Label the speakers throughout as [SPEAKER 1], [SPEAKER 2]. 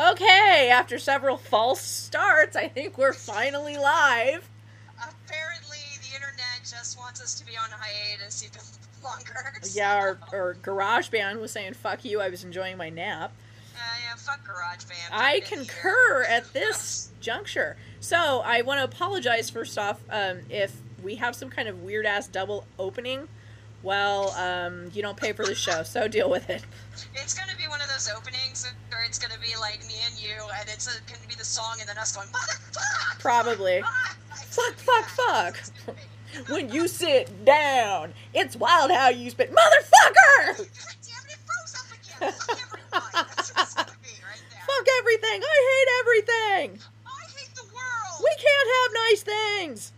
[SPEAKER 1] okay, after several false starts, I think we're finally live.
[SPEAKER 2] Apparently, the internet just wants us to be on hiatus even longer.
[SPEAKER 1] Yeah, our,
[SPEAKER 2] so-
[SPEAKER 1] our garage band was saying, fuck you, I was enjoying my nap.
[SPEAKER 2] Uh, yeah, fuck GarageBand.
[SPEAKER 1] I
[SPEAKER 2] Get here.
[SPEAKER 1] concur at this juncture. So I want to apologize first off um, if we have some kind of weird ass double opening. Well, um, you don't pay for the show, so deal with it.
[SPEAKER 2] It's gonna be one of those openings where it's gonna be like me and you, and it's uh gonna be the song, and then us going fuck, fuck,
[SPEAKER 1] Probably.
[SPEAKER 2] fuck, It's
[SPEAKER 1] Fuck,
[SPEAKER 2] gonna be
[SPEAKER 1] fuck,
[SPEAKER 2] that.
[SPEAKER 1] fuck.
[SPEAKER 2] It's gonna be-
[SPEAKER 1] When you sit down, it's wild how you spit. Motherfucker!
[SPEAKER 2] God damn it, it froze up again. Fuck everyone. That's what it's gonna be right there.
[SPEAKER 1] Fuck everything! I hate everything!
[SPEAKER 2] I hate the world.
[SPEAKER 1] We can't have nice things!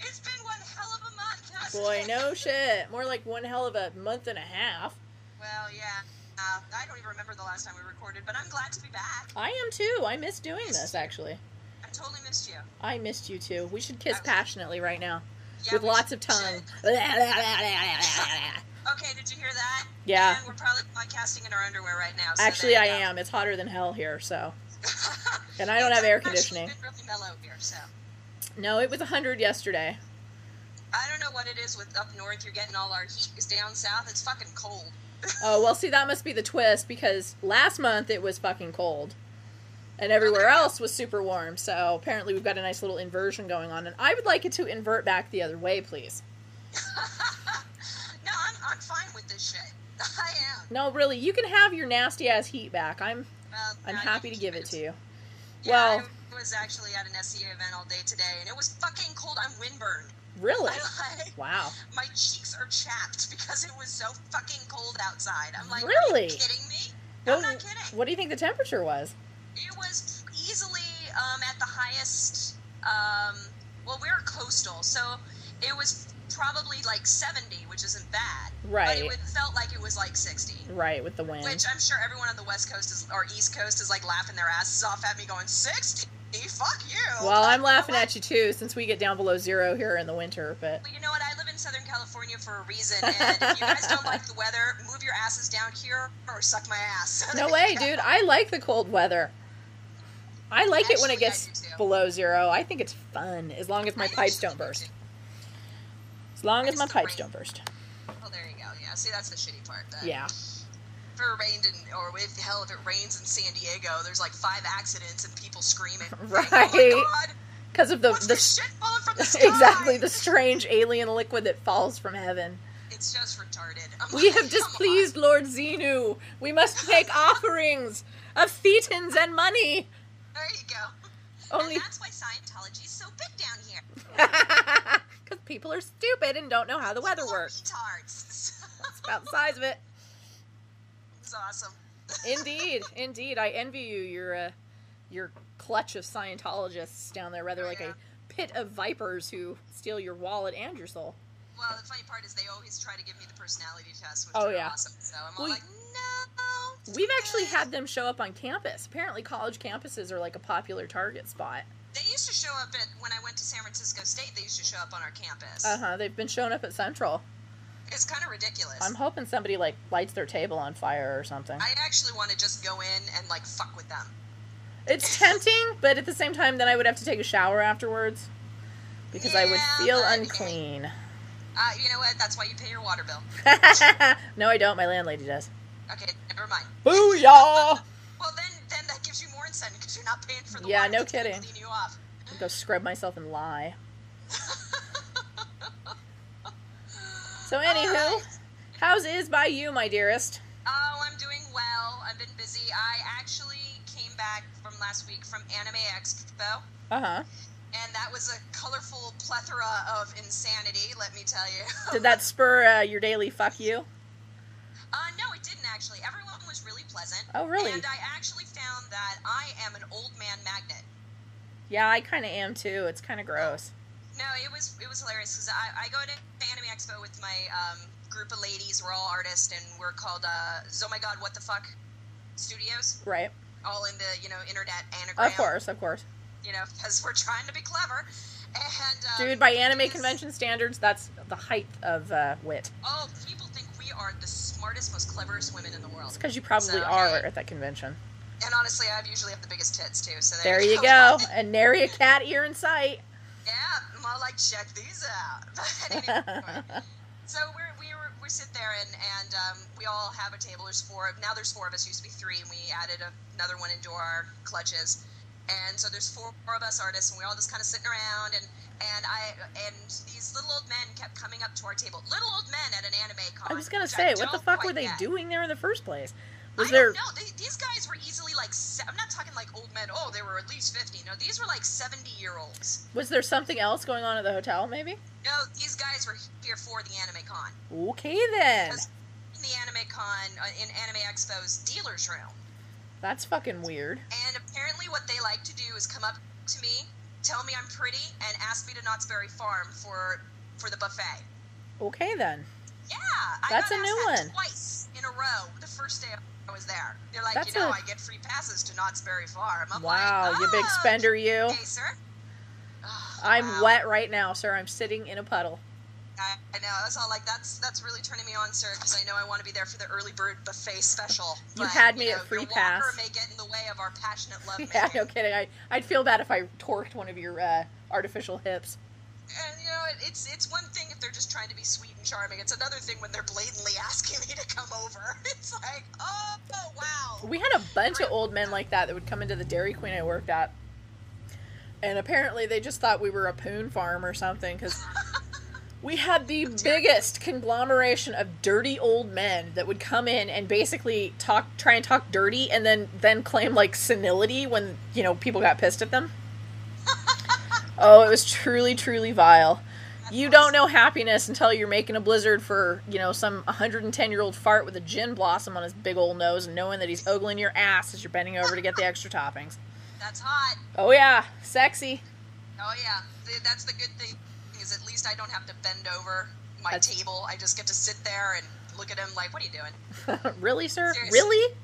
[SPEAKER 2] It's been one hell of a month. hasn't
[SPEAKER 1] Boy,
[SPEAKER 2] it?
[SPEAKER 1] no shit. More like one hell of a month and a half.
[SPEAKER 2] Well, yeah. Uh, I don't even remember the last time we recorded, but I'm glad to be back.
[SPEAKER 1] I am too. I miss doing this, actually.
[SPEAKER 2] I totally missed you.
[SPEAKER 1] I missed you too. We should kiss passionately right now
[SPEAKER 2] Uh, Yeah,
[SPEAKER 1] with
[SPEAKER 2] we
[SPEAKER 1] lots of
[SPEAKER 2] should-
[SPEAKER 1] tongue.
[SPEAKER 2] Okay, did you hear that?
[SPEAKER 1] Yeah.
[SPEAKER 2] And we're probably podcasting in our underwear right now. so
[SPEAKER 1] Actually,
[SPEAKER 2] there
[SPEAKER 1] I
[SPEAKER 2] you go.
[SPEAKER 1] am. It's hotter than hell here, so. And I don't have
[SPEAKER 2] It's
[SPEAKER 1] air
[SPEAKER 2] actually
[SPEAKER 1] conditioning.
[SPEAKER 2] been really mellow here, so.
[SPEAKER 1] No, it was 100 yesterday.
[SPEAKER 2] I don't know what it is with up north. You're getting all our heat. 'cause down south, it's fucking cold.
[SPEAKER 1] Oh, well, see, that must be the twist because last month it was fucking cold. And everywhere else was super warm, so apparently we've got a nice little inversion going on. And I would like it to invert back the other way, please.
[SPEAKER 2] No, I'm, I'm fine with this shit. I am.
[SPEAKER 1] No, really, you can have your nasty ass heat back. I'm
[SPEAKER 2] Well,
[SPEAKER 1] I'm
[SPEAKER 2] I
[SPEAKER 1] happy
[SPEAKER 2] can
[SPEAKER 1] to
[SPEAKER 2] keep
[SPEAKER 1] give it to you.
[SPEAKER 2] Yeah,
[SPEAKER 1] Well,
[SPEAKER 2] I was actually at an SEA event all day today, and it was fucking cold. I'm windburned.
[SPEAKER 1] really?
[SPEAKER 2] Like,
[SPEAKER 1] Wow.
[SPEAKER 2] my cheeks are chapped because it was so fucking cold outside. I'm like, Are
[SPEAKER 1] Really?
[SPEAKER 2] you kidding me?
[SPEAKER 1] Well,
[SPEAKER 2] I'm not kidding.
[SPEAKER 1] What do you think the temperature was?
[SPEAKER 2] It was easily um, at the highest. Um, well, we're coastal, so it was probably like 70, which isn't bad. But
[SPEAKER 1] Right. Mm.
[SPEAKER 2] it would, felt like it was like 60.
[SPEAKER 1] Right, with the wind.
[SPEAKER 2] Which I'm sure everyone on the West Coast is, or East Coast is like laughing their asses off at me going, 60? Fuck you.
[SPEAKER 1] well, I'm laughing at you too, since we get down below zero here in the winter. But
[SPEAKER 2] Well, you know what? I live in Southern California for a reason, and if you guys don't like the weather, move your asses down here or suck my ass.
[SPEAKER 1] no way, dude. I like the cold weather. I like it when
[SPEAKER 2] Actually,
[SPEAKER 1] it
[SPEAKER 2] I
[SPEAKER 1] gets
[SPEAKER 2] do too.
[SPEAKER 1] below zero. I think it's fun as long as my
[SPEAKER 2] I
[SPEAKER 1] pipes
[SPEAKER 2] actually
[SPEAKER 1] don't
[SPEAKER 2] do
[SPEAKER 1] burst.
[SPEAKER 2] too.
[SPEAKER 1] As long
[SPEAKER 2] I
[SPEAKER 1] as my
[SPEAKER 2] just don't
[SPEAKER 1] pipes
[SPEAKER 2] rain.
[SPEAKER 1] don't burst.
[SPEAKER 2] Well, Oh, there you go. Yeah, see, that's the shitty part. But
[SPEAKER 1] Yeah.
[SPEAKER 2] If it rained in, or if hell, if it rains in San Diego, there's like five accidents and people screaming. Like, oh
[SPEAKER 1] Right.
[SPEAKER 2] my god,
[SPEAKER 1] Because of the,
[SPEAKER 2] what's
[SPEAKER 1] the
[SPEAKER 2] this shit falling from the sky?
[SPEAKER 1] exactly the strange alien liquid that falls from heaven.
[SPEAKER 2] It's just retarded. I'm
[SPEAKER 1] We
[SPEAKER 2] like,
[SPEAKER 1] have
[SPEAKER 2] come on.
[SPEAKER 1] displeased Lord Xenu. We must make offerings of thetans and money.
[SPEAKER 2] There you go.
[SPEAKER 1] Only
[SPEAKER 2] And that's why Scientology's so big down here.
[SPEAKER 1] because people are stupid and don't know how the weather
[SPEAKER 2] People are
[SPEAKER 1] works.
[SPEAKER 2] Retards.
[SPEAKER 1] It's about the size of it.
[SPEAKER 2] it's awesome.
[SPEAKER 1] Indeed, indeed. I envy you. Your uh, your clutch of Scientologists down there, rather like
[SPEAKER 2] Yeah.
[SPEAKER 1] a pit of vipers who steal your wallet and your soul.
[SPEAKER 2] Well, the funny part is they always try to give me the personality test, which
[SPEAKER 1] Oh,
[SPEAKER 2] are
[SPEAKER 1] yeah.
[SPEAKER 2] awesome. So I'm all
[SPEAKER 1] We-
[SPEAKER 2] like, no.
[SPEAKER 1] We've actually
[SPEAKER 2] good."
[SPEAKER 1] had them show up on campus. Apparently, college campuses are like a popular target spot.
[SPEAKER 2] They used to show up at when I went to San Francisco State. They used to show up on our campus.
[SPEAKER 1] Uh huh. They've been showing up at Central.
[SPEAKER 2] It's kind of ridiculous.
[SPEAKER 1] I'm hoping somebody like lights their table on fire or something.
[SPEAKER 2] I actually want to just go in and like fuck with them.
[SPEAKER 1] It's tempting, but at the same time, then I would have to take a shower afterwards because I would
[SPEAKER 2] Yeah,
[SPEAKER 1] feel
[SPEAKER 2] but-
[SPEAKER 1] unclean.
[SPEAKER 2] Uh, you know what? That's why you pay your water bill.
[SPEAKER 1] no, I don't. My landlady does.
[SPEAKER 2] Okay, never mind.
[SPEAKER 1] Booyah!
[SPEAKER 2] Well, then then that gives you more incentive because you're not paying for the
[SPEAKER 1] Yeah,
[SPEAKER 2] water.
[SPEAKER 1] no
[SPEAKER 2] It's gonna
[SPEAKER 1] kidding.
[SPEAKER 2] Clean you off.
[SPEAKER 1] I'll go scrub myself and lie. So, anywho,
[SPEAKER 2] Alright.
[SPEAKER 1] how's is by you, my dearest?
[SPEAKER 2] Oh, I'm doing well. I've been busy. I actually came back from last week from Anime Expo.
[SPEAKER 1] Uh huh.
[SPEAKER 2] and that was a colorful plethora of insanity. Let me tell you.
[SPEAKER 1] Did that spur uh, your daily fuck you?
[SPEAKER 2] Uh, no, it didn't actually. Everyone was really pleasant.
[SPEAKER 1] Oh, really?
[SPEAKER 2] And I actually found that I am an old man magnet.
[SPEAKER 1] Yeah, I kind of am too. It's kind of gross.
[SPEAKER 2] No, it was it was hilarious because I, I go to Anime Expo with my um, group of ladies. We're all artists, and we're called uh, Oh My God, What the Fuck Studios.
[SPEAKER 1] Right?
[SPEAKER 2] All in the you know internet anagram.
[SPEAKER 1] Of course, of course.
[SPEAKER 2] You know because we're trying to be clever. And um,
[SPEAKER 1] Dude, by anime
[SPEAKER 2] because-
[SPEAKER 1] convention standards, that's the height of uh, wit.
[SPEAKER 2] Oh, people think we are the smartest, most cleverest women in the world.
[SPEAKER 1] It's because you probably
[SPEAKER 2] So,
[SPEAKER 1] are
[SPEAKER 2] hey.
[SPEAKER 1] at that convention.
[SPEAKER 2] And honestly, I've usually have the biggest tits too. So
[SPEAKER 1] There
[SPEAKER 2] there,
[SPEAKER 1] you go. And nary a cat ear in sight.
[SPEAKER 2] yeah, more like check these out. But anyway, so we're, we were, we sit there and and um, we all have a table. There's four. of- Now there's four of us. Used to be three, and we added a, another one into our clutches. And so there's four of us artists, and we're all just kind of sitting around. And and I and these little old men kept coming up to our table. Little old men at an anime con.
[SPEAKER 1] I was gonna
[SPEAKER 2] which Oh, I
[SPEAKER 1] say, what the
[SPEAKER 2] don't
[SPEAKER 1] fuck were
[SPEAKER 2] quite
[SPEAKER 1] they
[SPEAKER 2] get.
[SPEAKER 1] doing there in the first place? Was
[SPEAKER 2] I
[SPEAKER 1] there?
[SPEAKER 2] don't know. They, these guys were easily like. Se- I'm not talking like old men. Oh, they were at least fifty. No, these were like seventy year olds.
[SPEAKER 1] Was there something else going on at the hotel? Maybe.
[SPEAKER 2] No, these guys were here for the anime con.
[SPEAKER 1] Okay then.
[SPEAKER 2] Because in the anime con, uh, in Anime Expo's dealer's room.
[SPEAKER 1] That's fucking weird.
[SPEAKER 2] And apparently, what they like to do is come up to me, tell me I'm pretty, and ask me to Knott's Berry Farm for for the buffet.
[SPEAKER 1] Okay then.
[SPEAKER 2] Yeah,
[SPEAKER 1] That's
[SPEAKER 2] I got
[SPEAKER 1] a new
[SPEAKER 2] asked
[SPEAKER 1] one.
[SPEAKER 2] that Twice in a row. The first day I was there, they're like,
[SPEAKER 1] That's
[SPEAKER 2] you know,
[SPEAKER 1] a-
[SPEAKER 2] I get free passes to Knott's Berry Farm. I'm
[SPEAKER 1] Wow,
[SPEAKER 2] like,
[SPEAKER 1] you big
[SPEAKER 2] "Oh,
[SPEAKER 1] spender, you.
[SPEAKER 2] Hey, sir. Oh,
[SPEAKER 1] I'm
[SPEAKER 2] wow.
[SPEAKER 1] wet right now, sir. I'm sitting in a puddle.
[SPEAKER 2] I, I know. I was all like, "That's that's really turning me on, sir," because I know I want to be there for the early bird buffet special.
[SPEAKER 1] You
[SPEAKER 2] But,
[SPEAKER 1] had me
[SPEAKER 2] you
[SPEAKER 1] at
[SPEAKER 2] know,
[SPEAKER 1] free
[SPEAKER 2] your
[SPEAKER 1] pass.
[SPEAKER 2] Walker may get in the way of our passionate love
[SPEAKER 1] Yeah, no kidding. I, I'd feel bad if I torqued one of your uh, artificial hips.
[SPEAKER 2] And you know, it, it's it's one thing if they're just trying to be sweet and charming. It's another thing when they're blatantly asking me to come over. It's like, oh, oh, wow.
[SPEAKER 1] We had a bunch of old men like that that would come into the Dairy Queen I worked at. And apparently they just thought we were a poon farm or something because we had the biggest conglomeration of dirty old men that would come in and basically talk, try and talk dirty and then, then claim like senility when, you know, people got pissed at them. oh, it was truly, truly vile. You don't know happiness until you're making a blizzard for, you know, some 110 year old fart with a gin blossom on his big old nose and knowing that he's ogling your ass as you're bending over to get the extra toppings.
[SPEAKER 2] That's hot.
[SPEAKER 1] Oh, yeah, sexy.
[SPEAKER 2] Oh yeah, Th- that's the good thing is at least I don't have to bend over my
[SPEAKER 1] That's-
[SPEAKER 2] table. I just get to sit there and look at him like, "What are you doing?"
[SPEAKER 1] really, sir?
[SPEAKER 2] Seriously.
[SPEAKER 1] Really?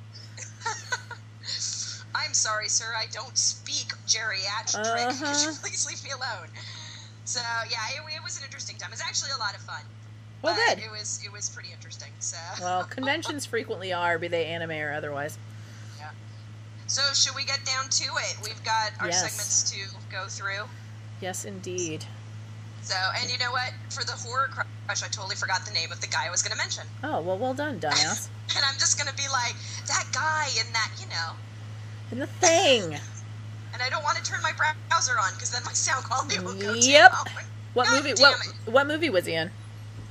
[SPEAKER 2] I'm sorry, sir. I don't speak geriatric. Could you
[SPEAKER 1] Uh-huh.
[SPEAKER 2] please leave me alone? So yeah, it, it was an interesting time. It was actually a lot of fun.
[SPEAKER 1] Well,
[SPEAKER 2] but
[SPEAKER 1] good.
[SPEAKER 2] Uh, It was it was pretty interesting. So
[SPEAKER 1] Well, conventions frequently are, be they anime or otherwise.
[SPEAKER 2] yeah. So should we get down to it? We've got our
[SPEAKER 1] Yes.
[SPEAKER 2] segments to go through.
[SPEAKER 1] Yes, indeed.
[SPEAKER 2] So and you know what? For the horror crush, I totally forgot the name of the guy I was going to mention,
[SPEAKER 1] Oh, well, well done, dumbass.
[SPEAKER 2] and I'm just going to be like that guy in that you know.
[SPEAKER 1] And the thing.
[SPEAKER 2] And I don't want to turn my browser on because then my sound quality will go
[SPEAKER 1] Yep.
[SPEAKER 2] down.
[SPEAKER 1] What
[SPEAKER 2] God
[SPEAKER 1] movie?
[SPEAKER 2] damn
[SPEAKER 1] What,
[SPEAKER 2] it.
[SPEAKER 1] what movie was he in?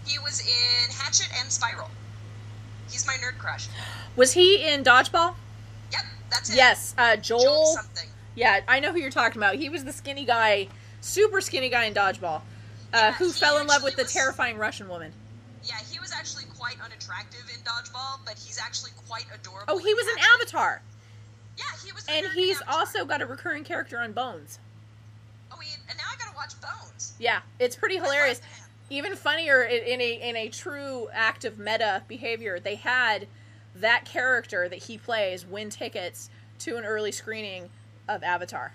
[SPEAKER 2] He was in Hatchet and Spiral. He's my nerd crush.
[SPEAKER 1] Was he in Dodgeball?
[SPEAKER 2] Yep, that's it.
[SPEAKER 1] Yes, uh, Joel.
[SPEAKER 2] Joel something.
[SPEAKER 1] Yeah, I know who you're talking about. He was the skinny guy, super skinny guy in dodgeball, uh,
[SPEAKER 2] Yeah,
[SPEAKER 1] who
[SPEAKER 2] he
[SPEAKER 1] fell in love
[SPEAKER 2] actually
[SPEAKER 1] with the
[SPEAKER 2] was-
[SPEAKER 1] terrifying Russian woman.
[SPEAKER 2] Yeah, he was actually quite unattractive in Dodgeball, but he's actually quite adorable.
[SPEAKER 1] Oh, he was an
[SPEAKER 2] in Hatchet.
[SPEAKER 1] Avatar,
[SPEAKER 2] Yeah, he was. the
[SPEAKER 1] and
[SPEAKER 2] nerd in
[SPEAKER 1] he's
[SPEAKER 2] Avatar.
[SPEAKER 1] also got a recurring character on Bones.
[SPEAKER 2] Oh, he, and now I gotta watch Bones.
[SPEAKER 1] Yeah, it's pretty
[SPEAKER 2] I love
[SPEAKER 1] hilarious.
[SPEAKER 2] him.
[SPEAKER 1] Even funnier i- in a in a true act of meta behavior, they had that character that he plays win tickets to an early screening of Avatar.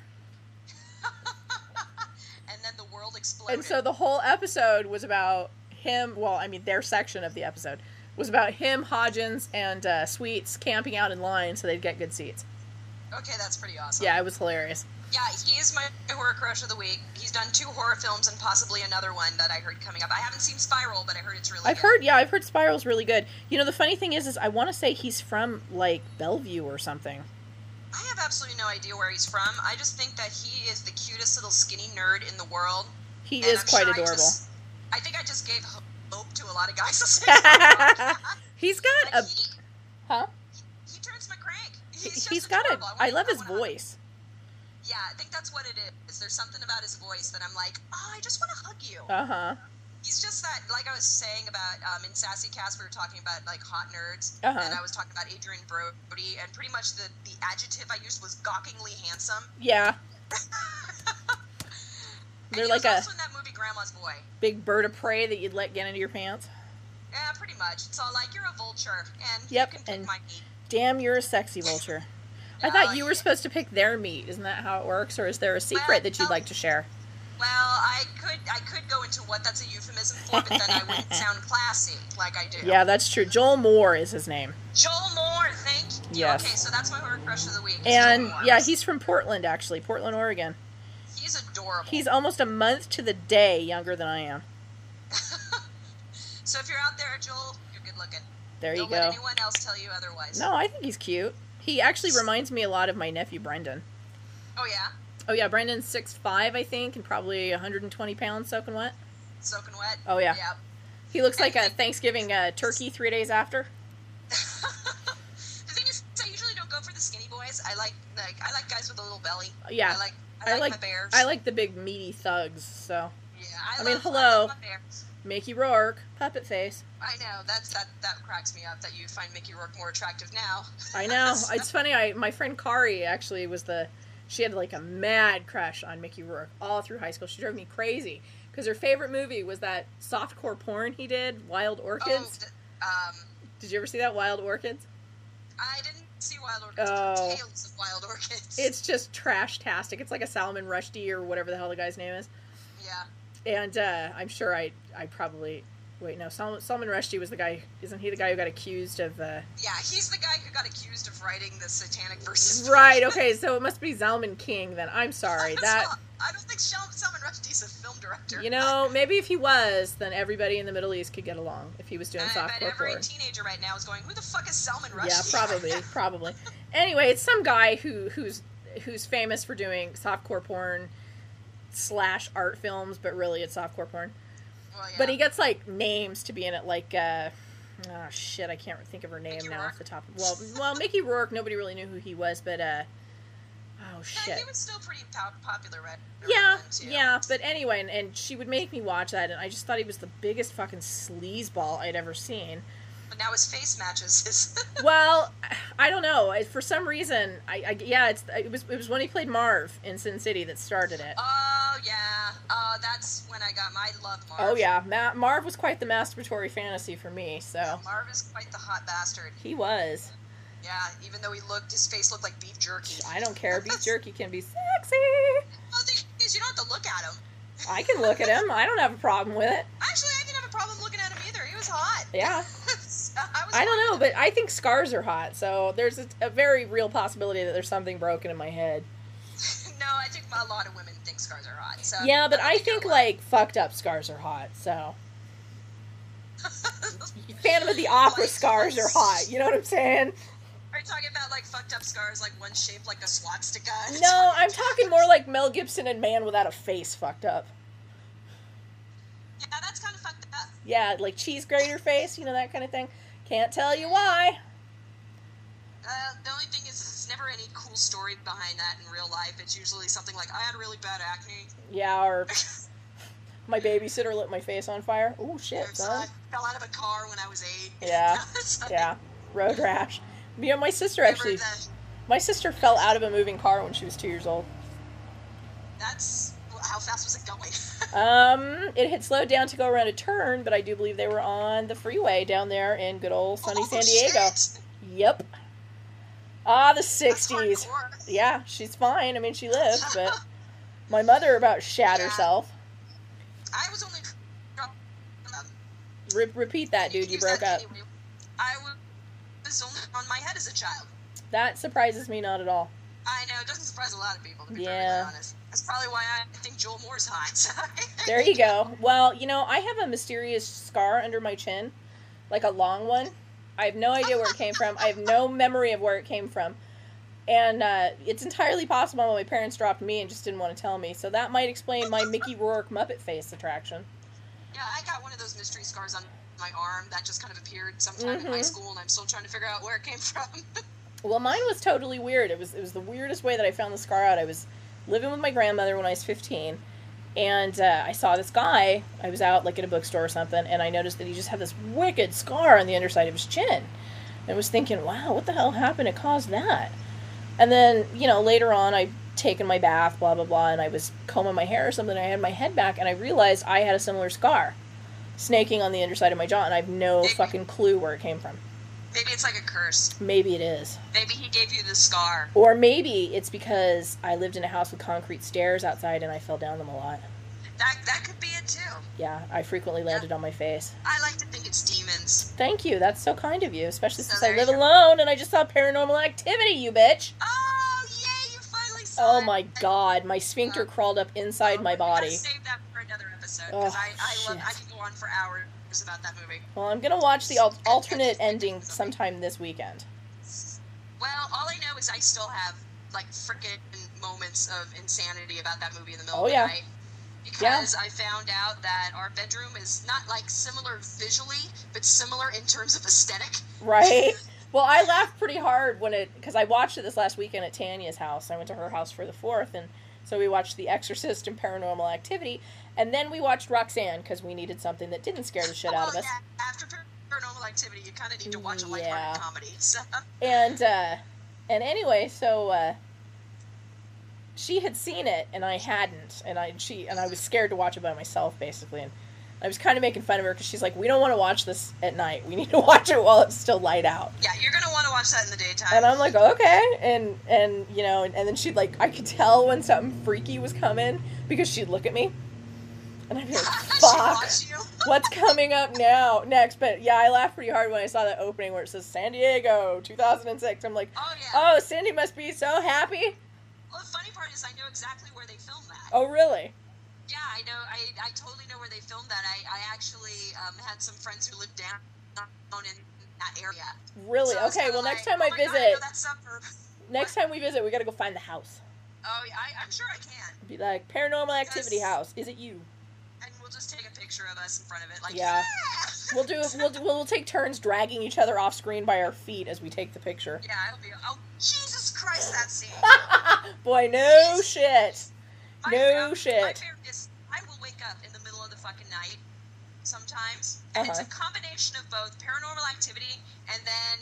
[SPEAKER 2] And then the world exploded.
[SPEAKER 1] And so the whole episode was about him. Well, I mean, their section of the episode was about him, Hodgins, and uh, Sweets camping out in line so they'd get good seats.
[SPEAKER 2] okay, that's pretty awesome.
[SPEAKER 1] Yeah, it was hilarious.
[SPEAKER 2] Yeah, he is my horror crush of the week. He's done two horror films and possibly another one that I heard coming up. I haven't seen Spiral, but I heard it's really.
[SPEAKER 1] I've
[SPEAKER 2] good.
[SPEAKER 1] heard, yeah, I've heard Spiral's really good. You know, the funny thing is, is I want to say he's from like Bellevue or something.
[SPEAKER 2] I have absolutely no idea where he's from. I just think that he is the cutest little skinny nerd in the world.
[SPEAKER 1] He
[SPEAKER 2] and
[SPEAKER 1] is
[SPEAKER 2] I'm
[SPEAKER 1] quite
[SPEAKER 2] sure I
[SPEAKER 1] adorable.
[SPEAKER 2] just- I think I just gave ho- hope to a lot of guys. listening to my podcast.
[SPEAKER 1] he's got
[SPEAKER 2] But
[SPEAKER 1] a
[SPEAKER 2] he,
[SPEAKER 1] huh?
[SPEAKER 2] he turns my crank.
[SPEAKER 1] He-
[SPEAKER 2] He's just
[SPEAKER 1] He's got a.
[SPEAKER 2] adorable.
[SPEAKER 1] I
[SPEAKER 2] wanna-
[SPEAKER 1] love his
[SPEAKER 2] wanna hug
[SPEAKER 1] voice.
[SPEAKER 2] him. Yeah, I think that's what it is. There's something about his voice that I'm like, oh, I just want to hug you.
[SPEAKER 1] Uh huh.
[SPEAKER 2] He's just that, like I was saying about um, in Sassy Cast, we were talking about like hot nerds,
[SPEAKER 1] Uh-huh.
[SPEAKER 2] and I was talking about Adrian Brody, and pretty much the the adjective I used was gawkingly handsome.
[SPEAKER 1] Yeah.
[SPEAKER 2] and
[SPEAKER 1] They're
[SPEAKER 2] he
[SPEAKER 1] like
[SPEAKER 2] was
[SPEAKER 1] a
[SPEAKER 2] also in that movie Grandma's Boy.
[SPEAKER 1] big bird of prey that you'd let get into your pants.
[SPEAKER 2] Yeah, pretty much. It's all like you're a vulture, and
[SPEAKER 1] Yep,
[SPEAKER 2] you can pick
[SPEAKER 1] and-
[SPEAKER 2] my meat.
[SPEAKER 1] Damn, you're a sexy vulture. I
[SPEAKER 2] Oh,
[SPEAKER 1] thought you were
[SPEAKER 2] yeah.
[SPEAKER 1] supposed to pick their meat. Isn't that how it works? Or is there a secret that you'd like to share?
[SPEAKER 2] Well, I could I could go into what that's a euphemism for, but then I wouldn't sound classy like I do.
[SPEAKER 1] Yeah, that's true. Joel Moore is his name.
[SPEAKER 2] Joel Moore, thank you.
[SPEAKER 1] Yes.
[SPEAKER 2] Okay, so that's my horror crush of the week. is
[SPEAKER 1] And
[SPEAKER 2] Joel Moore.
[SPEAKER 1] yeah, he's from Portland, actually, Portland, Oregon.
[SPEAKER 2] he's adorable.
[SPEAKER 1] He's almost a month to the day younger than I am.
[SPEAKER 2] so if you're out there, Joel, you're good looking.
[SPEAKER 1] There you
[SPEAKER 2] Don't let
[SPEAKER 1] go.
[SPEAKER 2] anyone else tell you otherwise.
[SPEAKER 1] No, I think he's cute. He actually reminds me a lot of my nephew Brendan.
[SPEAKER 2] Oh yeah,
[SPEAKER 1] Oh yeah, Brendan's six five, I think, and probably 120 pounds soaking wet.
[SPEAKER 2] soaking wet.
[SPEAKER 1] Oh, yeah.
[SPEAKER 2] Yep.
[SPEAKER 1] He looks like a Thanksgiving uh, turkey three days after.
[SPEAKER 2] the thing is, I usually don't go for the skinny boys. I like like I like guys with a little belly.
[SPEAKER 1] Yeah,
[SPEAKER 2] I like
[SPEAKER 1] I
[SPEAKER 2] I, like,
[SPEAKER 1] like-
[SPEAKER 2] my bears.
[SPEAKER 1] I like the big meaty thugs. So
[SPEAKER 2] Yeah,
[SPEAKER 1] I
[SPEAKER 2] I,
[SPEAKER 1] mean,
[SPEAKER 2] love,
[SPEAKER 1] hello.
[SPEAKER 2] I love my bears.
[SPEAKER 1] Mickey Rourke, puppet face.
[SPEAKER 2] I know that's that that cracks me up that you find Mickey Rourke more attractive now.
[SPEAKER 1] I know it's funny. I my friend Kari actually was the she had like a mad crush on Mickey Rourke all through high school. She drove me crazy because her favorite movie was that softcore porn he did, Wild
[SPEAKER 2] oh,
[SPEAKER 1] Orchids.
[SPEAKER 2] d- um,
[SPEAKER 1] Did you ever see that Wild Orchids?
[SPEAKER 2] I didn't see Wild Orchids.
[SPEAKER 1] Oh.
[SPEAKER 2] Oh. Tales of Wild Orchids.
[SPEAKER 1] It's just trash tastic. It's like a Salman Rushdie or whatever the hell the guy's name is.
[SPEAKER 2] yeah.
[SPEAKER 1] And uh, I'm sure I I probably wait no Sal- Salman Rushdie was the guy. Isn't he the guy who got accused of? Uh,
[SPEAKER 2] Yeah, he's the guy who got accused of writing the Satanic Verses.
[SPEAKER 1] right. Okay. So it must be Zalman King then. I'm sorry.
[SPEAKER 2] That's
[SPEAKER 1] That
[SPEAKER 2] not- I don't think Shel- Salman Rushdie's a film director.
[SPEAKER 1] you know maybe if he was, then everybody in the Middle East could get along if he was doing
[SPEAKER 2] And I bet
[SPEAKER 1] softcore
[SPEAKER 2] Uh, every
[SPEAKER 1] porn.
[SPEAKER 2] teenager right now is going, "Who the fuck is Salman Rushdie?"
[SPEAKER 1] Yeah, probably, probably. Anyway, it's some guy who who's who's famous for doing softcore porn slash art films, but really it's softcore porn.
[SPEAKER 2] Well, yeah.
[SPEAKER 1] But he gets like names to be in it, like uh, oh shit, I can't think of her name
[SPEAKER 2] Mickey
[SPEAKER 1] now
[SPEAKER 2] Rourke?
[SPEAKER 1] off the top. Of, well, well, Mickey Rourke. Nobody really knew who he was, but uh, oh
[SPEAKER 2] Yeah,
[SPEAKER 1] shit.
[SPEAKER 2] he was still pretty po- popular, right?
[SPEAKER 1] Yeah,
[SPEAKER 2] around then, too.
[SPEAKER 1] yeah, but anyway, and, and she would make me watch that, and I just thought he was the biggest fucking sleazeball I'd ever seen.
[SPEAKER 2] But now his face matches his.
[SPEAKER 1] well, I don't know. I- For some reason, I, I yeah, it's it was it was when he played Marv in Sin City that started it.
[SPEAKER 2] oh yeah. Oh, that's when I got my love Marv.
[SPEAKER 1] Oh yeah, Ma- Marv was quite the masturbatory fantasy for me. So
[SPEAKER 2] Marv is quite the hot bastard.
[SPEAKER 1] he was.
[SPEAKER 2] Yeah, even though he looked, his face looked like beef jerky.
[SPEAKER 1] I don't care. Beef jerky can be sexy.
[SPEAKER 2] Well, the thing is, you don't have to look at him.
[SPEAKER 1] I can look at him. I don't have a problem with it.
[SPEAKER 2] Actually, I didn't have a problem looking at him either. He was hot.
[SPEAKER 1] Yeah.
[SPEAKER 2] So I, was
[SPEAKER 1] I don't know, but I think scars are hot. So there's a, a very real possibility that there's something broken in my head.
[SPEAKER 2] no, I think a lot of women think scars are hot. So
[SPEAKER 1] Yeah, but I
[SPEAKER 2] don't
[SPEAKER 1] think
[SPEAKER 2] it
[SPEAKER 1] like fucked up scars are hot. So Phantom of the Opera
[SPEAKER 2] Like-
[SPEAKER 1] scars are hot. You know what I'm saying?
[SPEAKER 2] Are you talking about like fucked up scars, like one shaped like a swastika?
[SPEAKER 1] No, I'm talking more like Mel Gibson and Man Without a Face fucked up.
[SPEAKER 2] Yeah, that's kind of fucked up.
[SPEAKER 1] Yeah, like cheese grater face, you know that kind of thing. Can't tell you why.
[SPEAKER 2] Uh, the only thing is, there's never any cool story behind that in real life. It's usually something like I had really bad acne.
[SPEAKER 1] Yeah, or my babysitter lit my face on fire. Oh shit,
[SPEAKER 2] Or,
[SPEAKER 1] son.
[SPEAKER 2] I fell out of a car when I was eight.
[SPEAKER 1] Yeah.
[SPEAKER 2] It's like,
[SPEAKER 1] Yeah, road rash. You know, my sister
[SPEAKER 2] never
[SPEAKER 1] actually,
[SPEAKER 2] the-
[SPEAKER 1] my sister fell out of a moving car when she was two years old.
[SPEAKER 2] that's well, how fast was it going?
[SPEAKER 1] Um, it had slowed down to go around a turn, but I do believe they were on the freeway down there in good old sunny
[SPEAKER 2] Oh,
[SPEAKER 1] San Diego.
[SPEAKER 2] shit.
[SPEAKER 1] Yep. Ah, the
[SPEAKER 2] That's
[SPEAKER 1] '60s.
[SPEAKER 2] hardcore.
[SPEAKER 1] yeah, she's fine. I mean, she lived, but my mother about shat
[SPEAKER 2] Yeah.
[SPEAKER 1] herself.
[SPEAKER 2] I was only.
[SPEAKER 1] Re- repeat that, dude. You
[SPEAKER 2] Use
[SPEAKER 1] broke up.
[SPEAKER 2] that anyway. I was only on my head as a child.
[SPEAKER 1] That surprises me not at all.
[SPEAKER 2] I know it doesn't surprise a lot of people. To be
[SPEAKER 1] Yeah.
[SPEAKER 2] perfectly honest, that's probably why I think Joel Moore's hot.
[SPEAKER 1] There you go. Well, you know, I have a mysterious scar under my chin, like a long one. I have no idea where it came from. I have no memory of where it came from. And uh, it's entirely possible my parents dropped me and just didn't want to tell me. So that might explain my Mickey Rourke Muppet Face attraction.
[SPEAKER 2] Yeah, I got one of those mystery scars on my arm that just kind of appeared sometime in high
[SPEAKER 1] Mhm.
[SPEAKER 2] school, and I'm still trying to figure out where it came from.
[SPEAKER 1] Well, mine was totally weird. It was it was the weirdest way that I found the scar out. I was living with my grandmother when I was 15, and uh, I saw this guy. I was out like at a bookstore or something, and I noticed that he just had this wicked scar on the underside of his chin. And was thinking, wow, what the hell happened to cause that? And then you know later on, I taken my bath, blah blah blah, and I was combing my hair or something. And I had my head back, and I realized I had a similar scar, snaking on the underside of my jaw, and I have no fucking clue where it came from.
[SPEAKER 2] Maybe it's like a curse.
[SPEAKER 1] Maybe it is.
[SPEAKER 2] Maybe he gave you the scar.
[SPEAKER 1] Or maybe it's because I lived in a house with concrete stairs outside and I fell down them a lot.
[SPEAKER 2] That that could be it too.
[SPEAKER 1] Yeah, I frequently landed on my face.
[SPEAKER 2] I like to think it's demons.
[SPEAKER 1] Thank you. That's so kind of you, especially
[SPEAKER 2] So
[SPEAKER 1] since I
[SPEAKER 2] there
[SPEAKER 1] live
[SPEAKER 2] you go.
[SPEAKER 1] alone and I just saw paranormal activity, you bitch.
[SPEAKER 2] Oh, yay, you finally saw
[SPEAKER 1] Oh
[SPEAKER 2] it.
[SPEAKER 1] my god, my sphincter
[SPEAKER 2] um,
[SPEAKER 1] crawled up inside my
[SPEAKER 2] We gotta
[SPEAKER 1] body.
[SPEAKER 2] Save that for another episode
[SPEAKER 1] Oh,
[SPEAKER 2] because I, I, love, I
[SPEAKER 1] shit.
[SPEAKER 2] could go on for hours about that movie.
[SPEAKER 1] Well, I'm gonna watch the al- alternate ending sometime this weekend.
[SPEAKER 2] Well, all I know is I still have like freaking moments of insanity about that movie in the middle
[SPEAKER 1] Oh,
[SPEAKER 2] of the
[SPEAKER 1] yeah.
[SPEAKER 2] night. Because I found out that our bedroom is not like similar visually, but similar in terms of aesthetic.
[SPEAKER 1] Right? Well, I laughed pretty hard when it because I watched it this last weekend at Tanya's house. I went to her house for the fourth, and so we watched The Exorcist and Paranormal Activity, and then we watched Roxanne because we needed something that didn't scare the shit out of
[SPEAKER 2] Well,
[SPEAKER 1] us.
[SPEAKER 2] yeah, after paranormal activity, you kind of need to watch a lighthearted
[SPEAKER 1] Yeah.
[SPEAKER 2] comedy. So,
[SPEAKER 1] And uh, and anyway, so uh, she had seen it and I hadn't, and I she and I was scared to watch it by myself basically, and I was kind of making fun of her because she's like, we don't want to watch this at night. We need to watch it while it's still light out.
[SPEAKER 2] yeah, you're going to want to watch that in the daytime.
[SPEAKER 1] And I'm like, okay, and and you know, and, and then she'd like, I could tell when something freaky was coming because she'd look at me, and I'd be like,
[SPEAKER 2] She
[SPEAKER 1] fuck,
[SPEAKER 2] watched you.
[SPEAKER 1] what's coming up now, next? But yeah, I laughed pretty hard when I saw that opening where it says San Diego, 2006. I'm like,
[SPEAKER 2] Oh, yeah.
[SPEAKER 1] oh, Cindy must be so happy.
[SPEAKER 2] Well, the funny part is I know exactly where they filmed that.
[SPEAKER 1] Oh, really?
[SPEAKER 2] Yeah, I know. I, I totally know where they filmed that. I, I actually um, had some friends who lived down down in that area.
[SPEAKER 1] Really?
[SPEAKER 2] So I was
[SPEAKER 1] okay.
[SPEAKER 2] kinda
[SPEAKER 1] Well, next
[SPEAKER 2] like,
[SPEAKER 1] time
[SPEAKER 2] oh
[SPEAKER 1] I
[SPEAKER 2] my God, I
[SPEAKER 1] visit,
[SPEAKER 2] know that suburb.
[SPEAKER 1] next time we visit, we gotta go find the house.
[SPEAKER 2] Oh, yeah, I, I'm sure I can.
[SPEAKER 1] Be like, paranormal activity
[SPEAKER 2] Yes.
[SPEAKER 1] house. Is it you?
[SPEAKER 2] And we'll just take a picture of us in front of it. Like,
[SPEAKER 1] Yeah.
[SPEAKER 2] yeah.
[SPEAKER 1] We'll do. We'll do- we'll take turns dragging each other off screen by our feet as we take the picture.
[SPEAKER 2] Yeah, it'll be. Oh, Jesus Christ, that scene.
[SPEAKER 1] Boy, no shit.
[SPEAKER 2] My-
[SPEAKER 1] No
[SPEAKER 2] my
[SPEAKER 1] shit.
[SPEAKER 2] fear is I will wake up in the middle of the fucking night sometimes, and it's a
[SPEAKER 1] Uh-huh.
[SPEAKER 2] combination of both paranormal activity and then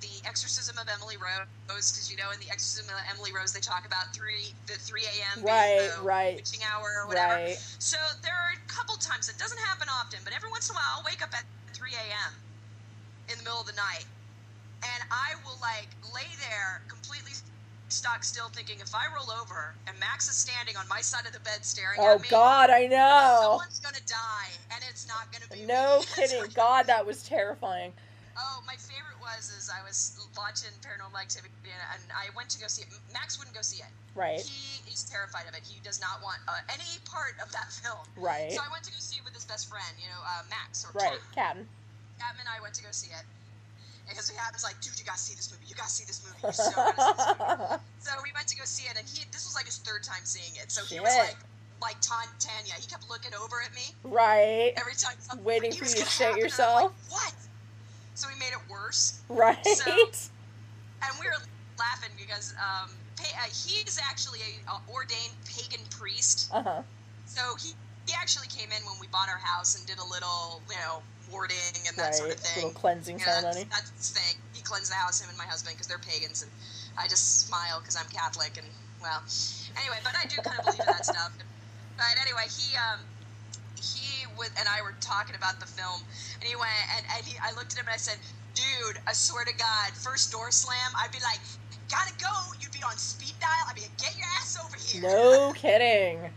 [SPEAKER 2] the exorcism of Emily Rose, because you know in the exorcism of Emily Rose they talk about three the three a.m. being
[SPEAKER 1] Right,
[SPEAKER 2] the
[SPEAKER 1] right.
[SPEAKER 2] witching hour or whatever.
[SPEAKER 1] Right.
[SPEAKER 2] So there are a couple times it doesn't happen often, but every once in a while I'll wake up at 3 a.m. in the middle of the night, and I will like lay there completely stock still, thinking if I roll over and Max is standing on my side of the bed staring
[SPEAKER 1] Oh
[SPEAKER 2] at me,
[SPEAKER 1] God, I know.
[SPEAKER 2] someone's gonna die, and it's not gonna be
[SPEAKER 1] No
[SPEAKER 2] me.
[SPEAKER 1] kidding. God, that was terrifying.
[SPEAKER 2] Oh, my favorite was is I was watching Paranormal Activity, and and I went to go see it. Max wouldn't go see it.
[SPEAKER 1] Right.
[SPEAKER 2] He is terrified of it. He does not want uh, any part of that film.
[SPEAKER 1] Right.
[SPEAKER 2] So I went to go see it with his best friend, you know, uh, Max. Or
[SPEAKER 1] Right. Captain.
[SPEAKER 2] Adam and I went to go see it. Because we had, was like, dude, you gotta see this movie. You gotta see this movie. You so gotta see this movie. So we went to go see it, and he this was like his third time seeing it. So he was
[SPEAKER 1] Shit.
[SPEAKER 2] like, like Tan- Tanya. He kept looking over at me
[SPEAKER 1] right.
[SPEAKER 2] every time. something
[SPEAKER 1] Waiting for
[SPEAKER 2] freaky
[SPEAKER 1] you to
[SPEAKER 2] was gonna
[SPEAKER 1] shit
[SPEAKER 2] happen, and I'm
[SPEAKER 1] yourself.
[SPEAKER 2] like, what? So we made it worse,
[SPEAKER 1] Right.
[SPEAKER 2] So- and we were laughing because um, pa- uh, he is actually a, a ordained pagan priest.
[SPEAKER 1] Uh huh.
[SPEAKER 2] So he, he actually came in when we bought our house and did a little, you know, warding and
[SPEAKER 1] Right.
[SPEAKER 2] that sort of
[SPEAKER 1] Little
[SPEAKER 2] thing.
[SPEAKER 1] cleansing
[SPEAKER 2] Yeah,
[SPEAKER 1] ceremony.
[SPEAKER 2] That's, that's his thing. He cleansed the house, him and my husband, because they're pagans, and I just smile because I'm Catholic, and well, anyway, but I do kind of believe in that stuff. But anyway, he um, he was, and I were talking about the film, and he went, and, and he, I looked at him and I said, "Dude, I swear to God, first door slam, I'd be like." Gotta go. You'd be on speed dial. I'd be like, get your ass over here.
[SPEAKER 1] No kidding.
[SPEAKER 2] You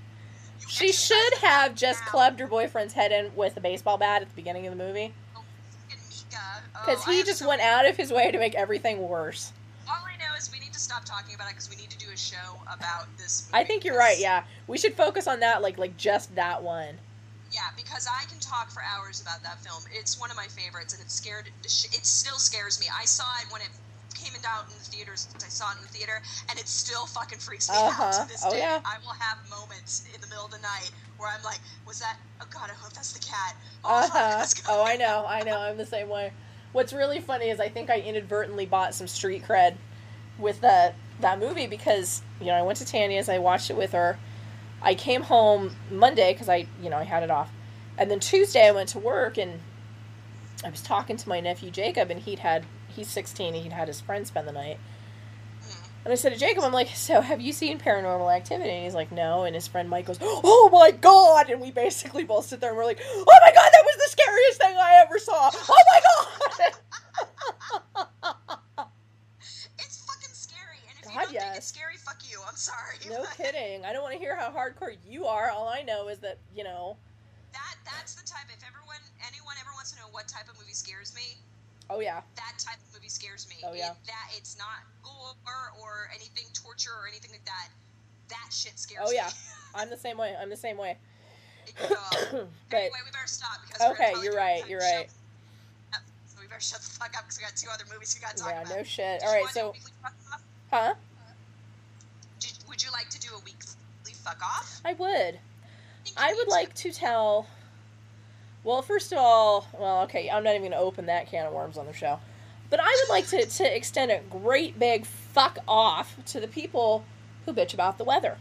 [SPEAKER 1] She
[SPEAKER 2] exercise
[SPEAKER 1] should have just
[SPEAKER 2] now.
[SPEAKER 1] clubbed her boyfriend's head in with a baseball bat at the beginning of the movie
[SPEAKER 2] Fucking Mika. Oh,
[SPEAKER 1] because
[SPEAKER 2] I
[SPEAKER 1] he
[SPEAKER 2] am
[SPEAKER 1] just
[SPEAKER 2] so-
[SPEAKER 1] went out of his way to make everything worse.
[SPEAKER 2] All I know is we need to stop talking about it because we need to do a show about this.
[SPEAKER 1] I
[SPEAKER 2] movie,
[SPEAKER 1] think you're
[SPEAKER 2] 'cause-
[SPEAKER 1] right. Yeah, we should focus on that. Like, like just that one.
[SPEAKER 2] Yeah, because I can talk for hours about that film. It's one of my favorites, and it scared. the sh- It still scares me. I saw it when it came and out in the theaters. I saw it in the theater, and it still fucking freaks me out
[SPEAKER 1] Uh-huh.
[SPEAKER 2] to this
[SPEAKER 1] Oh,
[SPEAKER 2] day.
[SPEAKER 1] yeah.
[SPEAKER 2] I will have moments in the middle of the night where I'm like, "Was that? Oh God, I hope that's the cat." Oh,
[SPEAKER 1] Uh
[SPEAKER 2] fuck,
[SPEAKER 1] huh.
[SPEAKER 2] that's-
[SPEAKER 1] Oh, I know. I know. I'm the same way. What's really funny is I think I inadvertently bought some street cred with that that movie because you know I went to Tanya's, I watched it with her. I came home Monday because I you know I had it off, and then Tuesday I went to work and I was talking to my nephew Jacob and he'd had he's 16 and he'd had his friend spend the night. And I said to Jacob, I'm like, so have you seen Paranormal Activity? And he's like, no. And his friend Mike goes, oh my god! And we basically both sit there and we're like, oh my god, that was the scariest thing I ever saw! Oh my god!
[SPEAKER 2] It's fucking scary, and if you
[SPEAKER 1] God,
[SPEAKER 2] don't think
[SPEAKER 1] yes.
[SPEAKER 2] it's scary, fuck you. I'm sorry.
[SPEAKER 1] No kidding. I don't want to hear how hardcore you are. All I know is that, you know,
[SPEAKER 2] That that's the type. If everyone, anyone ever wants to know what type of movie scares me,
[SPEAKER 1] Oh yeah.
[SPEAKER 2] that type of movie scares me.
[SPEAKER 1] Oh, yeah.
[SPEAKER 2] It- that it's not gore or anything torture or anything like that. That shit scares
[SPEAKER 1] Oh yeah.
[SPEAKER 2] me.
[SPEAKER 1] I'm the same way. I'm the same way.
[SPEAKER 2] Yeah.
[SPEAKER 1] but
[SPEAKER 2] um, anyway, we better stop because
[SPEAKER 1] Okay,
[SPEAKER 2] we're
[SPEAKER 1] you're
[SPEAKER 2] probably-
[SPEAKER 1] right, you're right.
[SPEAKER 2] So we better shut the fuck up because we got two other movies we got to talk
[SPEAKER 1] yeah,
[SPEAKER 2] about.
[SPEAKER 1] no shit.
[SPEAKER 2] Did
[SPEAKER 1] All
[SPEAKER 2] you
[SPEAKER 1] right, so
[SPEAKER 2] wanna do a weekly fuck off?
[SPEAKER 1] huh?
[SPEAKER 2] Did- would you like to do a weekly fuck off?
[SPEAKER 1] I would.
[SPEAKER 2] think
[SPEAKER 1] I
[SPEAKER 2] we
[SPEAKER 1] would
[SPEAKER 2] need
[SPEAKER 1] like
[SPEAKER 2] to.
[SPEAKER 1] to tell. Well, first of all, well, okay, I'm not even going to open that can of worms on the show. But I would like to, to extend a great big fuck off to the people who bitch about the weather.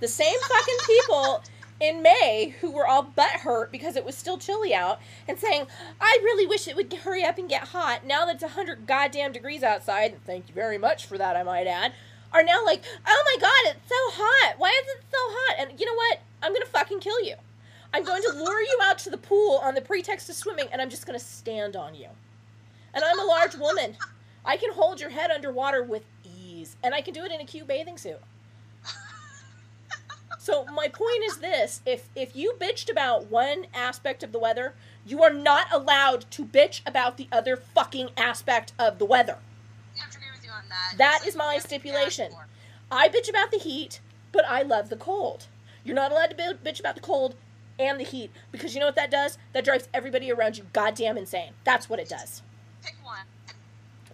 [SPEAKER 1] The same fucking people in May who were all butthurt because it was still chilly out and saying, I really wish it would hurry up and get hot now that it's 100 goddamn degrees outside. and Thank you very much for that, I might add. Are now like, oh my god, it's so hot. Why is it so hot? And you know what? I'm gonna fucking kill you. I'm going to lure you out to the pool on the pretext of swimming, and I'm just gonna stand on you. And I'm a large woman. I can hold your head underwater with ease, and I can do it in a cute bathing suit. So my point is this: if if you bitched about one aspect of the weather, you are not allowed to bitch about the other fucking aspect of the weather.
[SPEAKER 2] I have to agree with you on that.
[SPEAKER 1] That
[SPEAKER 2] It's
[SPEAKER 1] is
[SPEAKER 2] like
[SPEAKER 1] my
[SPEAKER 2] we have to be
[SPEAKER 1] stipulation.
[SPEAKER 2] hardcore.
[SPEAKER 1] I bitch about the heat, but I love the cold. You're not allowed to bi- bitch about the cold and the heat because you know what that does? That drives everybody around you goddamn insane. That's what it does.
[SPEAKER 2] Pick one.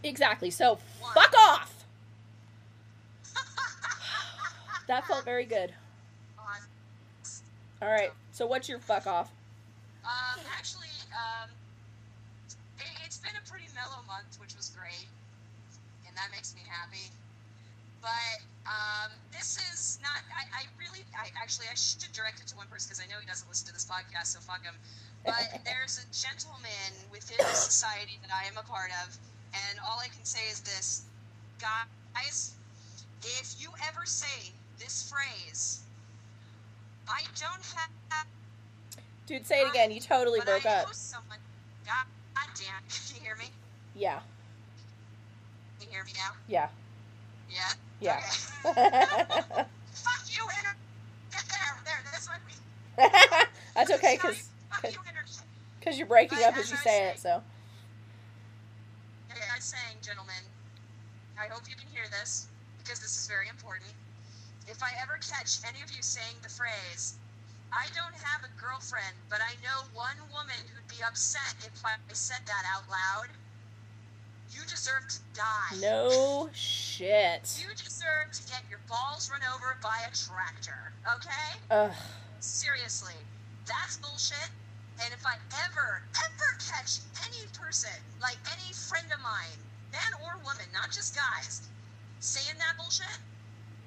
[SPEAKER 1] Exactly. So fuck off. That felt very good.
[SPEAKER 2] On.
[SPEAKER 1] All right. So what's your fuck off?
[SPEAKER 2] Um, actually, um, it, it's been a pretty mellow month, which was great, and that makes me happy. But um, this is not. I, I really, I actually, I should direct it to one person because I know he doesn't listen to this podcast, so fuck him. But there's a gentleman within the society that I am a part of, and all I can say is this, guys. If you ever say this phrase, I don't have
[SPEAKER 1] Dude, say it again. You totally
[SPEAKER 2] but
[SPEAKER 1] broke
[SPEAKER 2] I
[SPEAKER 1] up.
[SPEAKER 2] Know someone. God, God damn. Can you hear me?
[SPEAKER 1] Yeah.
[SPEAKER 2] Can you hear me now?
[SPEAKER 1] Yeah.
[SPEAKER 2] Yeah?
[SPEAKER 1] Yeah.
[SPEAKER 2] Okay. Fuck you, internet. There, there, that's what we.
[SPEAKER 1] That's okay cuz
[SPEAKER 2] Fuck you, internet.
[SPEAKER 1] cuz you're breaking up as you say it, so.
[SPEAKER 2] Okay, I'm saying, gentlemen, I hope you can hear this because this is very important. If I ever catch any of you saying the phrase, I don't have a girlfriend, but I know one woman who'd be upset if I said that out loud, you deserve to die.
[SPEAKER 1] No shit.
[SPEAKER 2] You deserve to get your balls run over by a tractor, okay?
[SPEAKER 1] Ugh.
[SPEAKER 2] Seriously, that's bullshit. And if I ever, ever catch any person, like any friend of mine, man or woman, not just guys, saying that bullshit,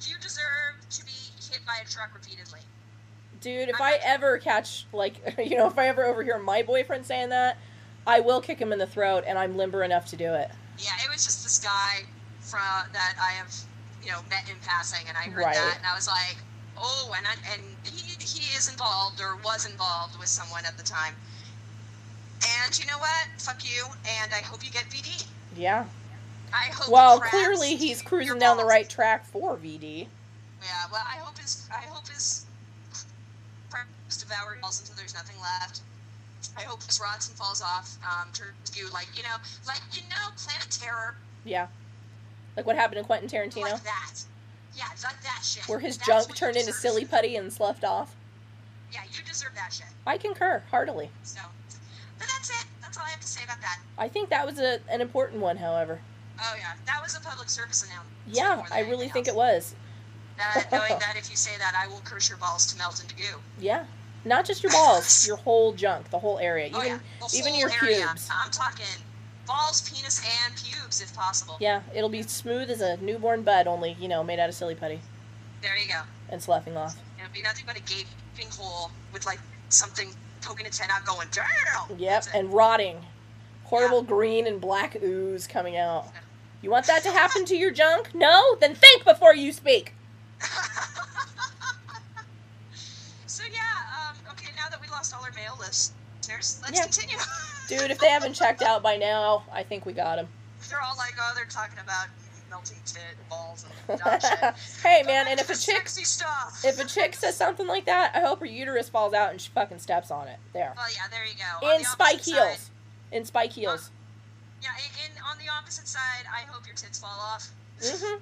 [SPEAKER 2] you deserve to be hit by a truck repeatedly.
[SPEAKER 1] Dude, if I ever catch like you know, if I ever overhear my boyfriend saying that, I will kick him in the throat and I'm limber enough to do it.
[SPEAKER 2] Yeah, it was just this guy from that I have, you know, met in passing, and I heard
[SPEAKER 1] Right.
[SPEAKER 2] that, and I was like, oh, and I, and he he is involved or was involved with someone at the time. And you know what? Fuck you, and I hope you get BD.
[SPEAKER 1] Yeah.
[SPEAKER 2] I hope.
[SPEAKER 1] Well,
[SPEAKER 2] Kratz-
[SPEAKER 1] clearly he's cruising
[SPEAKER 2] Oh, your
[SPEAKER 1] down the
[SPEAKER 2] balls.
[SPEAKER 1] right track for VD.
[SPEAKER 2] Yeah. Well, I hope his I hope his crabs devour your balls until there's nothing left. I hope his rotten falls off. Um, turns you like you know, like you know, Planet Terror
[SPEAKER 1] Yeah. Like what happened to Quentin Tarantino
[SPEAKER 2] like that. Yeah, like that shit.
[SPEAKER 1] where his
[SPEAKER 2] That's
[SPEAKER 1] junk
[SPEAKER 2] what you
[SPEAKER 1] turned into
[SPEAKER 2] deserve.
[SPEAKER 1] silly putty and sloughed off.
[SPEAKER 2] Yeah, you deserve that shit.
[SPEAKER 1] I concur heartily.
[SPEAKER 2] So, but that's it. That's all I have to say about that.
[SPEAKER 1] I think that was a, an important one, however.
[SPEAKER 2] Oh yeah, that was a public service announcement.
[SPEAKER 1] Yeah, I really think it was.
[SPEAKER 2] That, knowing that if you say that, I will curse your balls to melt into goo. Oh,
[SPEAKER 1] Yeah. Not just your balls, your whole junk, the whole area. Even
[SPEAKER 2] oh, yeah. The
[SPEAKER 1] even
[SPEAKER 2] whole
[SPEAKER 1] your
[SPEAKER 2] area.
[SPEAKER 1] pubes.
[SPEAKER 2] I'm talking balls, penis, and pubes, if possible.
[SPEAKER 1] yeah, it'll be smooth as a newborn bud, only, you know, made out of silly putty
[SPEAKER 2] There you go.
[SPEAKER 1] and sloughing off.
[SPEAKER 2] It'll be nothing but a gaping hole with like something poking its head out, going damn.
[SPEAKER 1] Yep,
[SPEAKER 2] That's it.
[SPEAKER 1] and rotting. Horrible green and black ooze coming out. You want that to happen to your junk? No? Then think before you speak.
[SPEAKER 2] so yeah. Um, okay, now that we lost all our male listeners, let's
[SPEAKER 1] Yeah.
[SPEAKER 2] continue.
[SPEAKER 1] Dude, if they haven't checked out by now, I think we got them.
[SPEAKER 2] they're all like, oh, they're talking about melting tit and balls and dumb shit.
[SPEAKER 1] hey
[SPEAKER 2] Go
[SPEAKER 1] man,
[SPEAKER 2] back
[SPEAKER 1] and
[SPEAKER 2] to
[SPEAKER 1] if a
[SPEAKER 2] the
[SPEAKER 1] chick
[SPEAKER 2] sexy stuff.
[SPEAKER 1] if a chick says something like that, I hope her uterus falls out and she fucking steps on it. There.
[SPEAKER 2] well, yeah, there you go. On
[SPEAKER 1] In
[SPEAKER 2] the
[SPEAKER 1] spike
[SPEAKER 2] opposite side-
[SPEAKER 1] heels. In spike heels.
[SPEAKER 2] yeah, and, and on the opposite side, I hope your tits fall off.
[SPEAKER 1] Mhm.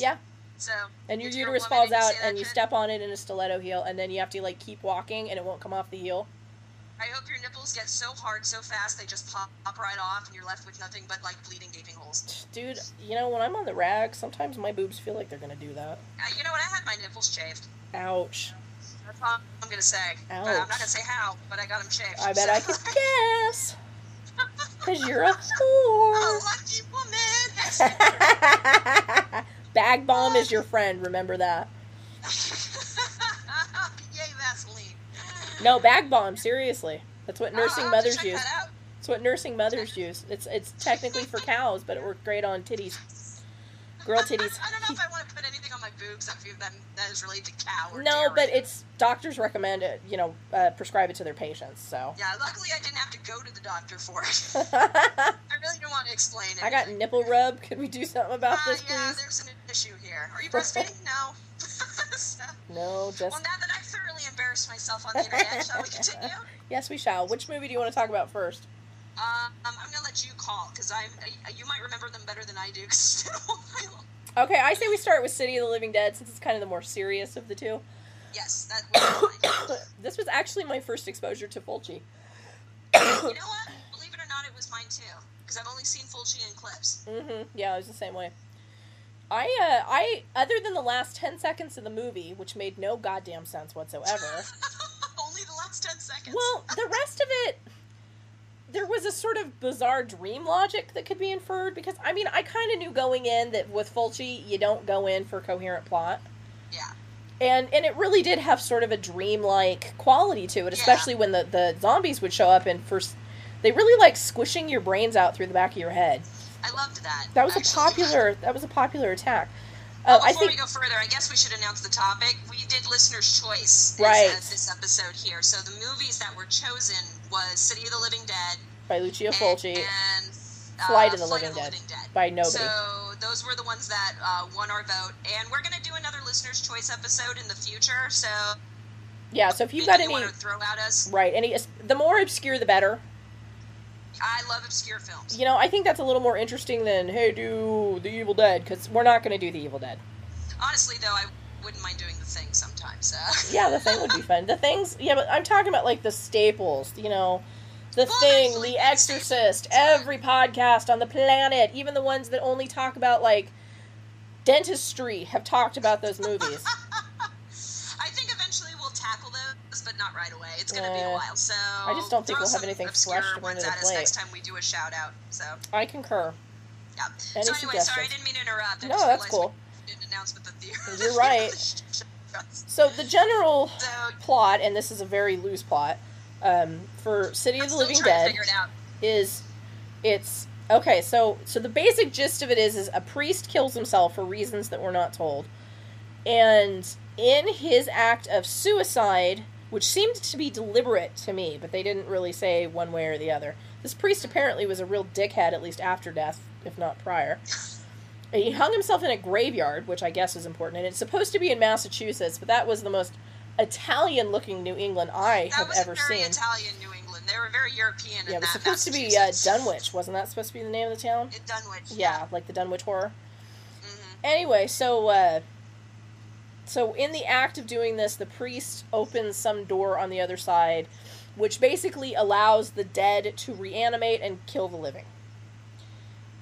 [SPEAKER 1] Yeah.
[SPEAKER 2] So.
[SPEAKER 1] And your
[SPEAKER 2] if you're a
[SPEAKER 1] uterus
[SPEAKER 2] woman
[SPEAKER 1] falls
[SPEAKER 2] you
[SPEAKER 1] out
[SPEAKER 2] say that
[SPEAKER 1] and you
[SPEAKER 2] shit,
[SPEAKER 1] step on it in a stiletto heel and then you have to like keep walking and it won't come off the heel.
[SPEAKER 2] I hope your nipples get so hard so fast they just pop, pop right off and you're left with nothing but like bleeding gaping holes.
[SPEAKER 1] Dude, you know when I'm on the rag, sometimes my boobs feel like they're gonna do that.
[SPEAKER 2] Uh, you know what? I had my nipples shaved.
[SPEAKER 1] Ouch.
[SPEAKER 2] That's all I'm gonna say. But I'm
[SPEAKER 1] Ouch.
[SPEAKER 2] not gonna say how, but I got them shaved.
[SPEAKER 1] I bet
[SPEAKER 2] so.
[SPEAKER 1] I could guess. Cause you're a whore.
[SPEAKER 2] a lucky woman.
[SPEAKER 1] Bag bomb is your friend. Remember that.
[SPEAKER 2] Yay, Vaseline.
[SPEAKER 1] No, bag bomb. Seriously, that's what nursing
[SPEAKER 2] I'll have to
[SPEAKER 1] mothers
[SPEAKER 2] check
[SPEAKER 1] use.
[SPEAKER 2] that out.
[SPEAKER 1] That's what nursing mothers use. It's it's technically for cows, but it worked great on titties, girl titties.
[SPEAKER 2] I don't know if I want to put anything on my boobs. I feel that that is related to cow. Or
[SPEAKER 1] No,
[SPEAKER 2] dairy.
[SPEAKER 1] but it's doctors recommend it. You know, uh, prescribe it to their patients. So
[SPEAKER 2] Yeah, luckily I didn't have to go to the doctor for it.
[SPEAKER 1] I
[SPEAKER 2] I really don't want to explain it.
[SPEAKER 1] got nipple rub. Could we do something about
[SPEAKER 2] Uh,
[SPEAKER 1] this,
[SPEAKER 2] yeah,
[SPEAKER 1] please?
[SPEAKER 2] there's an issue here. Are you breastfeeding? No. So-
[SPEAKER 1] No,
[SPEAKER 2] well,
[SPEAKER 1] just
[SPEAKER 2] now that I've thoroughly embarrassed myself on the internet, shall we continue?
[SPEAKER 1] yes, we shall. Which movie do you want to talk about first?
[SPEAKER 2] Um, I'm gonna let you call because I'm. I, you might remember them better than I do. 'cause it's been a while.
[SPEAKER 1] Okay, I say we start with City of the Living Dead since it's kind of the more serious of the two.
[SPEAKER 2] yes, that. Was mine.
[SPEAKER 1] this was actually my first exposure to Fulci.
[SPEAKER 2] you know what? Believe it or not, it was mine too. Because I've only seen Fulci in clips.
[SPEAKER 1] hmm Yeah, I was the same way. I, uh, I, other than the last ten seconds of the movie, which made no goddamn sense whatsoever.
[SPEAKER 2] only the last ten seconds.
[SPEAKER 1] Well, the rest of it, there was a sort of bizarre dream logic that could be inferred because I mean, I kind of knew going in that with Fulci, you don't go in for coherent plot.
[SPEAKER 2] yeah.
[SPEAKER 1] and and it really did have sort of a dreamlike quality to it, especially when the the zombies would show up and first they really like squishing your brains out through the back of your head.
[SPEAKER 2] I loved that.
[SPEAKER 1] That was a
[SPEAKER 2] Actually,
[SPEAKER 1] popular that was a popular attack. Uh,
[SPEAKER 2] Well,
[SPEAKER 1] I
[SPEAKER 2] before
[SPEAKER 1] think
[SPEAKER 2] we go further, I guess we should announce the topic. We did listener's choice as,
[SPEAKER 1] Right.
[SPEAKER 2] as this episode here. So the movies that were chosen was City of the Living Dead
[SPEAKER 1] by Lucio
[SPEAKER 2] and,
[SPEAKER 1] Fulci
[SPEAKER 2] and uh,
[SPEAKER 1] Flight of the Living Dead. by nobody.
[SPEAKER 2] So those were the ones that uh, won our vote, and we're gonna do another listener's choice episode in the future. So
[SPEAKER 1] yeah, so if you've got any
[SPEAKER 2] want to throw at us,
[SPEAKER 1] right, any the more obscure the better.
[SPEAKER 2] I love obscure films.
[SPEAKER 1] You know, I think that's a little more interesting than hey, do the Evil Dead because we're not going to do the Evil Dead.
[SPEAKER 2] Honestly, though, I wouldn't mind doing the thing sometimes. uh, So.
[SPEAKER 1] Yeah, the thing would be fun. The things, yeah, but I'm talking about like the staples, you know, the
[SPEAKER 2] Well,
[SPEAKER 1] thing,
[SPEAKER 2] actually,
[SPEAKER 1] The
[SPEAKER 2] the
[SPEAKER 1] Exorcist,
[SPEAKER 2] staples.
[SPEAKER 1] every podcast on the planet, even the ones that only talk about like dentistry, have talked about those movies.
[SPEAKER 2] I think eventually we'll tackle those, but not right away. It's gonna be
[SPEAKER 1] Yeah.
[SPEAKER 2] a while. So
[SPEAKER 1] Eh, I just don't think
[SPEAKER 2] throw
[SPEAKER 1] we'll have
[SPEAKER 2] some
[SPEAKER 1] anything
[SPEAKER 2] obscure
[SPEAKER 1] fresh to bring to
[SPEAKER 2] ones
[SPEAKER 1] the
[SPEAKER 2] at us next
[SPEAKER 1] plate.
[SPEAKER 2] time we do a shout out. So
[SPEAKER 1] I concur.
[SPEAKER 2] yeah.
[SPEAKER 1] Any
[SPEAKER 2] so anyway, sorry I
[SPEAKER 1] suggestions?
[SPEAKER 2] didn't mean to interrupt. I
[SPEAKER 1] No,
[SPEAKER 2] just
[SPEAKER 1] that's
[SPEAKER 2] realized
[SPEAKER 1] cool.
[SPEAKER 2] We didn't announce what the theory.
[SPEAKER 1] You're right.
[SPEAKER 2] so
[SPEAKER 1] So the general
[SPEAKER 2] I'm
[SPEAKER 1] plot, and this is a very loose plot, um, for City of the
[SPEAKER 2] still
[SPEAKER 1] Living
[SPEAKER 2] trying to
[SPEAKER 1] Dead
[SPEAKER 2] figure it out.
[SPEAKER 1] is it's okay. So so the basic gist of it is is a priest kills himself for reasons that we're not told, and in his act of suicide, which seemed to be deliberate to me, but they didn't really say one way or the other. This priest apparently was a real dickhead, at least after death, if not prior. He hung himself in a graveyard, which I guess is important, and it's supposed to be in Massachusetts, but that was the most Italian-looking New England I
[SPEAKER 2] That
[SPEAKER 1] have
[SPEAKER 2] was
[SPEAKER 1] ever
[SPEAKER 2] very
[SPEAKER 1] seen.
[SPEAKER 2] Italian New England. They were very European
[SPEAKER 1] Yeah,
[SPEAKER 2] in
[SPEAKER 1] it was
[SPEAKER 2] that
[SPEAKER 1] supposed to be uh,
[SPEAKER 2] Massachusetts.
[SPEAKER 1] Dunwich. Wasn't that supposed to be the name of the town?
[SPEAKER 2] In Dunwich.
[SPEAKER 1] Yeah, like the Dunwich Horror.
[SPEAKER 2] Mm-hmm.
[SPEAKER 1] Anyway, so uh, so in the act of doing this, the priest opens some door on the other side, which basically allows the dead to reanimate and kill the living.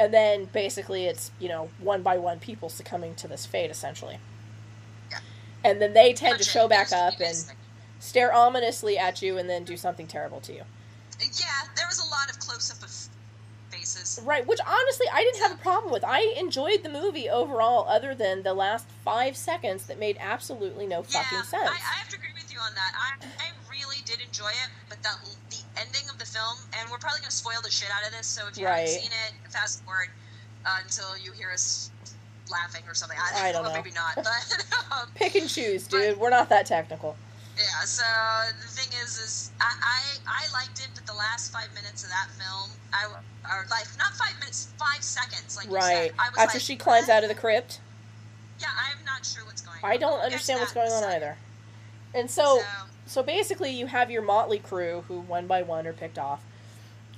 [SPEAKER 1] And then basically, it's you know one by one people succumbing to this fate essentially.
[SPEAKER 2] Yeah.
[SPEAKER 1] And then they tend to
[SPEAKER 2] Gotcha.
[SPEAKER 1] show back
[SPEAKER 2] Here's the
[SPEAKER 1] up and
[SPEAKER 2] basic.
[SPEAKER 1] stare ominously at you, and then do something terrible to you.
[SPEAKER 2] Yeah, there was a lot of close up of faces.
[SPEAKER 1] Right, which honestly I didn't have a problem with. I enjoyed the movie overall, other than the last five seconds that made absolutely no fucking sense.
[SPEAKER 2] I, I have to agree with you on that. I, I really did enjoy it, but that the ending of the film, and we're probably going to spoil the shit out of this. So if you
[SPEAKER 1] Right.
[SPEAKER 2] haven't seen it, fast forward uh, until you hear us laughing or something. I,
[SPEAKER 1] I don't
[SPEAKER 2] well,
[SPEAKER 1] know.
[SPEAKER 2] Maybe not. But um,
[SPEAKER 1] Pick and choose, dude. We're not that technical.
[SPEAKER 2] yeah. So the thing is, is I, I I liked it, but the last five minutes of that film, I or like not five minutes, five seconds, like
[SPEAKER 1] right.
[SPEAKER 2] you said, I was
[SPEAKER 1] After
[SPEAKER 2] like,
[SPEAKER 1] she climbs out of the crypt,
[SPEAKER 2] Yeah, I'm not sure what's going on.
[SPEAKER 1] I don't
[SPEAKER 2] We'll get
[SPEAKER 1] understand
[SPEAKER 2] to
[SPEAKER 1] what's
[SPEAKER 2] that in
[SPEAKER 1] going
[SPEAKER 2] a
[SPEAKER 1] on
[SPEAKER 2] second.
[SPEAKER 1] either. And so,
[SPEAKER 2] So-
[SPEAKER 1] so basically, you have your motley crew who one by one are picked off.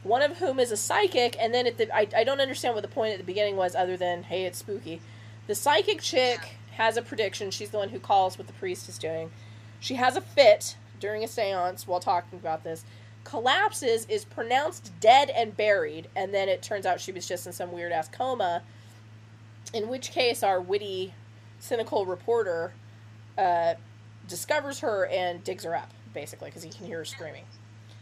[SPEAKER 1] One of whom is a psychic, and then at the I, I don't understand what the point at the beginning was, other than hey, it's spooky. The psychic chick has a prediction. She's the one who calls what the priest is doing. She has a fit during a séance while talking about this. Collapses, is pronounced dead and buried, and then it turns out she was just in some weird ass coma. In which case, our witty, cynical reporter uh, discovers her and digs her up, basically, because he can hear her screaming.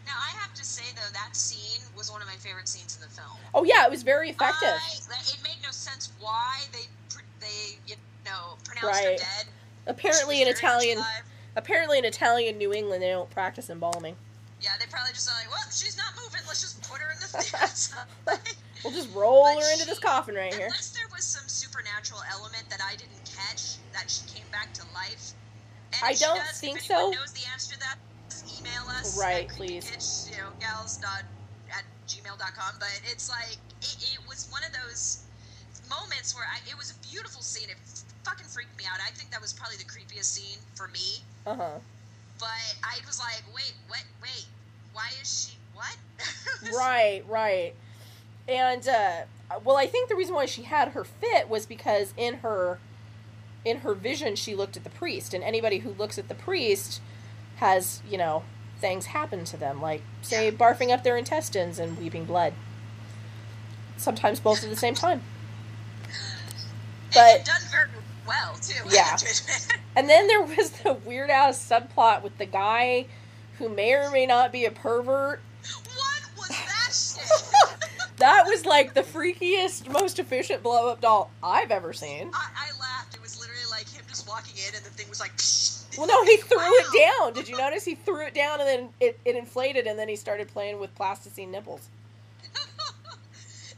[SPEAKER 2] Now I have to say though that scene was one of my favorite scenes in the film.
[SPEAKER 1] Oh yeah, it was very effective.
[SPEAKER 2] I, it made no sense why they pr- they you know pronounced
[SPEAKER 1] Right.
[SPEAKER 2] her dead.
[SPEAKER 1] Apparently,
[SPEAKER 2] She
[SPEAKER 1] in
[SPEAKER 2] was very much
[SPEAKER 1] Italian,
[SPEAKER 2] alive.
[SPEAKER 1] apparently in Italian New England, they don't practice embalming.
[SPEAKER 2] Yeah, they probably just like, well, she's not moving. Let's just put her in the theater.
[SPEAKER 1] We'll just roll
[SPEAKER 2] But
[SPEAKER 1] her into this
[SPEAKER 2] she-
[SPEAKER 1] coffin right here.
[SPEAKER 2] Unless there was some supernatural element that I didn't catch that she came back to life. And
[SPEAKER 1] I
[SPEAKER 2] if she
[SPEAKER 1] don't
[SPEAKER 2] does, if
[SPEAKER 1] think
[SPEAKER 2] anyone
[SPEAKER 1] so.
[SPEAKER 2] Knows the answer to that? just Email us.
[SPEAKER 1] Right,
[SPEAKER 2] at
[SPEAKER 1] please.
[SPEAKER 2] creepykitsch, You know, gals dot at gmail.com. But it's like it, it was one of those moments where I, it was a beautiful scene. It fucking freaked me out. I think that was probably the creepiest scene for me.
[SPEAKER 1] Uh huh.
[SPEAKER 2] But I was like, wait, what? Wait, why is she? What? It was
[SPEAKER 1] Right, right. And uh, well, I think the reason why she had her fit was because in her in her vision she looked at the priest, and anybody who looks at the priest has you know things happen to them, like say barfing up their intestines and weeping blood. Sometimes both at the same time.
[SPEAKER 2] and
[SPEAKER 1] But-
[SPEAKER 2] done very well too.
[SPEAKER 1] Yeah. And then there was the weird ass subplot with the guy who may or may not be a pervert.
[SPEAKER 2] What was that shit?
[SPEAKER 1] That was like the freakiest, most efficient blow up doll I've ever seen.
[SPEAKER 2] I, I laughed. It was literally like him just walking in, and the thing was like.
[SPEAKER 1] Well, no, he threw
[SPEAKER 2] Wow.
[SPEAKER 1] it down. Did you notice he threw it down and then it, it inflated and then he started playing with plasticine nipples?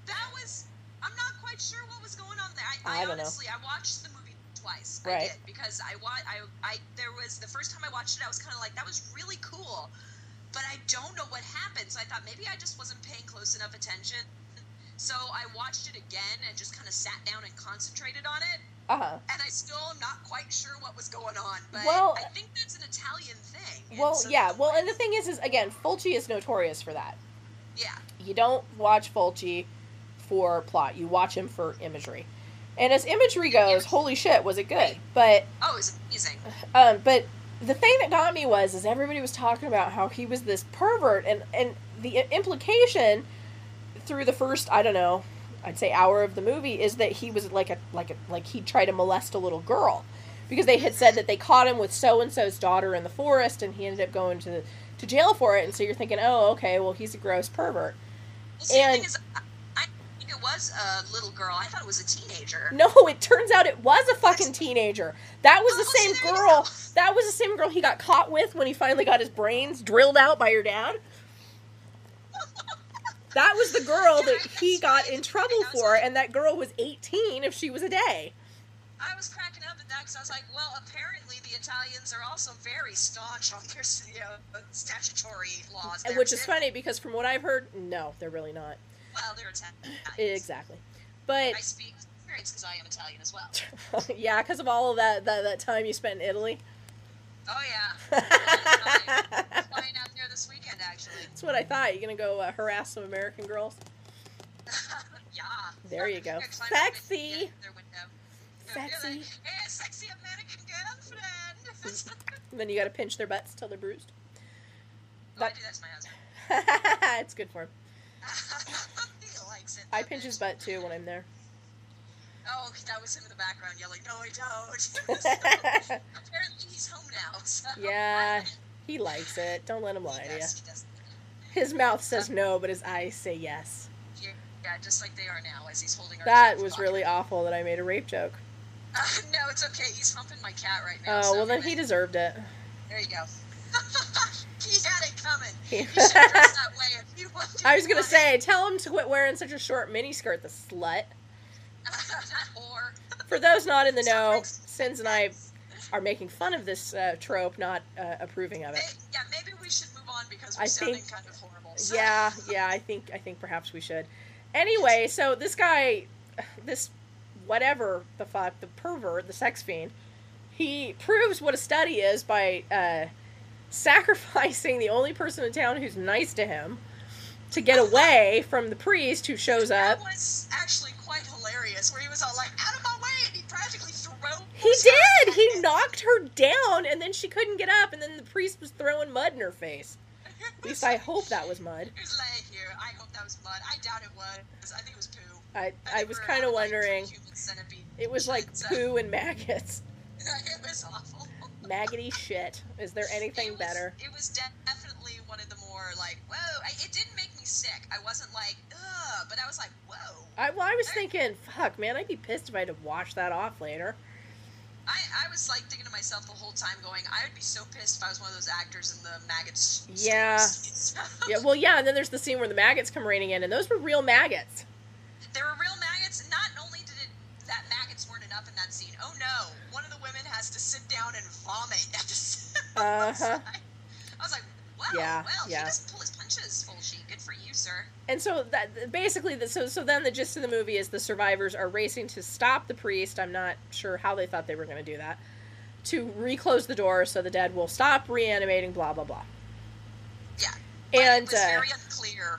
[SPEAKER 2] that was. I'm not quite sure what was going on there.
[SPEAKER 1] I
[SPEAKER 2] I, I,
[SPEAKER 1] don't know.
[SPEAKER 2] honestly, I watched the movie twice. I
[SPEAKER 1] Right.
[SPEAKER 2] did because I wa- I I there was the first time I watched it, I was kind of like that was really cool, but I don't know what happened. So I thought maybe I just wasn't paying close enough attention. So I watched it again and just kind of sat down and concentrated on it.
[SPEAKER 1] Uh huh.
[SPEAKER 2] and I still am not quite sure what was going on, but
[SPEAKER 1] Well-
[SPEAKER 2] I think that's an Italian thing. and
[SPEAKER 1] Well,
[SPEAKER 2] so-
[SPEAKER 1] yeah. Well, and the thing is, is again, Fulci is notorious for that.
[SPEAKER 2] yeah,
[SPEAKER 1] You don't watch Fulci for plot, you watch him for imagery. And as imagery goes, holy shit, was it good? But
[SPEAKER 2] oh, it was amazing.
[SPEAKER 1] Um, but the thing that got me was is everybody was talking about how he was this pervert, and and the i- implication through the first I don't know, I'd say hour of the movie is that he was like a like a like he tried to molest a little girl, because they had said that they caught him with so and so's daughter in the forest, and he ended up going to to jail for it, and so you're thinking, oh okay, well he's a gross pervert.
[SPEAKER 2] Well, see, the
[SPEAKER 1] And-
[SPEAKER 2] thing is, I, I think it was a little girl. I thought it was a teenager.
[SPEAKER 1] No, it turns out it was a fucking teenager. That was the
[SPEAKER 2] Oh,
[SPEAKER 1] same
[SPEAKER 2] so there you
[SPEAKER 1] girl.
[SPEAKER 2] go.
[SPEAKER 1] That was the same girl he got caught with when he finally got his brains drilled out by your dad. That was the girl
[SPEAKER 2] Yeah,
[SPEAKER 1] that he
[SPEAKER 2] that's
[SPEAKER 1] got
[SPEAKER 2] right.
[SPEAKER 1] in trouble
[SPEAKER 2] That was
[SPEAKER 1] for,
[SPEAKER 2] right.
[SPEAKER 1] and that girl was 18 if she was a day.
[SPEAKER 2] I was cracking up at that because I was like, well, apparently the Italians are also very staunch on their you know, statutory laws.
[SPEAKER 1] And
[SPEAKER 2] They're
[SPEAKER 1] Which is
[SPEAKER 2] very-
[SPEAKER 1] funny because from what I've heard, no, they're really not.
[SPEAKER 2] Well, they're Italian.
[SPEAKER 1] Exactly.
[SPEAKER 2] I
[SPEAKER 1] But
[SPEAKER 2] speak experience because I am Italian as well.
[SPEAKER 1] yeah, because of all of that, that that time you spent in Italy.
[SPEAKER 2] Oh, yeah. I'm
[SPEAKER 1] That's
[SPEAKER 2] flying out there this weekend, actually.
[SPEAKER 1] what I thought. You're gonna go uh, harass some American girls.
[SPEAKER 2] yeah.
[SPEAKER 1] There you go.
[SPEAKER 2] Climb up and
[SPEAKER 1] Sexy.
[SPEAKER 2] get in their window. They're
[SPEAKER 1] Sexy.
[SPEAKER 2] like, "Hey, sexy American girlfriend.
[SPEAKER 1] And then you gotta pinch their butts till they're bruised.
[SPEAKER 2] oh, I
[SPEAKER 1] That-
[SPEAKER 2] do that to my husband.
[SPEAKER 1] it's good for him.
[SPEAKER 2] he likes it.
[SPEAKER 1] I
[SPEAKER 2] that
[SPEAKER 1] pinch his
[SPEAKER 2] bitch.
[SPEAKER 1] butt too when I'm there.
[SPEAKER 2] Oh, that was him in the background yelling, "No, I don't." Apparently, he's home now. So.
[SPEAKER 1] yeah, he likes it. Don't let him
[SPEAKER 2] He
[SPEAKER 1] lie to you.
[SPEAKER 2] does, he does.
[SPEAKER 1] His mouth says no, but his eyes say yes.
[SPEAKER 2] Yeah, Yeah, just like they are now, as he's holding. our
[SPEAKER 1] That
[SPEAKER 2] kid's
[SPEAKER 1] was
[SPEAKER 2] pocket.
[SPEAKER 1] really awful that I made a rape joke.
[SPEAKER 2] Uh, no, it's okay. He's humping my cat right now.
[SPEAKER 1] Oh,
[SPEAKER 2] so
[SPEAKER 1] well, then
[SPEAKER 2] anyway,
[SPEAKER 1] he deserved it.
[SPEAKER 2] There you go. he had it coming.
[SPEAKER 1] He-
[SPEAKER 2] You should dress that way if you want.
[SPEAKER 1] I was gonna say, tell him to quit wearing such a short miniskirt, the slut.
[SPEAKER 2] that whore.
[SPEAKER 1] For those not in the know, Sins and I are making fun of this uh, trope, not uh, approving of
[SPEAKER 2] May-
[SPEAKER 1] it.
[SPEAKER 2] Yeah, maybe we should move on because we're
[SPEAKER 1] I
[SPEAKER 2] sounding
[SPEAKER 1] think-
[SPEAKER 2] kind of horrible. themselves.
[SPEAKER 1] yeah, yeah. I think I think perhaps we should. Anyway, so this guy, this whatever the fuck, the pervert, the sex fiend, he proves what a study is by uh, sacrificing the only person in town who's nice to him to get away from the priest who shows up.
[SPEAKER 2] That was actually quite hilarious, where he was all like, out of my way! And he practically threw.
[SPEAKER 1] He did. He knocked her down, and then she couldn't get up, and then the priest was throwing mud in her face. At least I hope that was mud.
[SPEAKER 2] He was laying here. I hope that was mud. I doubt it was. I think it was poo.
[SPEAKER 1] I,
[SPEAKER 2] think
[SPEAKER 1] I was
[SPEAKER 2] we're
[SPEAKER 1] kind
[SPEAKER 2] out
[SPEAKER 1] of
[SPEAKER 2] like
[SPEAKER 1] wondering.
[SPEAKER 2] human centipede
[SPEAKER 1] It was like
[SPEAKER 2] shit, so-
[SPEAKER 1] poo and maggots.
[SPEAKER 2] it was awful.
[SPEAKER 1] Maggoty shit. Is there anything
[SPEAKER 2] It was-
[SPEAKER 1] better?
[SPEAKER 2] It was definitely one of the more like, whoa. I, it didn't make me sick. I wasn't like, ugh, but I was like, whoa.
[SPEAKER 1] I, well, I was thinking, fuck, man, I'd be pissed if I had to wash that off later.
[SPEAKER 2] I, I was like thinking to myself the whole time, going, I would be so pissed if I was one of those actors in the maggots.
[SPEAKER 1] Yeah. Yeah, well, yeah, and then there's the scene where the maggots come raining in, and those were real maggots.
[SPEAKER 2] There were real maggots. and Not only did it, that maggots weren't enough in that scene. Oh no! One of the women has to sit down and vomit. At the same
[SPEAKER 1] Uh-huh.
[SPEAKER 2] time. I was like, wow.
[SPEAKER 1] Yeah,
[SPEAKER 2] well,
[SPEAKER 1] yeah.
[SPEAKER 2] he doesn't pull his punches, Fulci. Good for you, sir.
[SPEAKER 1] And so that basically, the, so so then the gist of the movie is the survivors are racing to stop the priest. I'm not sure how they thought they were going to do that. To reclose the door so the dead will stop reanimating. Blah blah blah.
[SPEAKER 2] Yeah. But
[SPEAKER 1] And
[SPEAKER 2] it was
[SPEAKER 1] uh,
[SPEAKER 2] very unclear.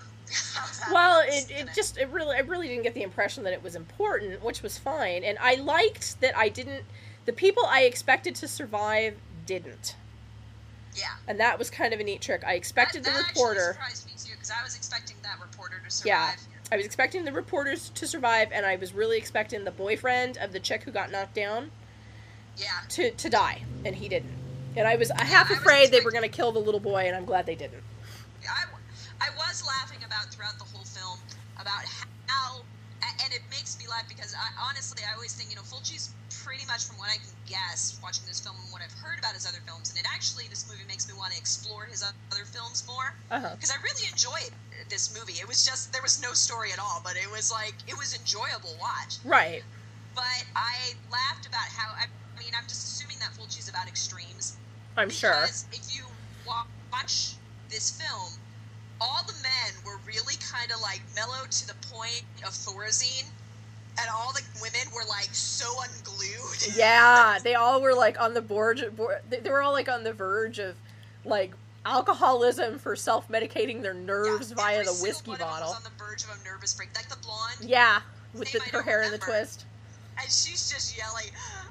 [SPEAKER 2] how that
[SPEAKER 1] well
[SPEAKER 2] was
[SPEAKER 1] it, it
[SPEAKER 2] gonna-
[SPEAKER 1] just it really i really didn't get the impression that it was important which was fine and i liked that i didn't the people i expected to survive didn't
[SPEAKER 2] yeah.
[SPEAKER 1] and that was kind of a neat trick i expected the
[SPEAKER 2] that, that actually
[SPEAKER 1] reporter
[SPEAKER 2] surprised me too because I was expecting that reporter to survive.
[SPEAKER 1] Yeah. i was expecting the reporters to survive and i was really expecting the boyfriend of the chick who got knocked down
[SPEAKER 2] Yeah.
[SPEAKER 1] to to die and he didn't and i was half
[SPEAKER 2] I was
[SPEAKER 1] afraid they
[SPEAKER 2] expecting-
[SPEAKER 1] were going to kill the little boy and i'm glad they didn't
[SPEAKER 2] I, I was laughing about throughout the whole film about how, and it makes me laugh because I honestly I always think you know Fulci's pretty much from what I can guess watching this film and what I've heard about his other films, and it actually this movie makes me want to explore his other films more
[SPEAKER 1] uh-huh
[SPEAKER 2] because I really enjoyed this movie. It was just there was no story at all, but it was like it was enjoyable watch.
[SPEAKER 1] right
[SPEAKER 2] But I laughed about how I, I mean I'm just assuming that Fulci's about extremes
[SPEAKER 1] i'm sure
[SPEAKER 2] because if you wa- watch this film, all the men were really kind of like mellow to the point of Thorazine, and all the women were like so unglued.
[SPEAKER 1] Yeah, they all were like on the board. board they, they were all like on the verge of like alcoholism for self medicating their nerves
[SPEAKER 2] Yeah,
[SPEAKER 1] via
[SPEAKER 2] every
[SPEAKER 1] the
[SPEAKER 2] single
[SPEAKER 1] whiskey
[SPEAKER 2] one of them
[SPEAKER 1] bottle.
[SPEAKER 2] was on the verge of a nervous break, like the blonde,
[SPEAKER 1] Yeah, with the,
[SPEAKER 2] Same, I
[SPEAKER 1] her
[SPEAKER 2] don't
[SPEAKER 1] hair in the
[SPEAKER 2] remember.
[SPEAKER 1] twist.
[SPEAKER 2] and she's just yelling,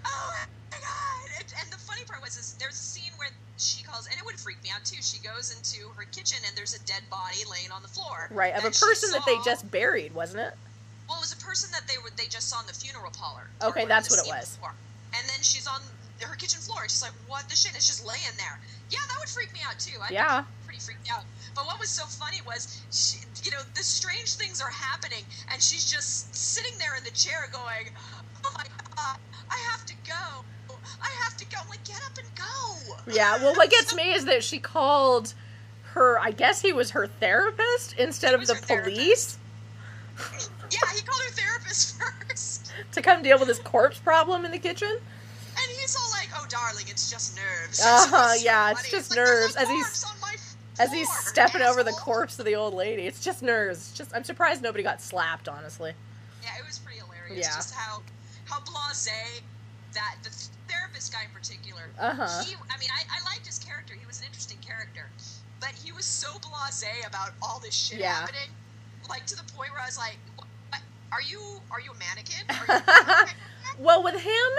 [SPEAKER 2] "Oh my god!" And, and the funny part was, is there's a scene where she calls, and it would freak me out too. She goes into her kitchen, and there's a dead body laying on the floor,
[SPEAKER 1] Right, of a
[SPEAKER 2] that she
[SPEAKER 1] person that they
[SPEAKER 2] saw.
[SPEAKER 1] just buried, wasn't it?
[SPEAKER 2] Well, it was a person that they were they just saw in the funeral parlor.
[SPEAKER 1] Okay,
[SPEAKER 2] Or
[SPEAKER 1] that's
[SPEAKER 2] the
[SPEAKER 1] what it
[SPEAKER 2] scene
[SPEAKER 1] was.
[SPEAKER 2] before. And then she's on her kitchen floor. and She's like, "What the shit?" It's just laying there. Yeah, that would freak me out too. I'd
[SPEAKER 1] Yeah.
[SPEAKER 2] be pretty freaked out. But what was so funny was, she, you know, the strange things are happening, and she's just sitting there in the chair, going, "Oh my god, I have to go. I have to go." I'm like, "Get up and go."
[SPEAKER 1] Yeah. Well, what gets me is that she called her. I guess he was her therapist instead of
[SPEAKER 2] was
[SPEAKER 1] the
[SPEAKER 2] her therapist.
[SPEAKER 1] police
[SPEAKER 2] yeah, he called her therapist first,
[SPEAKER 1] to come deal with his corpse problem in the kitchen.
[SPEAKER 2] and he's all like, "Oh, darling, it's just nerves."
[SPEAKER 1] Uh-huh,
[SPEAKER 2] so
[SPEAKER 1] yeah, it's
[SPEAKER 2] funny.
[SPEAKER 1] just
[SPEAKER 2] like, there's
[SPEAKER 1] nerves,
[SPEAKER 2] no
[SPEAKER 1] as he's-
[SPEAKER 2] corpse on my
[SPEAKER 1] As he's
[SPEAKER 2] floor,
[SPEAKER 1] stepping over the
[SPEAKER 2] asshole.
[SPEAKER 1] corpse of the old lady, it's just nerves. It's Just, I'm surprised nobody got slapped. Honestly.
[SPEAKER 2] Yeah, it was pretty hilarious.
[SPEAKER 1] Yeah.
[SPEAKER 2] Just how how blasé that the therapist guy in particular.
[SPEAKER 1] Uh huh.
[SPEAKER 2] He, I mean, I, I liked his character. He was an interesting character, but he was so blasé about all this shit
[SPEAKER 1] Yeah.
[SPEAKER 2] happening, like to the point where I was like, "What- "Are you are you a mannequin? Are you a mannequin?"
[SPEAKER 1] Well, with him,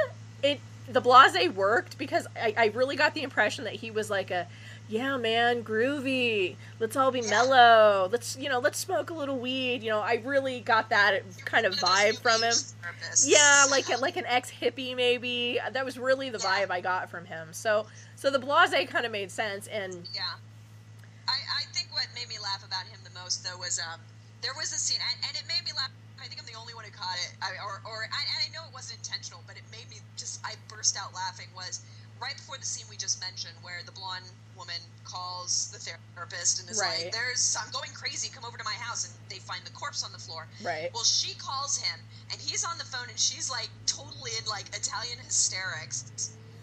[SPEAKER 1] it the blase worked because I, I really got the impression that he was like a, yeah, man, groovy. Let's all be
[SPEAKER 2] Yeah.
[SPEAKER 1] mellow. Let's you know, let's smoke a little weed. You know, I really got that kind of
[SPEAKER 2] One those
[SPEAKER 1] vibe
[SPEAKER 2] new
[SPEAKER 1] from him.
[SPEAKER 2] age therapists.
[SPEAKER 1] Yeah, like like an ex hippie maybe. That was really the
[SPEAKER 2] Yeah.
[SPEAKER 1] vibe I got from him. So so the blase kind of made sense and
[SPEAKER 2] Yeah. I, I think what made me laugh about him the most, though, was um, there was a scene, and, and it made me laugh. I think I'm the only one who caught it, I, or, or I, and I know it wasn't intentional, but it made me just, I burst out laughing. Was right before the scene we just mentioned, where the blonde woman calls the therapist and is
[SPEAKER 1] Right.
[SPEAKER 2] like, "There's, I'm going crazy. Come over to my house," and they find the corpse on the floor.
[SPEAKER 1] right.
[SPEAKER 2] Well, she calls him, and he's on the phone, and she's like totally in like Italian hysterics,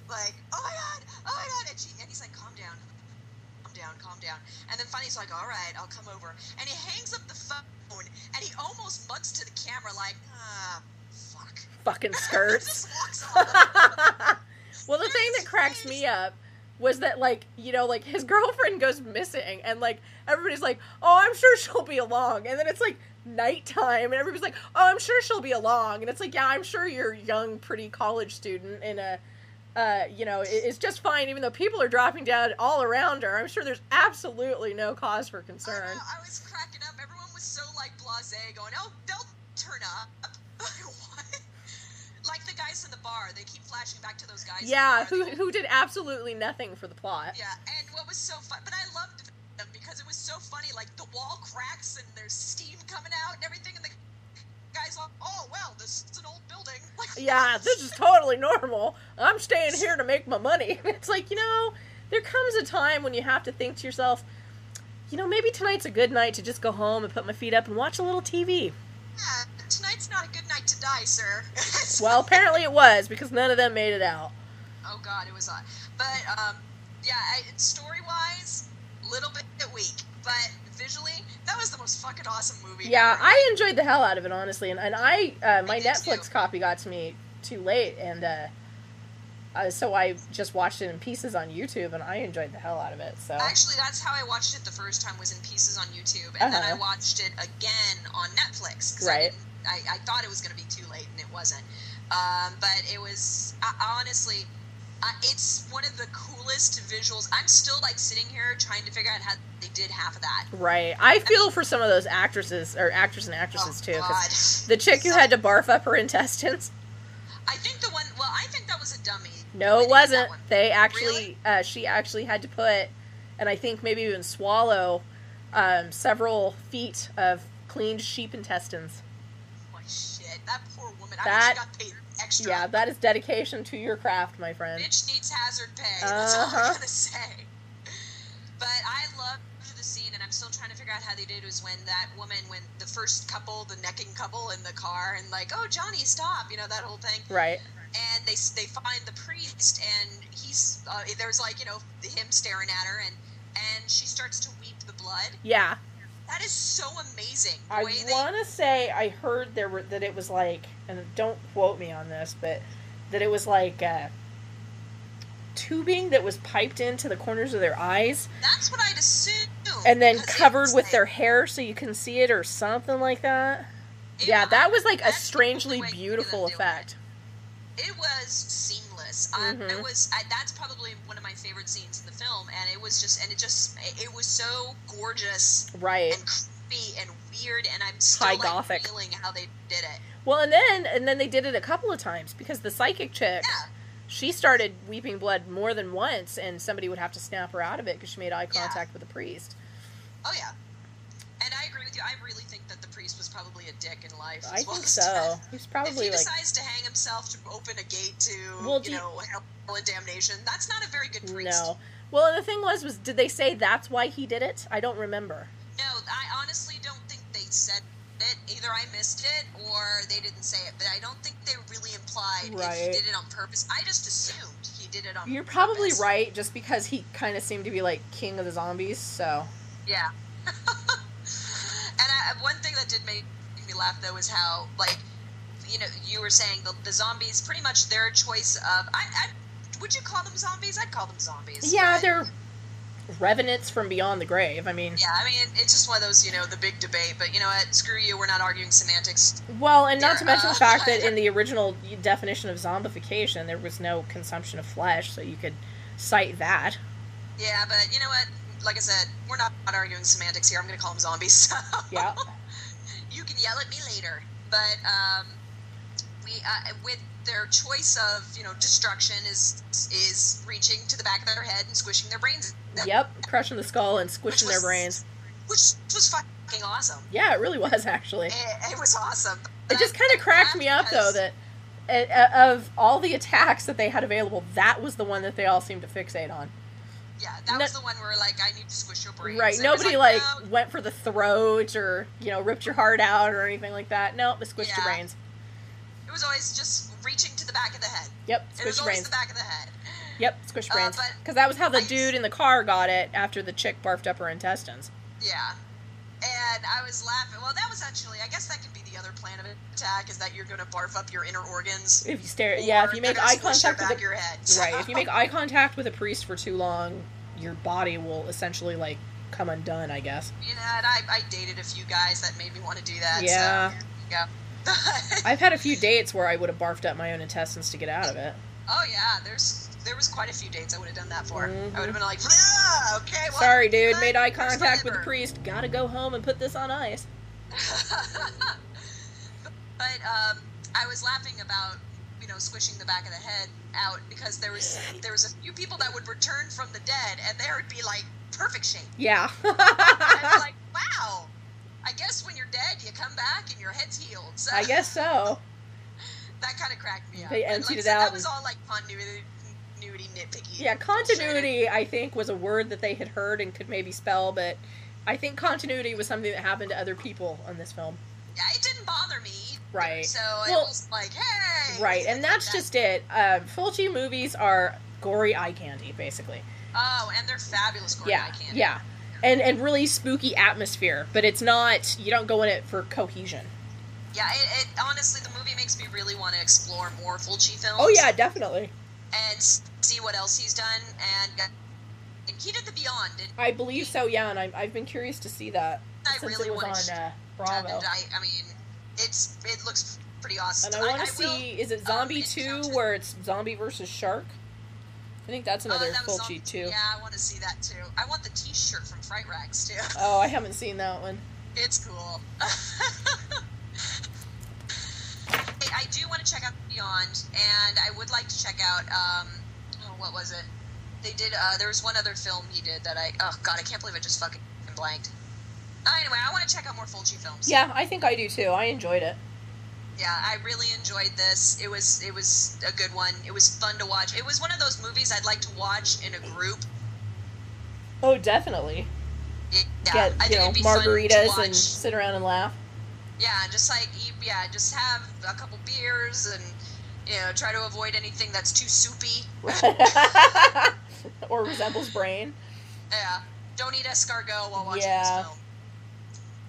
[SPEAKER 2] like, "Oh my god, oh my god," and, she, and he's like, "Calm down, calm down, calm down. And then finally he's like, all right, I'll come over. And he hangs up the phone and he almost mugs to the camera like, ah, fuck.
[SPEAKER 1] Fucking skirt.
[SPEAKER 2] Just walks off.
[SPEAKER 1] well, the thing that cracks me up was that like you know like his girlfriend goes missing and like everybody's like oh i'm sure she'll be along and then it's like nighttime and everybody's like oh i'm sure she'll be along and it's like yeah i'm sure you're a young pretty college student in a uh, you know it- it's just fine even though people are dropping down all around her i'm sure there's absolutely no cause for
[SPEAKER 2] I
[SPEAKER 1] concern
[SPEAKER 2] know, I was cracking up. Everyone was so like blasé, going, "Oh, they'll turn up." What? like the guys in the bar, they keep flashing back to those guys. in the
[SPEAKER 1] yeah
[SPEAKER 2] bar.
[SPEAKER 1] who who did absolutely nothing for the plot
[SPEAKER 2] Yeah, and what was so fun, but I loved them because it was so funny. Like the wall cracks and there's steam coming out and everything, and the guys all, "Oh, well, this is an old building." Like,
[SPEAKER 1] yeah, this is totally normal. I'm staying here to make my money. It's like, you know, there comes a time when you have to think to yourself, you know, maybe tonight's a good night to just go home and put my feet up and watch a little TV.
[SPEAKER 2] Yeah, tonight's not a good night to die, sir.
[SPEAKER 1] Well, apparently it was because none of them made it out.
[SPEAKER 2] Oh God, it was odd. But um, yeah, I, story wise, little bit weak, but visually, that was the most fucking awesome movie.
[SPEAKER 1] Yeah,
[SPEAKER 2] ever.
[SPEAKER 1] I enjoyed the hell out of it honestly, and, and I uh, my
[SPEAKER 2] I did
[SPEAKER 1] Netflix
[SPEAKER 2] too.
[SPEAKER 1] copy got to me too late, and uh, uh, so I just watched it in pieces on YouTube, and I enjoyed the hell out of it. So
[SPEAKER 2] Actually, that's how I watched it the first time was in pieces on YouTube, and then I
[SPEAKER 1] Uh-huh.
[SPEAKER 2] watched it again on Netflix. 'cause I
[SPEAKER 1] Right.
[SPEAKER 2] didn't- I, I, thought it was going to be too late, and it wasn't. Um, but it was I, honestly, uh, it's one of the coolest visuals. I'm still like sitting here trying to figure out how they did half of that.
[SPEAKER 1] right, I feel for some of those actresses or actors and actresses
[SPEAKER 2] Oh,
[SPEAKER 1] too, 'cause
[SPEAKER 2] God.
[SPEAKER 1] The chick who
[SPEAKER 2] So-
[SPEAKER 1] had to barf up her intestines?
[SPEAKER 2] I think the one. Well, I think that was a dummy.
[SPEAKER 1] No, it
[SPEAKER 2] I think
[SPEAKER 1] wasn't.
[SPEAKER 2] that one-
[SPEAKER 1] They actually,
[SPEAKER 2] Really?
[SPEAKER 1] uh, she actually had to put, and I think maybe even swallow, um, several feet of cleaned sheep intestines.
[SPEAKER 2] Oh, shit, that poor woman. I
[SPEAKER 1] That-
[SPEAKER 2] bet she got paid extra.
[SPEAKER 1] Yeah, that is dedication to your craft, my friend.
[SPEAKER 2] Bitch needs hazard pay. That's all
[SPEAKER 1] Uh-huh.
[SPEAKER 2] I'm gonna say. But I loved the scene, and I'm still trying to figure out how they did. Was when that woman, when the first couple, the necking couple in the car, and like, oh Johnny, stop, you know that whole thing.
[SPEAKER 1] Right.
[SPEAKER 2] And they they find the priest, and he's uh, there's like you know him staring at her, and and she starts to weep the blood.
[SPEAKER 1] Yeah.
[SPEAKER 2] That is so amazing. The
[SPEAKER 1] I
[SPEAKER 2] way they
[SPEAKER 1] want to say I heard there were that it was like, and don't quote me on this, but that it was like uh, tubing that was piped into the corners of their eyes
[SPEAKER 2] That's what I'd assume.
[SPEAKER 1] and then
[SPEAKER 2] 'cause it
[SPEAKER 1] covered
[SPEAKER 2] was
[SPEAKER 1] with
[SPEAKER 2] like-
[SPEAKER 1] their hair so you can see it or something like that.
[SPEAKER 2] it
[SPEAKER 1] Yeah, that was like a
[SPEAKER 2] that's the
[SPEAKER 1] strangely
[SPEAKER 2] only way you can
[SPEAKER 1] beautiful
[SPEAKER 2] do it.
[SPEAKER 1] effect.
[SPEAKER 2] It was seamless. I
[SPEAKER 1] Mhm.
[SPEAKER 2] it was. I, that's probably one of my favorite scenes in the film, and it was just, and it just, it was so gorgeous
[SPEAKER 1] Right.
[SPEAKER 2] and creepy and weird, and I'm still
[SPEAKER 1] High
[SPEAKER 2] like,
[SPEAKER 1] gothic.
[SPEAKER 2] feeling how they did it.
[SPEAKER 1] Well, and then and then they did it a couple of times because the psychic chick,
[SPEAKER 2] Yeah.
[SPEAKER 1] she started weeping blood more than once, and somebody would have to snap her out of it because she made eye
[SPEAKER 2] Yeah.
[SPEAKER 1] contact with the priest.
[SPEAKER 2] Oh yeah. And I agree with you. I really think that the priest was probably a dick in life.
[SPEAKER 1] I
[SPEAKER 2] as well
[SPEAKER 1] think
[SPEAKER 2] as
[SPEAKER 1] so.
[SPEAKER 2] death.
[SPEAKER 1] He's
[SPEAKER 2] If he
[SPEAKER 1] probably like
[SPEAKER 2] decides to hang himself to open a gate to,
[SPEAKER 1] Well, do
[SPEAKER 2] you
[SPEAKER 1] you-
[SPEAKER 2] know, hell and damnation, that's not a very good priest.
[SPEAKER 1] no. Well, and the thing was, was did they say that's why he did it? I don't remember.
[SPEAKER 2] No, I honestly don't think they said it. Either I missed it or they didn't say it. But I don't think they really implied if he
[SPEAKER 1] Right.
[SPEAKER 2] did it on purpose. I just assumed he did it on.
[SPEAKER 1] You're probably
[SPEAKER 2] purpose.
[SPEAKER 1] right, just because he kind of seemed to be like king of the zombies. So
[SPEAKER 2] Yeah. and I, one thing that did make me laugh though is how like you know you were saying the, the zombies pretty much their choice of I, I would you call them zombies? I'd call them zombies.
[SPEAKER 1] yeah,
[SPEAKER 2] but-
[SPEAKER 1] they're revenants from beyond the grave. I mean,
[SPEAKER 2] Yeah, I mean it's just one of those you know the big debate. But you know what? Screw you. We're not arguing semantics.
[SPEAKER 1] Well, and not to
[SPEAKER 2] There,
[SPEAKER 1] mention the
[SPEAKER 2] uh,
[SPEAKER 1] fact that in the original definition of zombification, there was no consumption of flesh, so you could cite that.
[SPEAKER 2] Yeah, but you know what? Like I said, we're not, not arguing semantics here. I'm going to call them zombies. So
[SPEAKER 1] Yeah.
[SPEAKER 2] you can yell at me later. But um, we uh, with their choice of you know destruction is is reaching to the back of their head and squishing their brains,
[SPEAKER 1] yep, crushing the skull and squishing their
[SPEAKER 2] was-
[SPEAKER 1] brains.
[SPEAKER 2] which was fucking awesome.
[SPEAKER 1] Yeah, it really was actually.
[SPEAKER 2] It, it was awesome.
[SPEAKER 1] It just kind of cracked me up though that uh, of all the attacks that they had available, that was the one that they all seemed to fixate on.
[SPEAKER 2] yeah, that
[SPEAKER 1] no-
[SPEAKER 2] was the one where like I need to squish your brains.
[SPEAKER 1] Right?
[SPEAKER 2] It was
[SPEAKER 1] Nobody like
[SPEAKER 2] no,
[SPEAKER 1] went for the throat or you know ripped your heart out or anything like that. No, they squished your
[SPEAKER 2] Yeah.
[SPEAKER 1] brains.
[SPEAKER 2] it was always just reaching to the back of the head.
[SPEAKER 1] Yep,
[SPEAKER 2] It was
[SPEAKER 1] squished your
[SPEAKER 2] always
[SPEAKER 1] brains.
[SPEAKER 2] the back of the head.
[SPEAKER 1] Yep, squish
[SPEAKER 2] Uh,
[SPEAKER 1] brains.
[SPEAKER 2] but
[SPEAKER 1] Because that was how the
[SPEAKER 2] I-
[SPEAKER 1] dude in the car got it after the chick barfed up her intestines.
[SPEAKER 2] Yeah. And I was laughing. Well, that was actually, I guess that could be the other plan of attack is that you're going to barf up your inner organs.
[SPEAKER 1] If you stare, yeah,
[SPEAKER 2] or
[SPEAKER 1] if you
[SPEAKER 2] they're
[SPEAKER 1] make
[SPEAKER 2] gonna
[SPEAKER 1] eye
[SPEAKER 2] squish your
[SPEAKER 1] contact with
[SPEAKER 2] back
[SPEAKER 1] the
[SPEAKER 2] of your head.
[SPEAKER 1] Right. If you make eye contact with a priest for too long, your body will essentially like come undone, I guess.
[SPEAKER 2] You know, and I, I dated a few guys that made me want to do that.
[SPEAKER 1] Yeah.
[SPEAKER 2] So, yeah.
[SPEAKER 1] I've had a few dates where I would have barfed up my own intestines to get out of it.
[SPEAKER 2] oh yeah, there's there was quite a few dates I would have done that for.
[SPEAKER 1] Mhm.
[SPEAKER 2] I would have been like, "Ah, okay, well,
[SPEAKER 1] Sorry, dude.
[SPEAKER 2] good.
[SPEAKER 1] Made eye
[SPEAKER 2] Where's my
[SPEAKER 1] contact with the
[SPEAKER 2] liver?"
[SPEAKER 1] priest. Gotta go home and put this on ice.
[SPEAKER 2] but um, I was laughing about you know squishing the back of the head out because there was there was a few people that would return from the dead and there would be like perfect shape.
[SPEAKER 1] Yeah.
[SPEAKER 2] And I was like, wow. I guess when you're dead, you come back and your head's healed. So
[SPEAKER 1] I guess so.
[SPEAKER 2] that kind of cracked me up.
[SPEAKER 1] They
[SPEAKER 2] But like I
[SPEAKER 1] emptied it
[SPEAKER 2] said,
[SPEAKER 1] out
[SPEAKER 2] That was
[SPEAKER 1] and-
[SPEAKER 2] all like continuity, continuity nitpicky.
[SPEAKER 1] Yeah, continuity, I think, was a word that they had heard and could maybe spell, but I think continuity was something that happened to other people on this film.
[SPEAKER 2] Yeah, it didn't bother me.
[SPEAKER 1] Right.
[SPEAKER 2] So
[SPEAKER 1] Well-
[SPEAKER 2] it was like, hey.
[SPEAKER 1] Right, and that's
[SPEAKER 2] That-
[SPEAKER 1] just it. Um, Fulci movies are gory eye candy, basically.
[SPEAKER 2] Oh, and they're fabulous. Gordon.
[SPEAKER 1] yeah,
[SPEAKER 2] I can't.
[SPEAKER 1] yeah, and and really spooky atmosphere, but it's not. You don't go in it for cohesion.
[SPEAKER 2] Yeah, it, it honestly, the movie makes me really want to explore more Fulci films.
[SPEAKER 1] Oh yeah, definitely.
[SPEAKER 2] and s- see what else he's done. And, and he did the Beyond. And
[SPEAKER 1] I believe so. Yeah, and I'm, I've been curious to see that
[SPEAKER 2] I
[SPEAKER 1] since
[SPEAKER 2] really
[SPEAKER 1] it was
[SPEAKER 2] want
[SPEAKER 1] on
[SPEAKER 2] to.
[SPEAKER 1] uh, Bravo.
[SPEAKER 2] And I, I mean, it's it looks pretty awesome.
[SPEAKER 1] And I want
[SPEAKER 2] I
[SPEAKER 1] to see is it
[SPEAKER 2] um,
[SPEAKER 1] Zombie Two
[SPEAKER 2] encounter-
[SPEAKER 1] where it's zombie versus shark? I think that's
[SPEAKER 2] will-
[SPEAKER 1] another
[SPEAKER 2] oh, that was
[SPEAKER 1] Fulci
[SPEAKER 2] all-
[SPEAKER 1] too.
[SPEAKER 2] Yeah, I want to see that too. I want the T-shirt from Fright Rags too.
[SPEAKER 1] Oh, I haven't seen that one.
[SPEAKER 2] It's cool. Hey, I do want to check out Beyond, and I would like to check out um, oh, what was it? They did. Uh, there was one other film he did that I. Oh God, I can't believe I just fucking blanked. Uh, anyway, I want to check out more Fulci films.
[SPEAKER 1] Yeah, I think I do too. I enjoyed it.
[SPEAKER 2] Yeah, I really enjoyed this. It was it was a good one. It was fun to watch. It was one of those movies I'd like to watch in a group.
[SPEAKER 1] Oh, definitely.
[SPEAKER 2] It- yeah,
[SPEAKER 1] Get
[SPEAKER 2] I
[SPEAKER 1] you
[SPEAKER 2] think
[SPEAKER 1] know
[SPEAKER 2] it'd be
[SPEAKER 1] margaritas
[SPEAKER 2] fun to
[SPEAKER 1] and
[SPEAKER 2] watch.
[SPEAKER 1] sit around and laugh.
[SPEAKER 2] yeah, just like eat- yeah, just have a couple beers and you know try to avoid anything that's too soupy.
[SPEAKER 1] or resembles brain.
[SPEAKER 2] Yeah, don't eat escargot while watching
[SPEAKER 1] Yeah.
[SPEAKER 2] this film.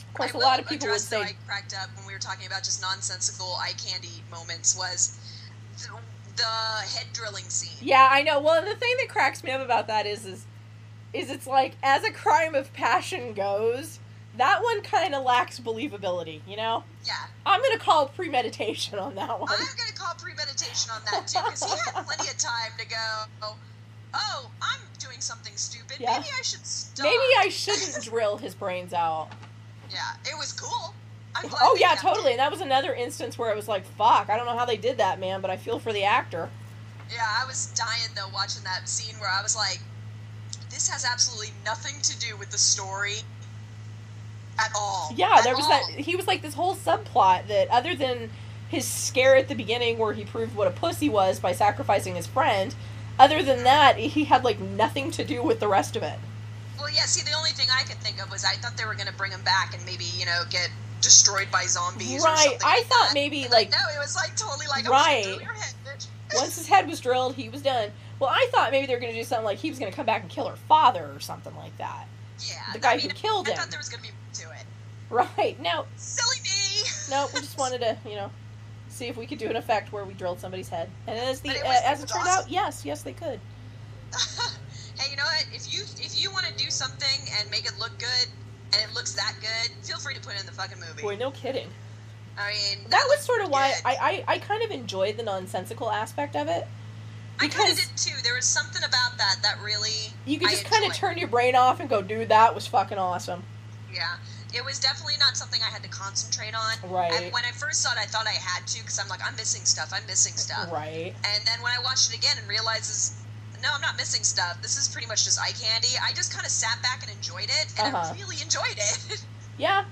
[SPEAKER 1] Of course,
[SPEAKER 2] I
[SPEAKER 1] a
[SPEAKER 2] will
[SPEAKER 1] lot of people would
[SPEAKER 2] address,
[SPEAKER 1] say
[SPEAKER 2] though, I cracked up when we were talking about just nonsensical eye candy moments was th- the head drilling scene.
[SPEAKER 1] Yeah, I know. Well, and the thing that cracks me up about that is, is, is it's like as a crime of passion goes, that one kind of lacks believability. You know,
[SPEAKER 2] Yeah.
[SPEAKER 1] I'm gonna call premeditation on that one.
[SPEAKER 2] I'm gonna call premeditation on that too, because he had plenty of time to go. Oh, I'm doing something stupid.
[SPEAKER 1] Yeah.
[SPEAKER 2] Maybe I should stop.
[SPEAKER 1] Maybe I shouldn't drill his brains out.
[SPEAKER 2] Yeah, it was cool. I'm glad
[SPEAKER 1] Oh
[SPEAKER 2] they
[SPEAKER 1] yeah,
[SPEAKER 2] kept it.
[SPEAKER 1] totally. And that was another instance where it was like, fuck, I don't know how they did that, man, but I feel for the actor.
[SPEAKER 2] Yeah, I was dying though watching that scene where I was like, this has absolutely nothing to do with the story at all.
[SPEAKER 1] Yeah,
[SPEAKER 2] At
[SPEAKER 1] there was
[SPEAKER 2] all.
[SPEAKER 1] that. He was like this whole subplot that, other than his scare at the beginning where he proved what a pussy was by sacrificing his friend, other than that, he had like nothing to do with the rest of it.
[SPEAKER 2] Well, yeah. See, the only thing I could think of was I thought they were gonna bring him back and maybe you know get destroyed by zombies. Or
[SPEAKER 1] Right.
[SPEAKER 2] something
[SPEAKER 1] I
[SPEAKER 2] like
[SPEAKER 1] thought
[SPEAKER 2] that.
[SPEAKER 1] maybe
[SPEAKER 2] But
[SPEAKER 1] like
[SPEAKER 2] no, it was like totally like oh,
[SPEAKER 1] Right.
[SPEAKER 2] Okay, your head, bitch.
[SPEAKER 1] once his head was drilled, he was done. Well, I thought maybe they were going to do something like he was going to come back and kill her father or something like that.
[SPEAKER 2] Yeah.
[SPEAKER 1] The guy
[SPEAKER 2] I mean,
[SPEAKER 1] who killed
[SPEAKER 2] I
[SPEAKER 1] him.
[SPEAKER 2] thought there was gonna be more to it.
[SPEAKER 1] Right. No,
[SPEAKER 2] Silly me.
[SPEAKER 1] no, we just wanted to, you know, see if we could do an effect where we drilled somebody's head. And as the
[SPEAKER 2] But it
[SPEAKER 1] uh,
[SPEAKER 2] was-
[SPEAKER 1] as
[SPEAKER 2] it
[SPEAKER 1] it
[SPEAKER 2] was
[SPEAKER 1] turned out,
[SPEAKER 2] awesome.
[SPEAKER 1] yes, yes they could.
[SPEAKER 2] hey, you know what? If you if you want to do something and make it look good, and it looks that good, feel free to put it in the fucking movie.
[SPEAKER 1] Boy, no kidding.
[SPEAKER 2] I mean,
[SPEAKER 1] That was sort of why
[SPEAKER 2] good.
[SPEAKER 1] I, I, I kind of enjoyed the nonsensical aspect of it.
[SPEAKER 2] I kind
[SPEAKER 1] Because
[SPEAKER 2] of did too. There was something about that that really
[SPEAKER 1] you could
[SPEAKER 2] I
[SPEAKER 1] just kind of
[SPEAKER 2] enjoyed.
[SPEAKER 1] turn your brain off and go, dude, that was fucking awesome.
[SPEAKER 2] Yeah, it was definitely not something I had to concentrate on.
[SPEAKER 1] Right.
[SPEAKER 2] And when I first saw it, I thought I had to because I'm like, I'm missing stuff. I'm missing stuff.
[SPEAKER 1] Right.
[SPEAKER 2] And then when I watched it again and realizes, no, I'm not missing stuff. This is pretty much just eye candy. I just kind of sat back and enjoyed it, and
[SPEAKER 1] Uh-huh.
[SPEAKER 2] I really enjoyed it.
[SPEAKER 1] Yeah.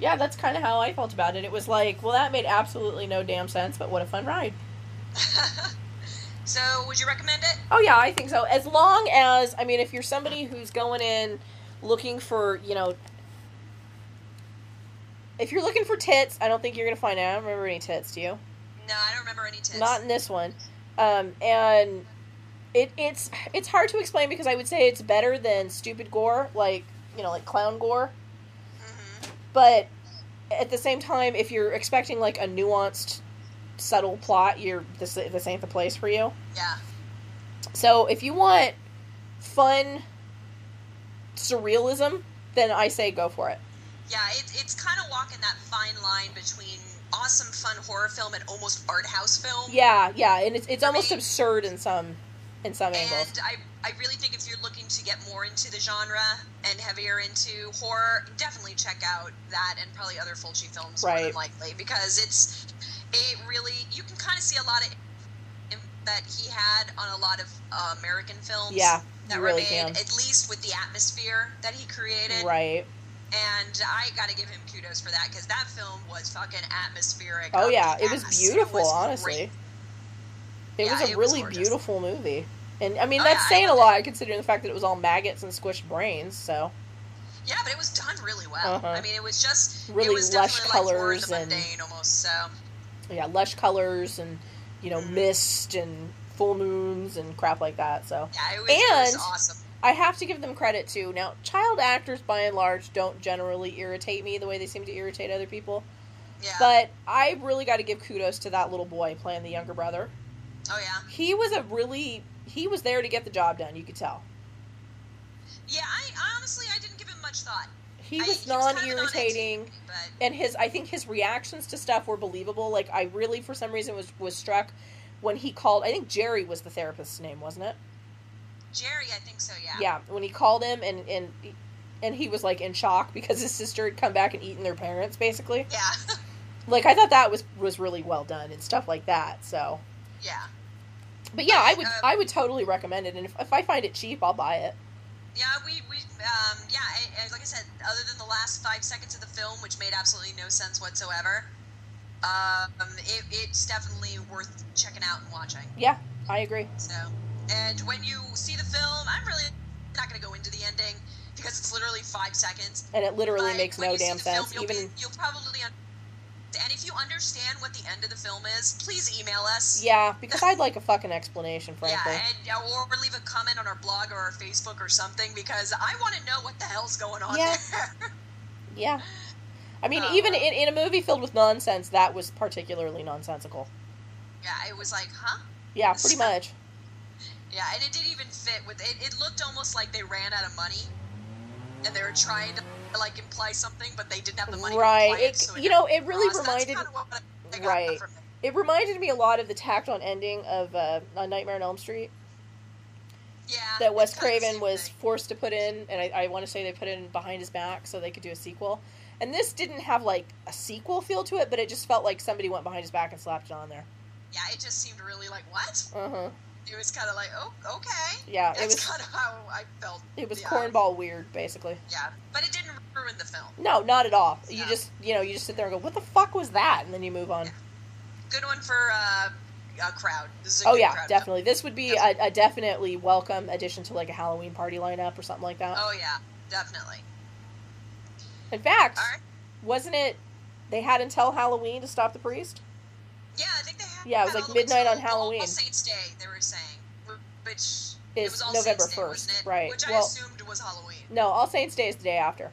[SPEAKER 1] Yeah, that's kind of how I felt about it. It was like, well, that made absolutely no damn sense, but what a fun ride.
[SPEAKER 2] so, would you recommend it?
[SPEAKER 1] Oh, yeah, I think so. As long as, I mean, if you're somebody who's going in looking for, you know, if you're looking for tits, I don't think you're going to find out. I don't remember any tits, do you?
[SPEAKER 2] No, I don't remember any tips.
[SPEAKER 1] Not in this one. Um, and it it's it's hard to explain because I would say it's better than stupid gore, like you know, like clown gore.
[SPEAKER 2] Mm-hmm.
[SPEAKER 1] But at the same time, if you're expecting like a nuanced, subtle plot, you're this this ain't the place for you.
[SPEAKER 2] Yeah.
[SPEAKER 1] So if you want fun surrealism, then I say go for it.
[SPEAKER 2] Yeah, it, it's kind of walking that fine line between awesome, fun horror film and almost art house film.
[SPEAKER 1] Yeah, yeah, and it's it's
[SPEAKER 2] For
[SPEAKER 1] almost
[SPEAKER 2] me-
[SPEAKER 1] absurd in some in some angles.
[SPEAKER 2] And I, I really think if you're looking to get more into the genre and heavier into horror, definitely check out that and probably other Fulci films more
[SPEAKER 1] Right.
[SPEAKER 2] than likely because it's it really you can kind of see a lot of im- that he had on a lot of uh, American films.
[SPEAKER 1] Yeah,
[SPEAKER 2] That
[SPEAKER 1] you
[SPEAKER 2] were
[SPEAKER 1] really
[SPEAKER 2] made,
[SPEAKER 1] can.
[SPEAKER 2] at least with the atmosphere that he created.
[SPEAKER 1] Right.
[SPEAKER 2] And I gotta give him kudos for that because that film was fucking atmospheric.
[SPEAKER 1] Oh
[SPEAKER 2] Uh,
[SPEAKER 1] yeah,
[SPEAKER 2] the
[SPEAKER 1] it was
[SPEAKER 2] atmosphere
[SPEAKER 1] beautiful.
[SPEAKER 2] was
[SPEAKER 1] honestly,
[SPEAKER 2] great.
[SPEAKER 1] it
[SPEAKER 2] Yeah,
[SPEAKER 1] was a
[SPEAKER 2] it was
[SPEAKER 1] really
[SPEAKER 2] gorgeous.
[SPEAKER 1] beautiful movie, and I mean
[SPEAKER 2] Oh,
[SPEAKER 1] that's
[SPEAKER 2] yeah, I
[SPEAKER 1] saying a
[SPEAKER 2] loved
[SPEAKER 1] lot considering the fact that it was all maggots and squished brains. So
[SPEAKER 2] Yeah, but it was done really well.
[SPEAKER 1] Uh-huh.
[SPEAKER 2] I mean, it was just
[SPEAKER 1] Really
[SPEAKER 2] it was
[SPEAKER 1] lush
[SPEAKER 2] definitely like horror in the
[SPEAKER 1] colours and-
[SPEAKER 2] mundane almost. So
[SPEAKER 1] yeah, lush colors and you know
[SPEAKER 2] Mhm.
[SPEAKER 1] mist and full moons and crap like that. So
[SPEAKER 2] yeah, it was, it was
[SPEAKER 1] And-
[SPEAKER 2] awesome.
[SPEAKER 1] I have to give them credit too. Now, child actors by and large don't generally irritate me the way they seem to irritate other people,
[SPEAKER 2] Yeah.
[SPEAKER 1] but I really got to give kudos to that little boy playing the younger brother.
[SPEAKER 2] oh yeah.
[SPEAKER 1] He was a really he was there to get the job done. You could tell.
[SPEAKER 2] Yeah. I honestly I didn't give him much thought.
[SPEAKER 1] He
[SPEAKER 2] I-
[SPEAKER 1] was
[SPEAKER 2] kind of an
[SPEAKER 1] non-irritating.
[SPEAKER 2] non-entity, but
[SPEAKER 1] and his I think his reactions to stuff were believable. Like I really for some reason was was struck when he called I think Jerry was the therapist's name, wasn't it?
[SPEAKER 2] Jerry, I think so. Yeah.
[SPEAKER 1] when he called him and and and he was like in shock because his sister had come back and eaten their parents basically.
[SPEAKER 2] Yeah.
[SPEAKER 1] Like I thought that was was really well done and stuff like that. So,
[SPEAKER 2] yeah.
[SPEAKER 1] but yeah, I would
[SPEAKER 2] Um,
[SPEAKER 1] I would totally recommend it and if, if I find it cheap, I'll buy it.
[SPEAKER 2] Yeah, we, we um, yeah, I, I, like I said, other than the last five seconds of the film, which made absolutely no sense whatsoever, um, it, it's definitely worth checking out and watching.
[SPEAKER 1] Yeah, I agree.
[SPEAKER 2] So, and when you see the film, I'm really not going to go into the ending because it's literally five seconds.
[SPEAKER 1] And it literally
[SPEAKER 2] But
[SPEAKER 1] makes
[SPEAKER 2] when
[SPEAKER 1] no
[SPEAKER 2] you see
[SPEAKER 1] damn
[SPEAKER 2] the film,
[SPEAKER 1] sense
[SPEAKER 2] you'll
[SPEAKER 1] even
[SPEAKER 2] be, you'll probably un- and if you understand what the end of the film is, please email us.
[SPEAKER 1] yeah, because I'd like a fucking explanation frankly.
[SPEAKER 2] Yeah, and uh, or leave a comment on our blog or our Facebook or something because I want to know what the hell's going on
[SPEAKER 1] Yeah.
[SPEAKER 2] there.
[SPEAKER 1] Yeah. I mean,
[SPEAKER 2] Uh,
[SPEAKER 1] even in, in a movie filled with nonsense, that was particularly nonsensical.
[SPEAKER 2] Yeah, it was like, huh?
[SPEAKER 1] Yeah, pretty much.
[SPEAKER 2] Yeah, and it didn't even fit with it. It looked almost like they ran out of money, and they were trying to like imply something, but they didn't have the money. To
[SPEAKER 1] Right.
[SPEAKER 2] imply it,
[SPEAKER 1] It,
[SPEAKER 2] so
[SPEAKER 1] you know, it
[SPEAKER 2] never
[SPEAKER 1] really
[SPEAKER 2] crossed. That's
[SPEAKER 1] reminded
[SPEAKER 2] kinda what I got
[SPEAKER 1] right.
[SPEAKER 2] from it.
[SPEAKER 1] it reminded me a lot of the tacked on ending of uh, A Nightmare on Elm Street
[SPEAKER 2] Yeah.
[SPEAKER 1] that Wes
[SPEAKER 2] it's kinda the
[SPEAKER 1] Craven
[SPEAKER 2] same
[SPEAKER 1] was
[SPEAKER 2] thing.
[SPEAKER 1] forced to put in, and I, I want to say they put it in behind his back so they could do a sequel. And this didn't have like a sequel feel to it, but it just felt like somebody went behind his back and slapped it on there.
[SPEAKER 2] Yeah, it just seemed really like what?
[SPEAKER 1] Uh huh.
[SPEAKER 2] It was kind of like, oh, okay.
[SPEAKER 1] Yeah, it
[SPEAKER 2] Uh-huh. That's
[SPEAKER 1] was
[SPEAKER 2] kind of how I felt.
[SPEAKER 1] it was
[SPEAKER 2] yeah.
[SPEAKER 1] cornball weird, basically.
[SPEAKER 2] Yeah, but it didn't ruin the film.
[SPEAKER 1] No, not at all. You
[SPEAKER 2] Yeah.
[SPEAKER 1] just you know you just sit there and go, what the fuck was that? And then you move on.
[SPEAKER 2] Good one for uh, a crowd. This is a
[SPEAKER 1] Oh
[SPEAKER 2] good
[SPEAKER 1] yeah,
[SPEAKER 2] crowd.
[SPEAKER 1] definitely. This would be a, a definitely welcome addition to like a Halloween party lineup or something like that.
[SPEAKER 2] Oh yeah, definitely.
[SPEAKER 1] In fact,
[SPEAKER 2] All right.
[SPEAKER 1] wasn't it? They had until Halloween to stop the priest.
[SPEAKER 2] Yeah, I think they had.
[SPEAKER 1] Yeah, it was
[SPEAKER 2] had
[SPEAKER 1] like
[SPEAKER 2] all the way
[SPEAKER 1] midnight
[SPEAKER 2] till
[SPEAKER 1] on Halloween.
[SPEAKER 2] All Saints Day, they were saying, wh- which is
[SPEAKER 1] Is
[SPEAKER 2] it was all
[SPEAKER 1] November
[SPEAKER 2] Saints Day,
[SPEAKER 1] 1st,
[SPEAKER 2] wasn't it?
[SPEAKER 1] right.
[SPEAKER 2] Which I
[SPEAKER 1] Well-
[SPEAKER 2] assumed was Halloween.
[SPEAKER 1] No, All Saints Day is the day after.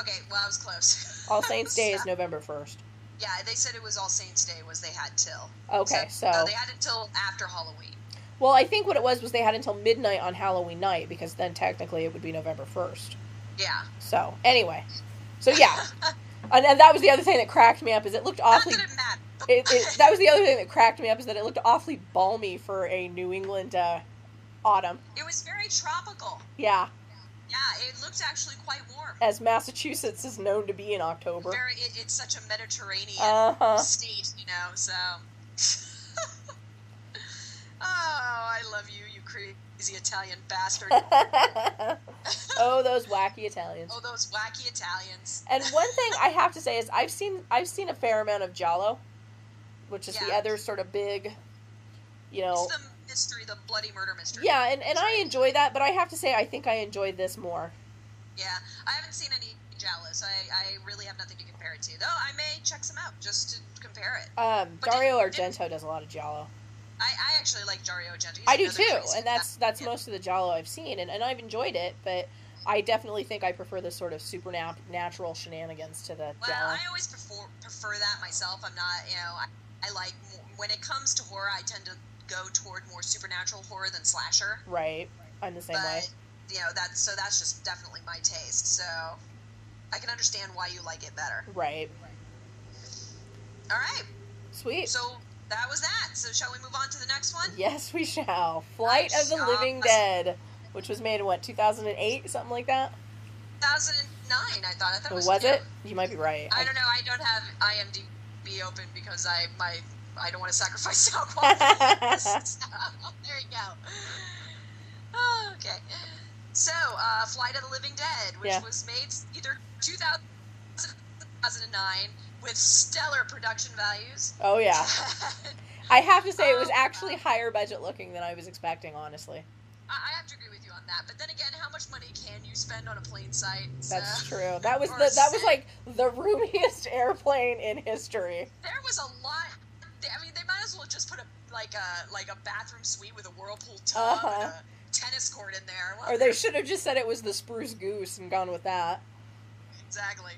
[SPEAKER 2] Okay, well I was close.
[SPEAKER 1] All Saints Day is
[SPEAKER 2] So,
[SPEAKER 1] November first.
[SPEAKER 2] Yeah, they said it was All Saints Day was they had till.
[SPEAKER 1] Okay, so,
[SPEAKER 2] no, they had until after Halloween.
[SPEAKER 1] well, I think what it was was they had until midnight on Halloween night because then technically it would be November first.
[SPEAKER 2] Yeah.
[SPEAKER 1] So anyway, so yeah, and, and that was the other thing that cracked me up is it looked awfully.
[SPEAKER 2] Not that it mattered.
[SPEAKER 1] It, it, that was the other thing that cracked me up is that it looked awfully balmy for a New England uh, autumn.
[SPEAKER 2] It was very tropical.
[SPEAKER 1] Yeah,
[SPEAKER 2] Yeah, it looked actually quite warm.
[SPEAKER 1] as Massachusetts is known to be in October.
[SPEAKER 2] Very, it, it's such a Mediterranean
[SPEAKER 1] Uh huh.
[SPEAKER 2] state, you know. So. oh, I love you, you crazy Italian bastard.
[SPEAKER 1] oh, those wacky Italians.
[SPEAKER 2] Oh, those wacky Italians.
[SPEAKER 1] And one thing I have to say is I've seen I've seen a fair amount of Giallo, which is the
[SPEAKER 2] Yeah.
[SPEAKER 1] other sort of big, you know.
[SPEAKER 2] It's the mystery, the bloody murder mystery.
[SPEAKER 1] Yeah, and, and I enjoy that, but I have to say I think I enjoyed this more.
[SPEAKER 2] Yeah. I haven't seen any Jallo, so I, I really have nothing to compare it to. Though I may check some out just to compare it.
[SPEAKER 1] Um,
[SPEAKER 2] But
[SPEAKER 1] Dario
[SPEAKER 2] did- did-
[SPEAKER 1] Argento does a lot of Giallo.
[SPEAKER 2] I, I actually like Dario Argento. He's
[SPEAKER 1] I do
[SPEAKER 2] another
[SPEAKER 1] too,
[SPEAKER 2] crazy
[SPEAKER 1] and that's
[SPEAKER 2] guy.
[SPEAKER 1] that's
[SPEAKER 2] Yeah.
[SPEAKER 1] most of the Jalo I've seen, and, and I've enjoyed it, but I definitely think I prefer the sort of supernatural shenanigans to the
[SPEAKER 2] Well,
[SPEAKER 1] Jalo.
[SPEAKER 2] I always prefer prefer that myself. I'm not, you know, I, I like more, when it comes to horror, I tend to go toward more supernatural horror than slasher.
[SPEAKER 1] Right, I'm the same
[SPEAKER 2] but
[SPEAKER 1] way.
[SPEAKER 2] you know, that's so that's just definitely my taste. So I can understand why you like it better.
[SPEAKER 1] Right,
[SPEAKER 2] All right,
[SPEAKER 1] sweet.
[SPEAKER 2] so that was that. So shall we move on to the next one?
[SPEAKER 1] Yes, we shall. Flight of the
[SPEAKER 2] Nice.
[SPEAKER 1] Living
[SPEAKER 2] Uh,
[SPEAKER 1] Dead, which was made in what 2008, something like that.
[SPEAKER 2] 2009, I thought. I thought it was.
[SPEAKER 1] Was it? You might be right.
[SPEAKER 2] I don't know. I don't have IMDb open because I my I don't want to sacrifice how quality. so, there you go. Oh, okay. So, uh, Flight of the Living Dead, which
[SPEAKER 1] Yeah.
[SPEAKER 2] was made either 2000, 2009 with stellar production values.
[SPEAKER 1] Oh yeah, I have to say it
[SPEAKER 2] Um,
[SPEAKER 1] was actually higher budget looking than I was expecting. Honestly,
[SPEAKER 2] I, I have to agree with you on that. But then again, how much money can you spend on a plane site? Uh,
[SPEAKER 1] that's
[SPEAKER 2] So,
[SPEAKER 1] true. That was
[SPEAKER 2] or
[SPEAKER 1] the that was
[SPEAKER 2] set.
[SPEAKER 1] like the roomiest airplane in history.
[SPEAKER 2] There was a lot. they- I mean, they might as well just put a like a like a bathroom suite with a whirlpool tub and
[SPEAKER 1] Uh-huh.
[SPEAKER 2] a tennis court in there. Well,
[SPEAKER 1] Or they should have just said it was the spruce goose and gone with that.
[SPEAKER 2] exactly.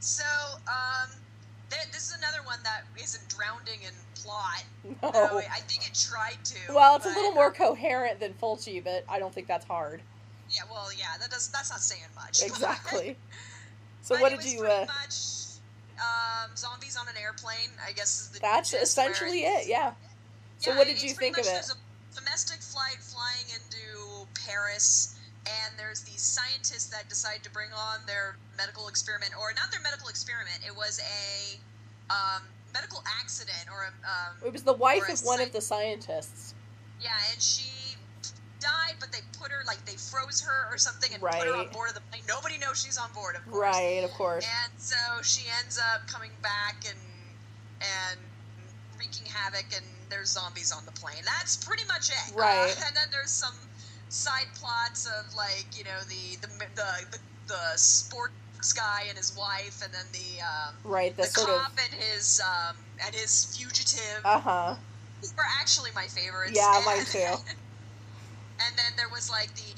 [SPEAKER 2] So, um, th- this is another one that isn't drowning in plot. Though
[SPEAKER 1] No.
[SPEAKER 2] I think it tried to.
[SPEAKER 1] Oh. Well, it's a
[SPEAKER 2] Oh, but-
[SPEAKER 1] little more coherent than Fulci, but I don't think that's hard.
[SPEAKER 2] Yeah. Well, yeah. That does. That's not saying much.
[SPEAKER 1] Exactly. So
[SPEAKER 2] But
[SPEAKER 1] what
[SPEAKER 2] it
[SPEAKER 1] did
[SPEAKER 2] was
[SPEAKER 1] you?
[SPEAKER 2] Pretty
[SPEAKER 1] Uh,
[SPEAKER 2] much, um, zombies on an airplane. I guess is the.
[SPEAKER 1] that's
[SPEAKER 2] gist where
[SPEAKER 1] essentially
[SPEAKER 2] it's-
[SPEAKER 1] it. Yeah. So
[SPEAKER 2] Yeah,
[SPEAKER 1] what did
[SPEAKER 2] it's
[SPEAKER 1] you
[SPEAKER 2] pretty
[SPEAKER 1] think of
[SPEAKER 2] much
[SPEAKER 1] it?
[SPEAKER 2] There's a domestic flight flying into Paris, and there's these scientists that decide to bring on their medical experiment, or not their medical experiment. It was a um, medical accident, or a,
[SPEAKER 1] It
[SPEAKER 2] um,
[SPEAKER 1] was the wife
[SPEAKER 2] or a
[SPEAKER 1] of one of
[SPEAKER 2] sci-
[SPEAKER 1] the scientists.
[SPEAKER 2] yeah, and she died, but they put her like they froze her or something and put her on
[SPEAKER 1] Right.
[SPEAKER 2] board of the plane. Nobody knows she's on board, of course.
[SPEAKER 1] Right, of course.
[SPEAKER 2] And so she ends up coming back and and wreaking havoc, and there's zombies on the plane. That's pretty much it.
[SPEAKER 1] Right.
[SPEAKER 2] Uh, and then there's some side plots of like you know the the the the, the sports guy and his wife, and then the um,
[SPEAKER 1] Right, the
[SPEAKER 2] the
[SPEAKER 1] sort of
[SPEAKER 2] cop and his um, and his fugitive
[SPEAKER 1] uh huh.
[SPEAKER 2] who were actually my favorites.
[SPEAKER 1] Yeah,
[SPEAKER 2] And-
[SPEAKER 1] mine too.
[SPEAKER 2] And then there was like the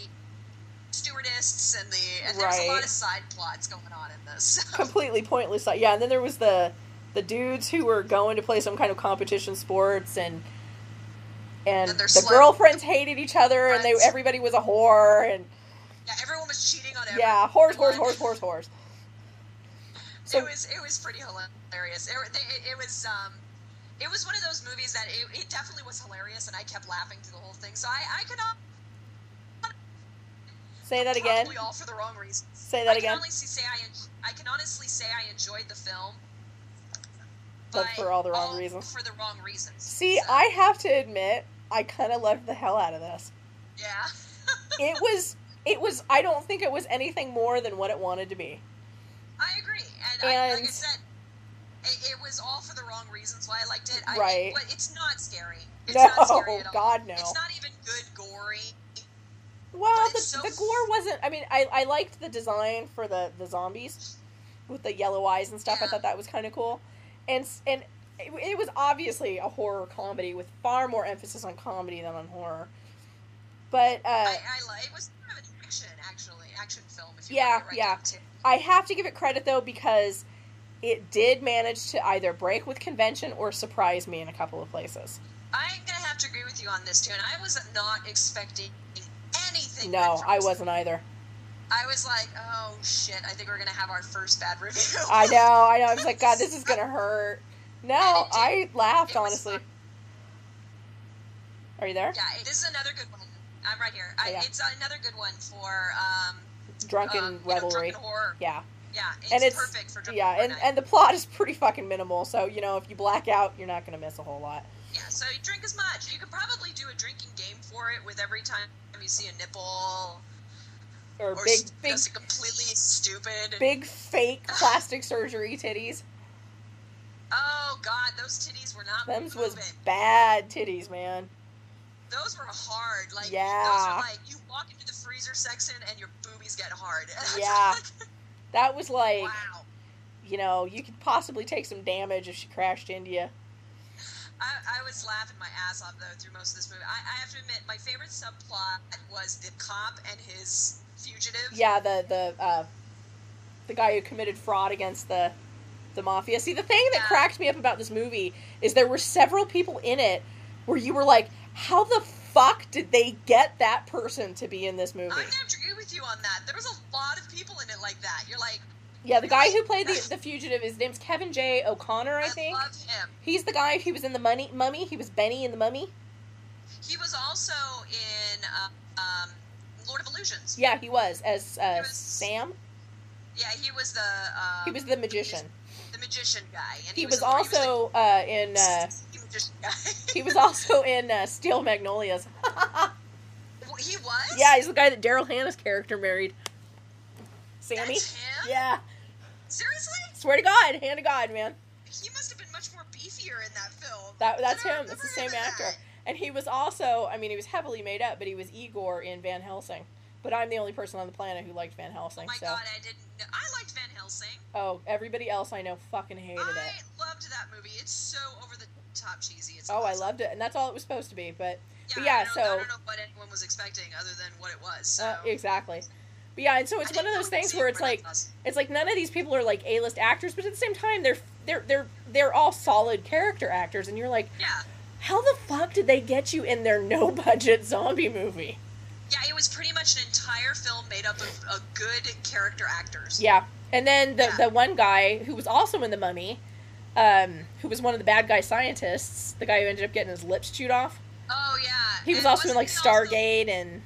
[SPEAKER 2] stewardess and the and there's a lot
[SPEAKER 1] Right.
[SPEAKER 2] of side plots going on in this.
[SPEAKER 1] Completely pointless. Yeah, and then there was the the dudes who were going to play some kind of competition sports and and
[SPEAKER 2] And they're
[SPEAKER 1] the
[SPEAKER 2] slut-
[SPEAKER 1] girlfriends hated each other and they
[SPEAKER 2] Right.
[SPEAKER 1] everybody was a whore and
[SPEAKER 2] Yeah, everyone was cheating on everyone.
[SPEAKER 1] yeah, horse, horse, horse, horse, horse. So
[SPEAKER 2] it was it was pretty hilarious. It, it, it was um, it was one of those movies that it, it definitely was hilarious, and I kept laughing through the whole thing. So I I could not
[SPEAKER 1] say that again.
[SPEAKER 2] Probably all for the wrong reasons.
[SPEAKER 1] Say that
[SPEAKER 2] I
[SPEAKER 1] again.
[SPEAKER 2] can honestly say I en- I can honestly say I enjoyed the film,
[SPEAKER 1] But for all the wrong reasons.
[SPEAKER 2] For the wrong reasons.
[SPEAKER 1] See,
[SPEAKER 2] So,
[SPEAKER 1] I have to admit, I kind of loved the hell out of this.
[SPEAKER 2] yeah.
[SPEAKER 1] It was it was I don't think it was anything more than what it wanted to be.
[SPEAKER 2] I agree, and, I, like I
[SPEAKER 1] And-
[SPEAKER 2] said, it, it was all for the wrong reasons why I liked it. I,
[SPEAKER 1] Right.
[SPEAKER 2] But it's not scary. It's
[SPEAKER 1] no,
[SPEAKER 2] not scary at all.
[SPEAKER 1] god no.
[SPEAKER 2] It's not even good gory.
[SPEAKER 1] Well,
[SPEAKER 2] But
[SPEAKER 1] the,
[SPEAKER 2] it's so-
[SPEAKER 1] the gore wasn't. I mean, I, I liked the design for the, the zombies with the yellow eyes and stuff. I
[SPEAKER 2] Yeah.
[SPEAKER 1] thought that was kind of cool, and s- and it, it was obviously a horror comedy with far more emphasis on comedy than on horror. But uh,
[SPEAKER 2] I,
[SPEAKER 1] I,
[SPEAKER 2] I like it was kind of an action actually action film if you
[SPEAKER 1] Yeah,
[SPEAKER 2] want to write
[SPEAKER 1] yeah.
[SPEAKER 2] down to.
[SPEAKER 1] have to give it credit though because it did manage to either break with convention or surprise me in a couple of places.
[SPEAKER 2] I'm gonna have to agree with you on this too, and I was not expecting anything.
[SPEAKER 1] No,
[SPEAKER 2] good from
[SPEAKER 1] I
[SPEAKER 2] this.
[SPEAKER 1] wasn't either.
[SPEAKER 2] I was like, oh shit, I think we're gonna have our first bad review.
[SPEAKER 1] I know, I know. I was like, God, this is gonna hurt. No,
[SPEAKER 2] And it did.
[SPEAKER 1] I laughed
[SPEAKER 2] It was
[SPEAKER 1] honestly.
[SPEAKER 2] fun.
[SPEAKER 1] Are you there?
[SPEAKER 2] yeah, this is another good one. I'm right here. I,
[SPEAKER 1] Yeah.
[SPEAKER 2] It's another good one for um,
[SPEAKER 1] Drunken
[SPEAKER 2] um, you know,
[SPEAKER 1] revelry.
[SPEAKER 2] drunken horror.
[SPEAKER 1] yeah,
[SPEAKER 2] Yeah, it's,
[SPEAKER 1] And it's-
[SPEAKER 2] perfect for drunken
[SPEAKER 1] yeah,
[SPEAKER 2] horror
[SPEAKER 1] and,
[SPEAKER 2] night.
[SPEAKER 1] and the plot is pretty fucking minimal. So you know, if you black out, you're not gonna miss a whole lot.
[SPEAKER 2] Yeah, so you drink as much. You could probably do a drinking game for it with every time you see a nipple
[SPEAKER 1] Or,
[SPEAKER 2] or
[SPEAKER 1] big,
[SPEAKER 2] s-
[SPEAKER 1] big,
[SPEAKER 2] just completely stupid.
[SPEAKER 1] big fake plastic surgery titties.
[SPEAKER 2] Oh God, those titties were not
[SPEAKER 1] Them's
[SPEAKER 2] moving.
[SPEAKER 1] was bad titties, man.
[SPEAKER 2] Those were hard. Like those
[SPEAKER 1] Yeah.
[SPEAKER 2] are like you walk into the freezer section and your boobies get hard. It's
[SPEAKER 1] Yeah.
[SPEAKER 2] like,
[SPEAKER 1] That was like,
[SPEAKER 2] wow.
[SPEAKER 1] you know, you could possibly take some damage if she crashed into you.
[SPEAKER 2] I, I was laughing my ass off though through most of this movie. I, I have to admit, my favorite subplot was the cop and his fugitive.
[SPEAKER 1] Yeah, the the uh, the guy who committed fraud against the the mafia. See, the thing that
[SPEAKER 2] Yeah.
[SPEAKER 1] cracked me up about this movie is there were several people in it where you were like, "How the fuck did they get that person to be in this movie?"
[SPEAKER 2] I'm gonna have to agree with you on that. There was a lot of people in it like that. You're like,
[SPEAKER 1] Yeah, the guy who played the the fugitive, his name's Kevin J. O'Connor, I think.
[SPEAKER 2] love him.
[SPEAKER 1] He's the guy. He was in the Money Mummy. He was Benny in the Mummy.
[SPEAKER 2] He was also in uh, um, Lord of Illusions.
[SPEAKER 1] Yeah, he was as uh,
[SPEAKER 2] He was-
[SPEAKER 1] Sam.
[SPEAKER 2] Yeah, he was the um,
[SPEAKER 1] He was the magician.
[SPEAKER 2] the magician guy, and
[SPEAKER 1] He,
[SPEAKER 2] he,
[SPEAKER 1] was,
[SPEAKER 2] a-
[SPEAKER 1] also uh, in.
[SPEAKER 2] he was
[SPEAKER 1] Uh,
[SPEAKER 2] a sneaky magician guy.
[SPEAKER 1] he was also in uh, Steel Magnolias.
[SPEAKER 2] he was.
[SPEAKER 1] yeah, he's the guy that Daryl Hannah's character married. Sammy.
[SPEAKER 2] That's him.
[SPEAKER 1] Yeah,
[SPEAKER 2] Seriously,
[SPEAKER 1] swear to God, hand to God, man.
[SPEAKER 2] he must have been much more beefier in that film.
[SPEAKER 1] That that's
[SPEAKER 2] I don't
[SPEAKER 1] him. That's the same
[SPEAKER 2] remember him in
[SPEAKER 1] actor. And he was also, I mean, he was heavily made up, but he was Igor in Van Helsing. But I'm the only person on the planet who liked Van
[SPEAKER 2] Oh
[SPEAKER 1] Helsing.
[SPEAKER 2] my
[SPEAKER 1] so,
[SPEAKER 2] god, I didn't. Know. I liked Van Helsing.
[SPEAKER 1] oh, everybody else I know fucking hated
[SPEAKER 2] I
[SPEAKER 1] it.
[SPEAKER 2] loved that movie. It's so over the top cheesy. It's
[SPEAKER 1] Oh, I
[SPEAKER 2] awesome.
[SPEAKER 1] loved it, and that's all it was supposed to be. But
[SPEAKER 2] Yeah,
[SPEAKER 1] but yeah,
[SPEAKER 2] I don't, I
[SPEAKER 1] so-
[SPEAKER 2] don't know what anyone was expecting other than what it was. So.
[SPEAKER 1] uh, exactly, but yeah, and so
[SPEAKER 2] I
[SPEAKER 1] it's one
[SPEAKER 2] didn't
[SPEAKER 1] of
[SPEAKER 2] know
[SPEAKER 1] those
[SPEAKER 2] we could
[SPEAKER 1] things
[SPEAKER 2] see
[SPEAKER 1] where
[SPEAKER 2] it
[SPEAKER 1] it's
[SPEAKER 2] for
[SPEAKER 1] like
[SPEAKER 2] us.
[SPEAKER 1] it's like none of these people are like A-list actors, but at the same time, they're they're they're they're all solid character actors, and you're like,
[SPEAKER 2] yeah,
[SPEAKER 1] how the fuck did they get you in their no-budget zombie movie?
[SPEAKER 2] yeah, it was pretty much an entire film made up of, of good character actors.
[SPEAKER 1] Yeah, and then the
[SPEAKER 2] Yeah.
[SPEAKER 1] the one guy who was also in the Mummy, um, who was one of the bad guy scientists, the guy who ended up getting his lips chewed off.
[SPEAKER 2] Oh yeah,
[SPEAKER 1] He was
[SPEAKER 2] And
[SPEAKER 1] also in
[SPEAKER 2] wasn't
[SPEAKER 1] like
[SPEAKER 2] he also-
[SPEAKER 1] Stargate and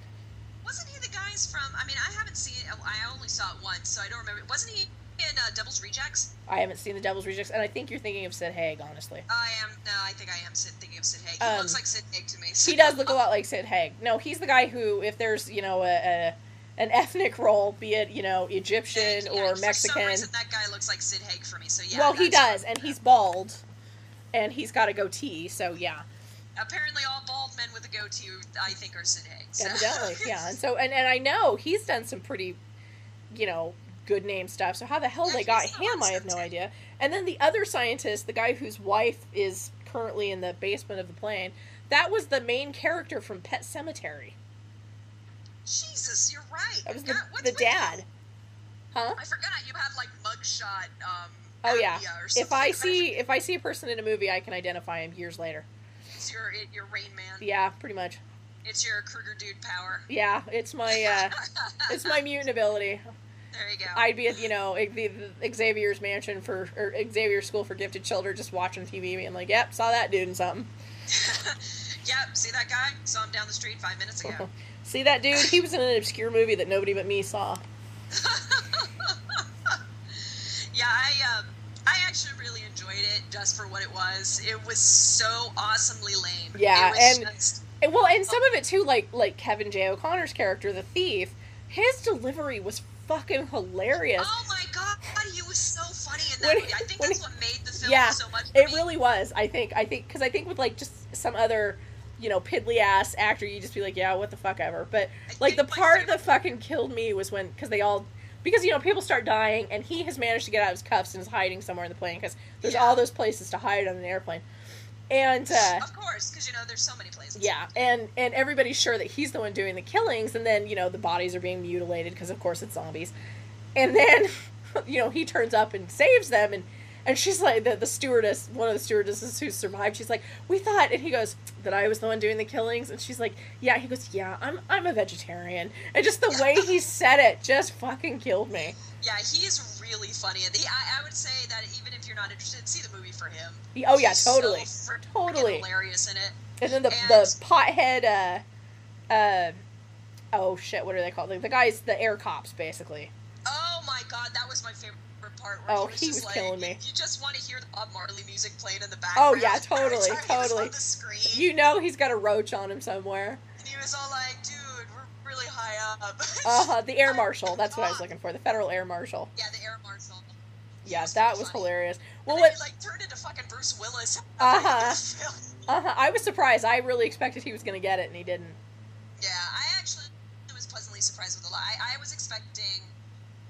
[SPEAKER 2] Wasn't he the guys from? I mean, I haven't seen. it. I only saw it once, so I don't remember. Wasn't he in uh, Devil's Rejects?
[SPEAKER 1] I haven't seen the Devil's Rejects, and I think you're thinking of Sid Haig, honestly.
[SPEAKER 2] I am. No, I think I am Sid, thinking of Sid Haig. He
[SPEAKER 1] Um,
[SPEAKER 2] looks like Sid Haig to me.
[SPEAKER 1] He does look a lot like Sid Haig. No, he's the guy who, if there's you know a, a an ethnic role, be it you know Egyptian
[SPEAKER 2] Yeah,
[SPEAKER 1] or
[SPEAKER 2] For some
[SPEAKER 1] Mexican,
[SPEAKER 2] reason, that guy looks like Sid Haig for me. So yeah.
[SPEAKER 1] well he
[SPEAKER 2] that's-
[SPEAKER 1] does, and he's bald, and he's got a goatee, so yeah.
[SPEAKER 2] Apparently, all bald men with a goatee, I think, are Sid Haig. So.
[SPEAKER 1] Evidently, yeah. And so, and, and I know he's done some pretty, you know, good name stuff. So how the hell
[SPEAKER 2] Yeah,
[SPEAKER 1] they
[SPEAKER 2] he's
[SPEAKER 1] got
[SPEAKER 2] the
[SPEAKER 1] him, I have no
[SPEAKER 2] awesome.
[SPEAKER 1] idea. And then the other scientist, the guy whose wife is currently in the basement of the plane, that was the main character from Pet Cemetery.
[SPEAKER 2] Jesus, you're right.
[SPEAKER 1] That was the,
[SPEAKER 2] God, what's
[SPEAKER 1] the
[SPEAKER 2] with you?
[SPEAKER 1] dad. Huh?
[SPEAKER 2] I forgot you have like mugshot. Um,
[SPEAKER 1] Oh, yeah.
[SPEAKER 2] apnea or
[SPEAKER 1] If
[SPEAKER 2] something.
[SPEAKER 1] I see if I see a person in a movie, I can identify him years later.
[SPEAKER 2] it's your it- your Rain Man,
[SPEAKER 1] Yeah, pretty much.
[SPEAKER 2] it's your Kruger dude power.
[SPEAKER 1] Yeah, it's my uh, it's my mutant ability.
[SPEAKER 2] There you go.
[SPEAKER 1] I'd be at you know ex- the, the Xavier's mansion for or Xavier's school for gifted children, just watching TV, being like, "Yep, saw that dude in something.
[SPEAKER 2] yep. See that guy? Saw him down the street five minutes ago.
[SPEAKER 1] See that dude? He was in an obscure movie that nobody but me saw."
[SPEAKER 2] yeah, I um, I actually really enjoyed it just for what it was. It was so awesomely lame.
[SPEAKER 1] Yeah,
[SPEAKER 2] it was
[SPEAKER 1] and-
[SPEAKER 2] just,
[SPEAKER 1] And, well, and some of it too, like like Kevin J. O'Connor's character, the thief, his delivery was fucking hilarious.
[SPEAKER 2] oh my god, he was so funny in that
[SPEAKER 1] When he-
[SPEAKER 2] movie. I think
[SPEAKER 1] when
[SPEAKER 2] that's
[SPEAKER 1] he-
[SPEAKER 2] what made the film
[SPEAKER 1] Yeah,
[SPEAKER 2] so much. For
[SPEAKER 1] It
[SPEAKER 2] me.
[SPEAKER 1] really was. I think. I think because I think with like just some other, you know, piddly ass actor, you just be like, "Yeah, what the fuck ever." But
[SPEAKER 2] I
[SPEAKER 1] like the
[SPEAKER 2] think my
[SPEAKER 1] part
[SPEAKER 2] favorite-
[SPEAKER 1] that fucking killed me was when because they all because you know people start dying and he has managed to get out of his cuffs and is hiding somewhere in the plane because there's
[SPEAKER 2] Yeah.
[SPEAKER 1] all those places to hide on an airplane and uh
[SPEAKER 2] Of course, because you know there's so many places.
[SPEAKER 1] yeah and and everybody's sure that he's the one doing the killings and then you know the bodies are being mutilated because of course it's zombies and then you know he turns up and saves them and and she's like the, the stewardess one of the stewardesses who survived she's like we thought and he goes that i was the one doing the killings and she's like yeah he goes yeah i'm i'm a vegetarian and just the way he said it just fucking killed me
[SPEAKER 2] Yeah, he's really funny. And he, I, I would say that even if you're not interested, see the movie for him.
[SPEAKER 1] He- oh yeah
[SPEAKER 2] He's so
[SPEAKER 1] totally
[SPEAKER 2] freaking
[SPEAKER 1] Totally.
[SPEAKER 2] hilarious in it.
[SPEAKER 1] And then the
[SPEAKER 2] And-
[SPEAKER 1] the pothead, uh, uh, oh shit, what are they called? Like the guys, the air cops, basically.
[SPEAKER 2] Oh my god, that was my favorite part. Where
[SPEAKER 1] Oh,
[SPEAKER 2] he was,
[SPEAKER 1] he
[SPEAKER 2] just
[SPEAKER 1] was
[SPEAKER 2] like,
[SPEAKER 1] killing me.
[SPEAKER 2] You, you just want to hear the Bob Marley music playing in the background.
[SPEAKER 1] Oh, yeah,
[SPEAKER 2] every time
[SPEAKER 1] totally,
[SPEAKER 2] he was
[SPEAKER 1] totally.
[SPEAKER 2] on the screen,
[SPEAKER 1] You know he's got a roach on him somewhere.
[SPEAKER 2] and he was all like, "Dude, we're really high up."
[SPEAKER 1] Uh huh. The air marshal. That's what I was looking for. The federal air marshal.
[SPEAKER 2] yeah, the air marshal. He
[SPEAKER 1] Yeah, that
[SPEAKER 2] so
[SPEAKER 1] was
[SPEAKER 2] funny.
[SPEAKER 1] hilarious.
[SPEAKER 2] And
[SPEAKER 1] Well,
[SPEAKER 2] then
[SPEAKER 1] what?
[SPEAKER 2] he, like turned into fucking Bruce Willis.
[SPEAKER 1] Uh-huh.
[SPEAKER 2] Film.
[SPEAKER 1] Uh huh. I was surprised. I really expected he was gonna get it, and he didn't.
[SPEAKER 2] Yeah, I actually was pleasantly surprised with a lot. I, I was expecting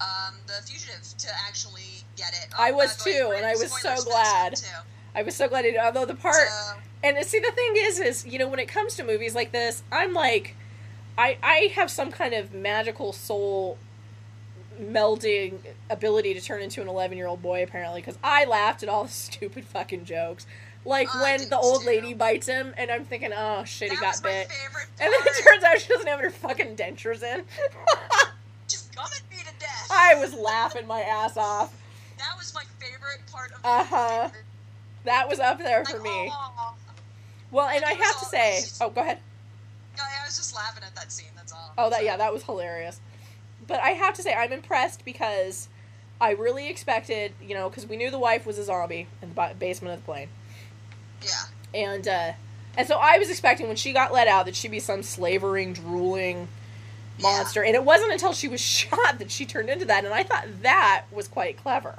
[SPEAKER 2] um, the fugitive to actually get it.
[SPEAKER 1] I
[SPEAKER 2] by
[SPEAKER 1] was
[SPEAKER 2] the way,
[SPEAKER 1] too,
[SPEAKER 2] we're-
[SPEAKER 1] and I was so
[SPEAKER 2] spoilers for this
[SPEAKER 1] glad.
[SPEAKER 2] one, too.
[SPEAKER 1] I I was so glad it. Although the part
[SPEAKER 2] So,
[SPEAKER 1] and see the thing is, is you know when it comes to movies like this, I'm like, I I have some kind of magical soul melding ability to turn into an 11 year old boy apparently because I laughed at all the stupid fucking jokes. Like
[SPEAKER 2] I
[SPEAKER 1] when
[SPEAKER 2] did
[SPEAKER 1] the old
[SPEAKER 2] too.
[SPEAKER 1] lady bites him, and I'm thinking, oh shit,
[SPEAKER 2] that
[SPEAKER 1] he got
[SPEAKER 2] was my
[SPEAKER 1] bit.
[SPEAKER 2] favorite
[SPEAKER 1] And then it
[SPEAKER 2] part.
[SPEAKER 1] turns out she doesn't have her fucking dentures in.
[SPEAKER 2] Just gumming me to death.
[SPEAKER 1] I was laughing my ass off.
[SPEAKER 2] That was my favorite part of the
[SPEAKER 1] Uh-huh.
[SPEAKER 2] movie.
[SPEAKER 1] That was up there
[SPEAKER 2] Like,
[SPEAKER 1] for me.
[SPEAKER 2] aw.
[SPEAKER 1] Well, and I
[SPEAKER 2] it was
[SPEAKER 1] have to
[SPEAKER 2] all-
[SPEAKER 1] say, oh, go ahead.
[SPEAKER 2] No, I was just laughing at that scene. That's all.
[SPEAKER 1] Oh, that
[SPEAKER 2] So,
[SPEAKER 1] yeah, that was hilarious. But I have to say, I'm impressed because I really expected, you know, because we knew the wife was a zombie in the ba- basement of the plane,
[SPEAKER 2] Yeah.
[SPEAKER 1] and uh, and so I was expecting when she got let out that she'd be some slavering, drooling monster, and it wasn't until she was shot that she turned into that, and I thought that was quite clever.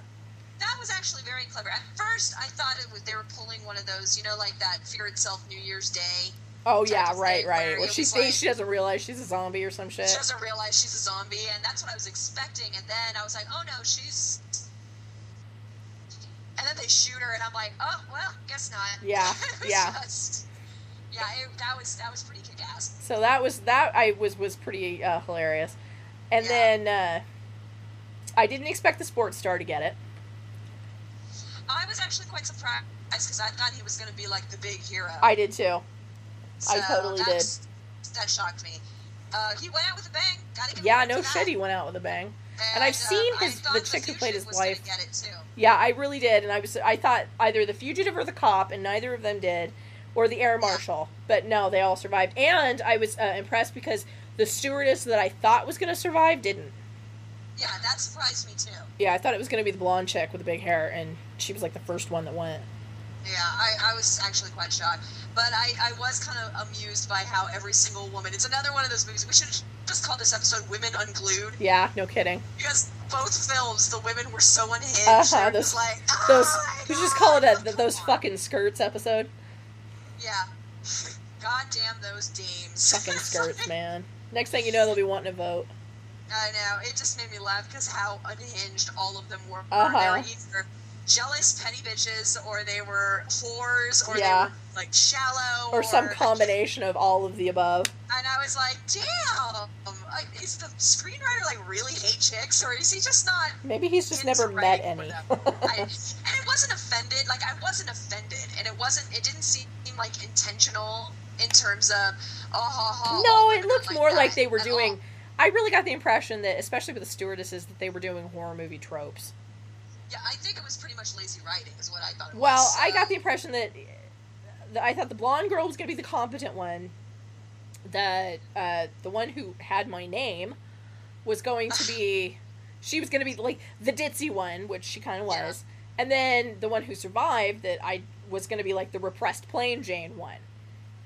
[SPEAKER 2] That was actually very clever. At first, I thought it was they were pulling one of those, you know, like that Fear Itself New Year's Day.
[SPEAKER 1] Oh
[SPEAKER 2] Type
[SPEAKER 1] yeah,
[SPEAKER 2] of
[SPEAKER 1] right,
[SPEAKER 2] thing where
[SPEAKER 1] right.
[SPEAKER 2] it
[SPEAKER 1] Where she
[SPEAKER 2] was
[SPEAKER 1] thinks
[SPEAKER 2] like-
[SPEAKER 1] she doesn't realize she's a zombie or some shit.
[SPEAKER 2] She doesn't realize she's a zombie, and that's what I was expecting. And then I was like, oh no, she's. And then they shoot her, and I'm like, oh well, guess not.
[SPEAKER 1] Yeah,
[SPEAKER 2] It was
[SPEAKER 1] yeah.
[SPEAKER 2] just- yeah, it, that was that was pretty kick ass.
[SPEAKER 1] So that was that I was was pretty uh, hilarious, and
[SPEAKER 2] Yeah.
[SPEAKER 1] then uh, I didn't expect the sports star to get it.
[SPEAKER 2] I was actually quite surprised because I thought he was going to be like the big hero.
[SPEAKER 1] I did too. I totally
[SPEAKER 2] that
[SPEAKER 1] did.
[SPEAKER 2] was- that shocked me. Uh, he went out with a bang. Gotta give
[SPEAKER 1] Yeah,
[SPEAKER 2] him
[SPEAKER 1] no
[SPEAKER 2] credit for that.
[SPEAKER 1] shit. He went out with a bang. And I've seen
[SPEAKER 2] uh, I
[SPEAKER 1] his- the
[SPEAKER 2] thought
[SPEAKER 1] chick who played his
[SPEAKER 2] Fugitive was gonna
[SPEAKER 1] wife.
[SPEAKER 2] Get it too.
[SPEAKER 1] Yeah, I really did, and I was I thought either the fugitive or the cop, and neither of them did, or the air marshal. But no, they all survived, and I was uh, impressed because the stewardess that I thought was going to survive didn't.
[SPEAKER 2] Yeah, that surprised me too.
[SPEAKER 1] Yeah, I thought it was going to be the blonde chick with the big hair, and she was like the first one that went.
[SPEAKER 2] Yeah, I, I was actually quite shocked. But I, I was kind of amused by how every single woman. It's another one of those movies. We should just call this episode "Women Unglued"
[SPEAKER 1] Yeah, no kidding.
[SPEAKER 2] because both films, the women were so unhinged.
[SPEAKER 1] Uh-huh,
[SPEAKER 2] They were
[SPEAKER 1] those-
[SPEAKER 2] just like, "Oh
[SPEAKER 1] Those
[SPEAKER 2] my
[SPEAKER 1] we should just
[SPEAKER 2] God,
[SPEAKER 1] call it a, th-
[SPEAKER 2] come
[SPEAKER 1] those
[SPEAKER 2] on."
[SPEAKER 1] fucking skirts episode.
[SPEAKER 2] Yeah. Goddamn those dames.
[SPEAKER 1] Fucking skirts, man. Next thing you know, they'll be wanting to vote.
[SPEAKER 2] I know. It just made me laugh because how unhinged all of them were. They
[SPEAKER 1] Uh-huh.
[SPEAKER 2] were either jealous petty bitches, or they were whores, or
[SPEAKER 1] Yeah.
[SPEAKER 2] they were like shallow,
[SPEAKER 1] Or some combination of all of the above.
[SPEAKER 2] And I was like, damn, like, is the screenwriter like really hate chicks, or is he just not?
[SPEAKER 1] Maybe he's just
[SPEAKER 2] into
[SPEAKER 1] never met
[SPEAKER 2] writing for
[SPEAKER 1] any.
[SPEAKER 2] them? I, and it wasn't offended. Like I wasn't offended, and it wasn't. It didn't seem like intentional in terms of. Oh, ha, ha, all
[SPEAKER 1] no, it
[SPEAKER 2] women
[SPEAKER 1] looked
[SPEAKER 2] like
[SPEAKER 1] more
[SPEAKER 2] that
[SPEAKER 1] like they were
[SPEAKER 2] at all.
[SPEAKER 1] doing. I really got the impression that, especially with the stewardesses, that they were doing horror movie tropes.
[SPEAKER 2] Yeah, I think it was pretty much lazy writing, is what I thought. It
[SPEAKER 1] Well,
[SPEAKER 2] was.
[SPEAKER 1] I
[SPEAKER 2] So-
[SPEAKER 1] got the impression that that I thought the blonde girl was going to be the competent one. That uh, the one who had my name was going to be, she was going to be like the ditzy one, which she kind of
[SPEAKER 2] Yeah.
[SPEAKER 1] was, and then the one who survived that I was going to be like the repressed plain Jane one.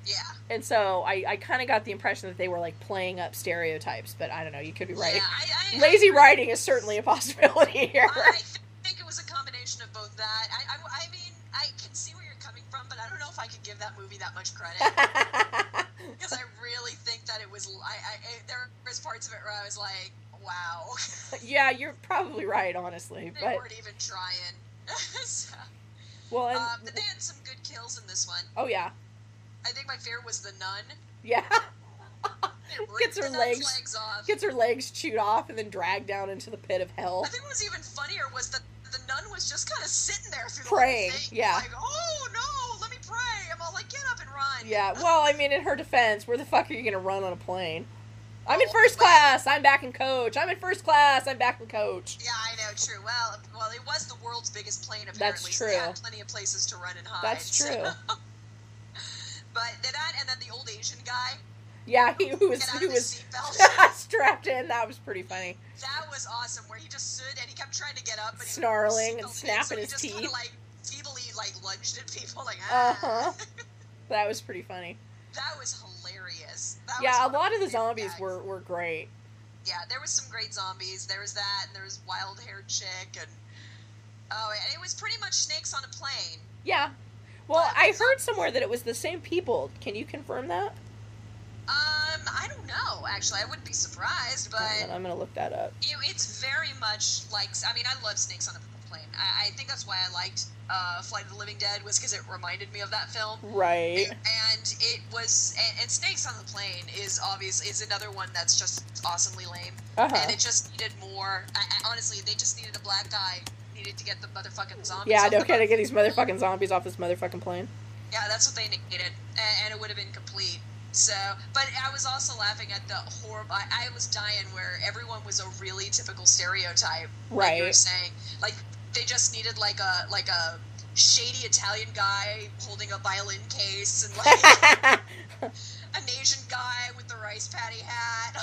[SPEAKER 2] Yeah.
[SPEAKER 1] And so I, I kind of got the impression that they were like playing up stereotypes, but I don't know. You could be right.
[SPEAKER 2] Yeah, I, I,
[SPEAKER 1] Lazy writing is certainly a possibility here.
[SPEAKER 2] I th- think it was a combination of both that. I, I, I mean, I can see where you're coming from, but I don't know if I could give that movie that much credit because I really think that it was. I, I, I- there was parts of it where I was like, wow,
[SPEAKER 1] yeah, you're probably right, honestly.
[SPEAKER 2] they
[SPEAKER 1] But
[SPEAKER 2] weren't even trying. so,
[SPEAKER 1] well, and,
[SPEAKER 2] um, but they had some good kills in this one.
[SPEAKER 1] oh yeah,
[SPEAKER 2] I think my favorite was the nun.
[SPEAKER 1] yeah.
[SPEAKER 2] They ripped
[SPEAKER 1] Gets her
[SPEAKER 2] the nun's
[SPEAKER 1] legs-
[SPEAKER 2] legs off.
[SPEAKER 1] Gets her legs chewed off and then dragged down into the pit of hell.
[SPEAKER 2] I think what was even funnier was that the nun was just kind of sitting there through the
[SPEAKER 1] Praying,
[SPEAKER 2] whole thing.
[SPEAKER 1] yeah.
[SPEAKER 2] Like, oh no, let me pray. I'm all like, get up and run.
[SPEAKER 1] Yeah. Well, I mean, in her defense, where the fuck are you gonna run on a plane? I'm in
[SPEAKER 2] Oh,
[SPEAKER 1] first
[SPEAKER 2] well-
[SPEAKER 1] class. I'm back in coach. I'm in first class. I'm back in coach.
[SPEAKER 2] Yeah, I know. True. Well, well, it was the world's biggest plane. Apparently,
[SPEAKER 1] That's
[SPEAKER 2] So they
[SPEAKER 1] true.
[SPEAKER 2] had plenty of places to run and hide.
[SPEAKER 1] That's
[SPEAKER 2] so-
[SPEAKER 1] true.
[SPEAKER 2] But then that, and then the old Asian guy
[SPEAKER 1] Yeah, he who was
[SPEAKER 2] get out
[SPEAKER 1] who
[SPEAKER 2] of
[SPEAKER 1] was
[SPEAKER 2] his seatbelt.
[SPEAKER 1] strapped in. That was pretty funny.
[SPEAKER 2] that was awesome. Where he just stood and he kept trying to get up, but he
[SPEAKER 1] Snarling and
[SPEAKER 2] seatbelted, so
[SPEAKER 1] snapping
[SPEAKER 2] he
[SPEAKER 1] his
[SPEAKER 2] just
[SPEAKER 1] teeth.
[SPEAKER 2] Kinda, like feebly, like lunged at people. Like,
[SPEAKER 1] Uh
[SPEAKER 2] ah.
[SPEAKER 1] huh. That was pretty funny.
[SPEAKER 2] That was hilarious. That was
[SPEAKER 1] Yeah, a
[SPEAKER 2] one
[SPEAKER 1] lot of
[SPEAKER 2] my
[SPEAKER 1] the
[SPEAKER 2] favorite
[SPEAKER 1] zombies
[SPEAKER 2] gags.
[SPEAKER 1] were, were great.
[SPEAKER 2] yeah, there was some great zombies. There was that, and there was wild haired chick, and oh, and it was pretty much snakes on a plane.
[SPEAKER 1] Yeah. Well,
[SPEAKER 2] But-
[SPEAKER 1] I heard somewhere that it was the same people. Can you confirm that?
[SPEAKER 2] Um, I don't know. Actually, I wouldn't be surprised,
[SPEAKER 1] Hang on,
[SPEAKER 2] but
[SPEAKER 1] I'm gonna look that up.
[SPEAKER 2] you, it's very much like. I mean, I love snakes on a plane. I, I think that's why I liked uh, Flight of the Living Dead was because it reminded me of that film.
[SPEAKER 1] Right.
[SPEAKER 2] And it was and, and Snakes on the Plane is obvious is another one that's just awesomely lame.
[SPEAKER 1] Uh-huh.
[SPEAKER 2] And it just needed more. I, I, honestly, they just needed a black guy needed to get the motherfucking zombies.
[SPEAKER 1] Yeah,
[SPEAKER 2] off
[SPEAKER 1] no
[SPEAKER 2] the
[SPEAKER 1] kidding. Get these
[SPEAKER 2] motherfucking plane.
[SPEAKER 1] motherfucking zombies off this motherfucking plane.
[SPEAKER 2] Yeah, that's what they needed, and, and it would have been complete. So, but I was also laughing at the horrible. I, I was dying where everyone was a really typical stereotype. Like you were
[SPEAKER 1] Right.
[SPEAKER 2] saying, like they just needed like a like a shady Italian guy holding a violin case, and like an Asian guy with the rice patty hat.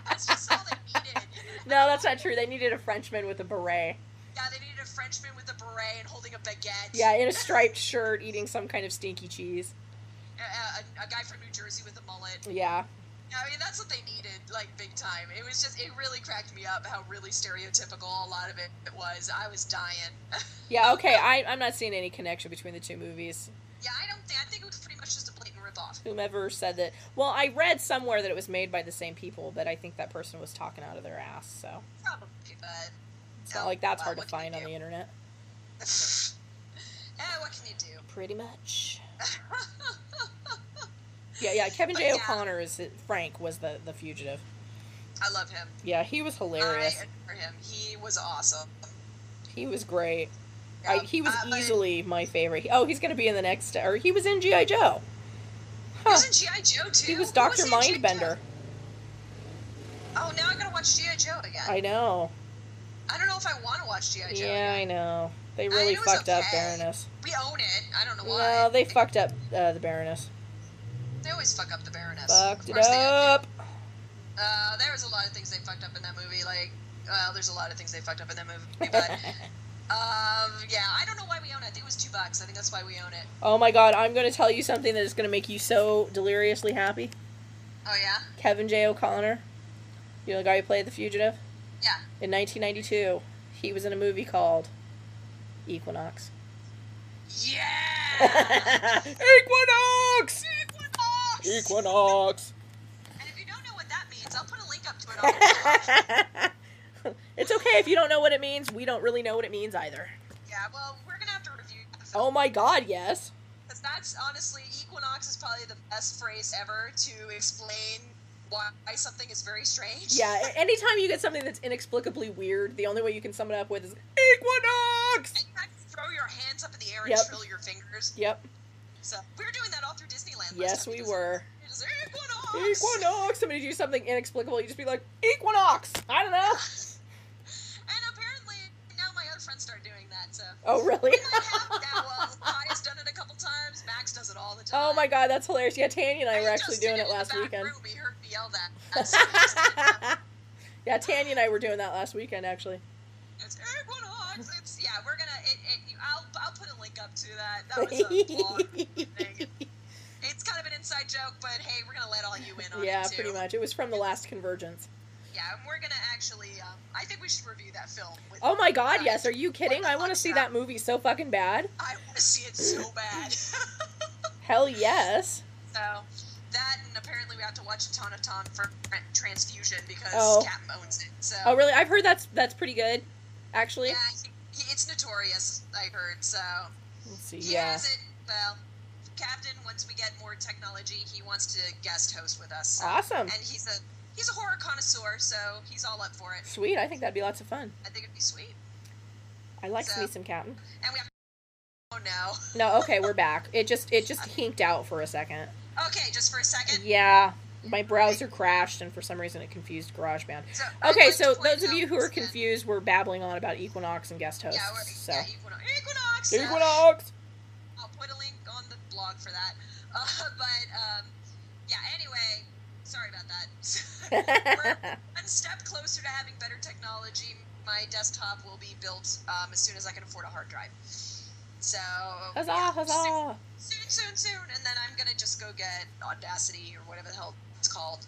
[SPEAKER 2] that's just all they needed.
[SPEAKER 1] no, that's not true. They needed a Frenchman with a beret.
[SPEAKER 2] Yeah, they needed a Frenchman with a beret and holding a baguette.
[SPEAKER 1] Yeah, in a striped shirt, eating some kind of stinky cheese.
[SPEAKER 2] A, a, a guy from New Jersey with a mullet.
[SPEAKER 1] Yeah.
[SPEAKER 2] I mean, that's what they needed, like big time. It was just, it really cracked me up how really stereotypical a lot of it was. I was dying.
[SPEAKER 1] Yeah, okay. I, I'm not seeing any connection between the two movies.
[SPEAKER 2] yeah, I don't think. I think it was pretty much just a blatant ripoff.
[SPEAKER 1] Whomever said that. Well, I read somewhere that it was made by the same people, but I think that person was talking out of their ass, so.
[SPEAKER 2] Probably, but
[SPEAKER 1] It's not like that's
[SPEAKER 2] Well,
[SPEAKER 1] hard to
[SPEAKER 2] Oh, what can you
[SPEAKER 1] find on
[SPEAKER 2] do?
[SPEAKER 1] the internet.
[SPEAKER 2] eh, what can you do?
[SPEAKER 1] Pretty much. Yeah, yeah. Kevin J.
[SPEAKER 2] But yeah.
[SPEAKER 1] O'Connor is Frank was the the fugitive.
[SPEAKER 2] I love him.
[SPEAKER 1] Yeah, he was hilarious.
[SPEAKER 2] I adore him. He was awesome.
[SPEAKER 1] He was great. I,
[SPEAKER 2] Yeah,
[SPEAKER 1] he was
[SPEAKER 2] uh, but
[SPEAKER 1] easily my favorite. He- oh, he's gonna be in the next, or he was in GI Joe.
[SPEAKER 2] He was in GI Joe too.
[SPEAKER 1] He was
[SPEAKER 2] Who
[SPEAKER 1] Doctor
[SPEAKER 2] in G.I. Joe?
[SPEAKER 1] Mindbender.
[SPEAKER 2] Oh, now I gotta watch GI Joe again. I,
[SPEAKER 1] I know.
[SPEAKER 2] don't know if I want to watch GI Joe.
[SPEAKER 1] Yeah,
[SPEAKER 2] again.
[SPEAKER 1] I know. They
[SPEAKER 2] mean,
[SPEAKER 1] really
[SPEAKER 2] it was
[SPEAKER 1] fucked up
[SPEAKER 2] okay.
[SPEAKER 1] Baroness.
[SPEAKER 2] we own it. I don't know why.
[SPEAKER 1] No, they fucked up uh, the Baroness.
[SPEAKER 2] They always fuck up the Baroness.
[SPEAKER 1] Fucked
[SPEAKER 2] Of
[SPEAKER 1] it
[SPEAKER 2] course they do.
[SPEAKER 1] up.
[SPEAKER 2] Uh, there was a lot of things they fucked up in that movie. Like, well, there's a lot of things they fucked up in that movie. But um, yeah, I don't know why we own it. I think it was two bucks. I think that's why we own it.
[SPEAKER 1] oh my God! I'm gonna tell you something that is gonna make you so deliriously happy.
[SPEAKER 2] Oh yeah,
[SPEAKER 1] Kevin J. O'Connor, you know the guy who played the fugitive.
[SPEAKER 2] yeah.
[SPEAKER 1] In 1992, he was in a movie called Equinox.
[SPEAKER 2] Yeah.
[SPEAKER 1] Equinox!
[SPEAKER 2] Equinox!
[SPEAKER 1] Equinox!
[SPEAKER 2] And if you don't know what that means, I'll put a link up to it. on the
[SPEAKER 1] it's okay if you don't know what it means. We don't really know what it means either.
[SPEAKER 2] Yeah, well, we're gonna have to review. that film,
[SPEAKER 1] Oh my god, yes.
[SPEAKER 2] 'cause that's honestly, Equinox is probably the best phrase ever to explain why something is very strange.
[SPEAKER 1] Yeah, a- anytime you get something that's inexplicably weird, the only way you can sum it up with is
[SPEAKER 2] And
[SPEAKER 1] Equinox!
[SPEAKER 2] you have to throw your hands up in the air and
[SPEAKER 1] Yep.
[SPEAKER 2] trill your fingers.
[SPEAKER 1] Yep,
[SPEAKER 2] So we were doing that all through Disneyland. last
[SPEAKER 1] yes,
[SPEAKER 2] time
[SPEAKER 1] we
[SPEAKER 2] because
[SPEAKER 1] were.
[SPEAKER 2] it was Equinox.
[SPEAKER 1] Equinox! Somebody do something inexplicable, you just be like, Equinox! I don't know.
[SPEAKER 2] And apparently now my other friends start doing that. So
[SPEAKER 1] Oh, really?
[SPEAKER 2] we might have that one. Kaya's done it a couple times. Max does it all the time.
[SPEAKER 1] Oh my god, that's hilarious. Yeah, Tanya and I
[SPEAKER 2] We
[SPEAKER 1] were actually doing it last
[SPEAKER 2] back
[SPEAKER 1] weekend.
[SPEAKER 2] Room. We heard me yell that. That's so excited.
[SPEAKER 1] yeah, Tanya and I were doing that last weekend actually.
[SPEAKER 2] It's Equinox. It's yeah. We're gonna. It, it, you- I'll I'll put a link up to that. That was a blog thing. It's kind of an inside joke, but hey, we're gonna let all you in on
[SPEAKER 1] yeah,
[SPEAKER 2] it too.
[SPEAKER 1] pretty much. It was from the last convergence.
[SPEAKER 2] Yeah, and we're gonna actually. Um, I think we should review that film. With,
[SPEAKER 1] Oh my god,
[SPEAKER 2] Right.
[SPEAKER 1] yes. Are you kidding? I want to see that movie so fucking bad.
[SPEAKER 2] I want to see it so bad.
[SPEAKER 1] Hell yes.
[SPEAKER 2] so that, and apparently we have to watch a ton of Tom for transfusion because
[SPEAKER 1] Oh.
[SPEAKER 2] Cap owns it. So
[SPEAKER 1] Oh really? I've heard that's that's pretty good. Actually,
[SPEAKER 2] yeah, he, he, it's notorious. I heard so.
[SPEAKER 1] let's see.
[SPEAKER 2] He
[SPEAKER 1] Yeah.
[SPEAKER 2] has it. Well, Captain. Once we get more technology, he wants to guest host with us. So.
[SPEAKER 1] Awesome.
[SPEAKER 2] And he's a he's a horror connoisseur, so he's all up for it.
[SPEAKER 1] Sweet. I think that'd be lots of fun.
[SPEAKER 2] I think it'd be sweet.
[SPEAKER 1] I like
[SPEAKER 2] So-
[SPEAKER 1] me some Captain.
[SPEAKER 2] And we have. Oh no.
[SPEAKER 1] No, okay, we're back. It just it just hinked out for a second.
[SPEAKER 2] Okay, just for a second.
[SPEAKER 1] Yeah. My browser crashed and for some reason it confused GarageBand.
[SPEAKER 2] So, I'd
[SPEAKER 1] Okay,
[SPEAKER 2] like
[SPEAKER 1] so
[SPEAKER 2] to point
[SPEAKER 1] those of
[SPEAKER 2] out
[SPEAKER 1] you who are
[SPEAKER 2] that-
[SPEAKER 1] confused, we're babbling on about Equinox and guest
[SPEAKER 2] Yeah,
[SPEAKER 1] hosts. So
[SPEAKER 2] we're, yeah, Equinox. Equinox. uh,
[SPEAKER 1] Equinox.
[SPEAKER 2] I'll put a link on the blog for that. Uh, but um, yeah, anyway, sorry about that. we're one step closer to having better technology. My desktop will be built um, as soon as I can afford a hard drive. So
[SPEAKER 1] Huzzah!
[SPEAKER 2] yeah,
[SPEAKER 1] Huzzah!
[SPEAKER 2] Soon, soon, soon, soon, and then I'm gonna just go get Audacity or whatever the hell it's called,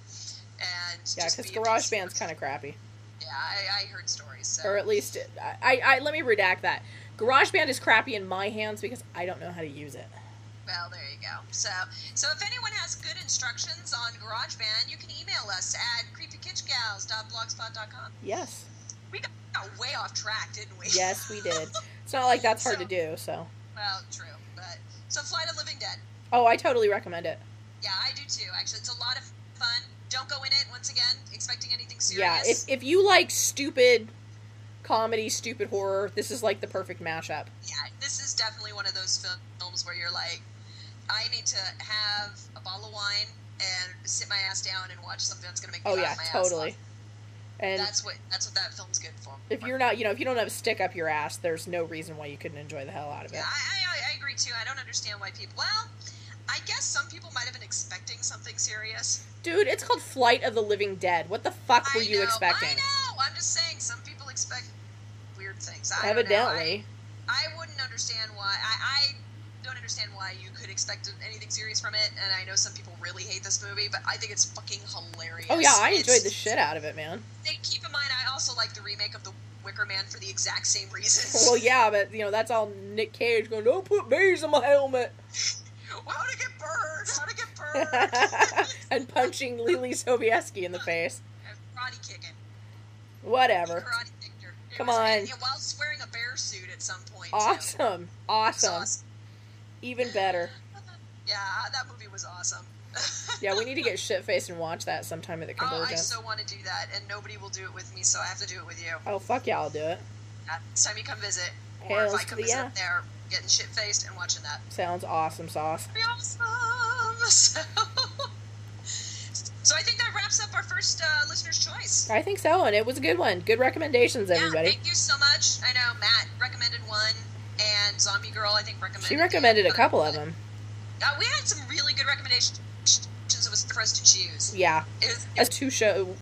[SPEAKER 2] and
[SPEAKER 1] Yeah,
[SPEAKER 2] just
[SPEAKER 1] because
[SPEAKER 2] be a
[SPEAKER 1] GarageBand's
[SPEAKER 2] PC.
[SPEAKER 1] kind of crappy.
[SPEAKER 2] yeah. I, I heard stories. So.
[SPEAKER 1] or at least I, I, I let me redact that. GarageBand is crappy in my hands because I don't know how to use it.
[SPEAKER 2] Well, there you go. So, so if anyone has good instructions on GarageBand, you can email us at creepykitchgals.blogspot.com.
[SPEAKER 1] Yes,
[SPEAKER 2] We got way off track, didn't we?
[SPEAKER 1] yes, we did. It's not like that's hard to do, so.
[SPEAKER 2] Well, true, but so Flight of Living Dead.
[SPEAKER 1] Oh, I totally recommend it.
[SPEAKER 2] Yeah, I do too. Actually, it's a lot of fun. Don't go in it once again expecting anything serious.
[SPEAKER 1] Yeah, if, if you like stupid comedy, stupid horror, this is like the perfect mashup.
[SPEAKER 2] yeah, this is definitely one of those films where you're like, I need to have a bottle of wine and sit my ass down and watch something that's gonna make me
[SPEAKER 1] Oh,
[SPEAKER 2] laugh
[SPEAKER 1] yeah,
[SPEAKER 2] my ass
[SPEAKER 1] totally.
[SPEAKER 2] off.
[SPEAKER 1] And
[SPEAKER 2] That's what that's what that film's good for.
[SPEAKER 1] if you're not, you know, if you don't have a stick up your ass, there's no reason why you couldn't enjoy the hell out of it.
[SPEAKER 2] Yeah, I, I, I agree too. I don't understand why people. Well, I guess some people might have been expecting something serious.
[SPEAKER 1] Dude, it's called Flight of the Living Dead. What the fuck were
[SPEAKER 2] I
[SPEAKER 1] you
[SPEAKER 2] know,
[SPEAKER 1] expecting?
[SPEAKER 2] I know. I'm just saying, some people expect weird things. I don't know.
[SPEAKER 1] Evidently.
[SPEAKER 2] I, I wouldn't understand why. I, I don't understand why you could expect anything serious from it. And I know some people really hate this movie, but I think it's fucking hilarious.
[SPEAKER 1] Oh yeah, I enjoyed
[SPEAKER 2] It's-
[SPEAKER 1] the shit out of it, man.
[SPEAKER 2] They keep in mind, I also like the remake of the Wicker Man for the exact same reasons.
[SPEAKER 1] Well, Oh, yeah, but you know that's all Nick Cage going. Don't put bees on my helmet,
[SPEAKER 2] How to get burned? How to get burned?
[SPEAKER 1] and punching Lily Sobieski in the face.
[SPEAKER 2] And Karate kicking.
[SPEAKER 1] Whatever.
[SPEAKER 2] Karate kicked her. It
[SPEAKER 1] Come
[SPEAKER 2] was-
[SPEAKER 1] on.
[SPEAKER 2] and- and while wearing a bear suit at some point. too.
[SPEAKER 1] Awesome,
[SPEAKER 2] It's
[SPEAKER 1] awesome,
[SPEAKER 2] awesome.
[SPEAKER 1] even better.
[SPEAKER 2] Yeah, that movie was awesome.
[SPEAKER 1] Yeah, we need to get shit faced and watch that sometime at the
[SPEAKER 2] Oh, I
[SPEAKER 1] convergence.
[SPEAKER 2] so want to do that, and nobody will do it with me, so I have to do it with you.
[SPEAKER 1] Oh fuck yeah, I'll do it.
[SPEAKER 2] Uh, Next time you come visit, or
[SPEAKER 1] Hails
[SPEAKER 2] if I
[SPEAKER 1] to
[SPEAKER 2] come
[SPEAKER 1] the
[SPEAKER 2] visit
[SPEAKER 1] yeah.
[SPEAKER 2] up there, getting shit faced and watching that.
[SPEAKER 1] Sounds awesome, sauce.
[SPEAKER 2] Be awesome. So, so I think that wraps up our first uh, listener's choice.
[SPEAKER 1] I think so, and it was a good one. Good recommendations,
[SPEAKER 2] Yeah,
[SPEAKER 1] everybody.
[SPEAKER 2] thank you so much. I know Matt recommended one, and Zombie Girl I think recommended.
[SPEAKER 1] She recommended
[SPEAKER 2] the
[SPEAKER 1] a
[SPEAKER 2] other
[SPEAKER 1] couple
[SPEAKER 2] one.
[SPEAKER 1] of them.
[SPEAKER 2] Uh, we had some really good recommendations. It was for us to choose.
[SPEAKER 1] Yeah,
[SPEAKER 2] It was,
[SPEAKER 1] as two show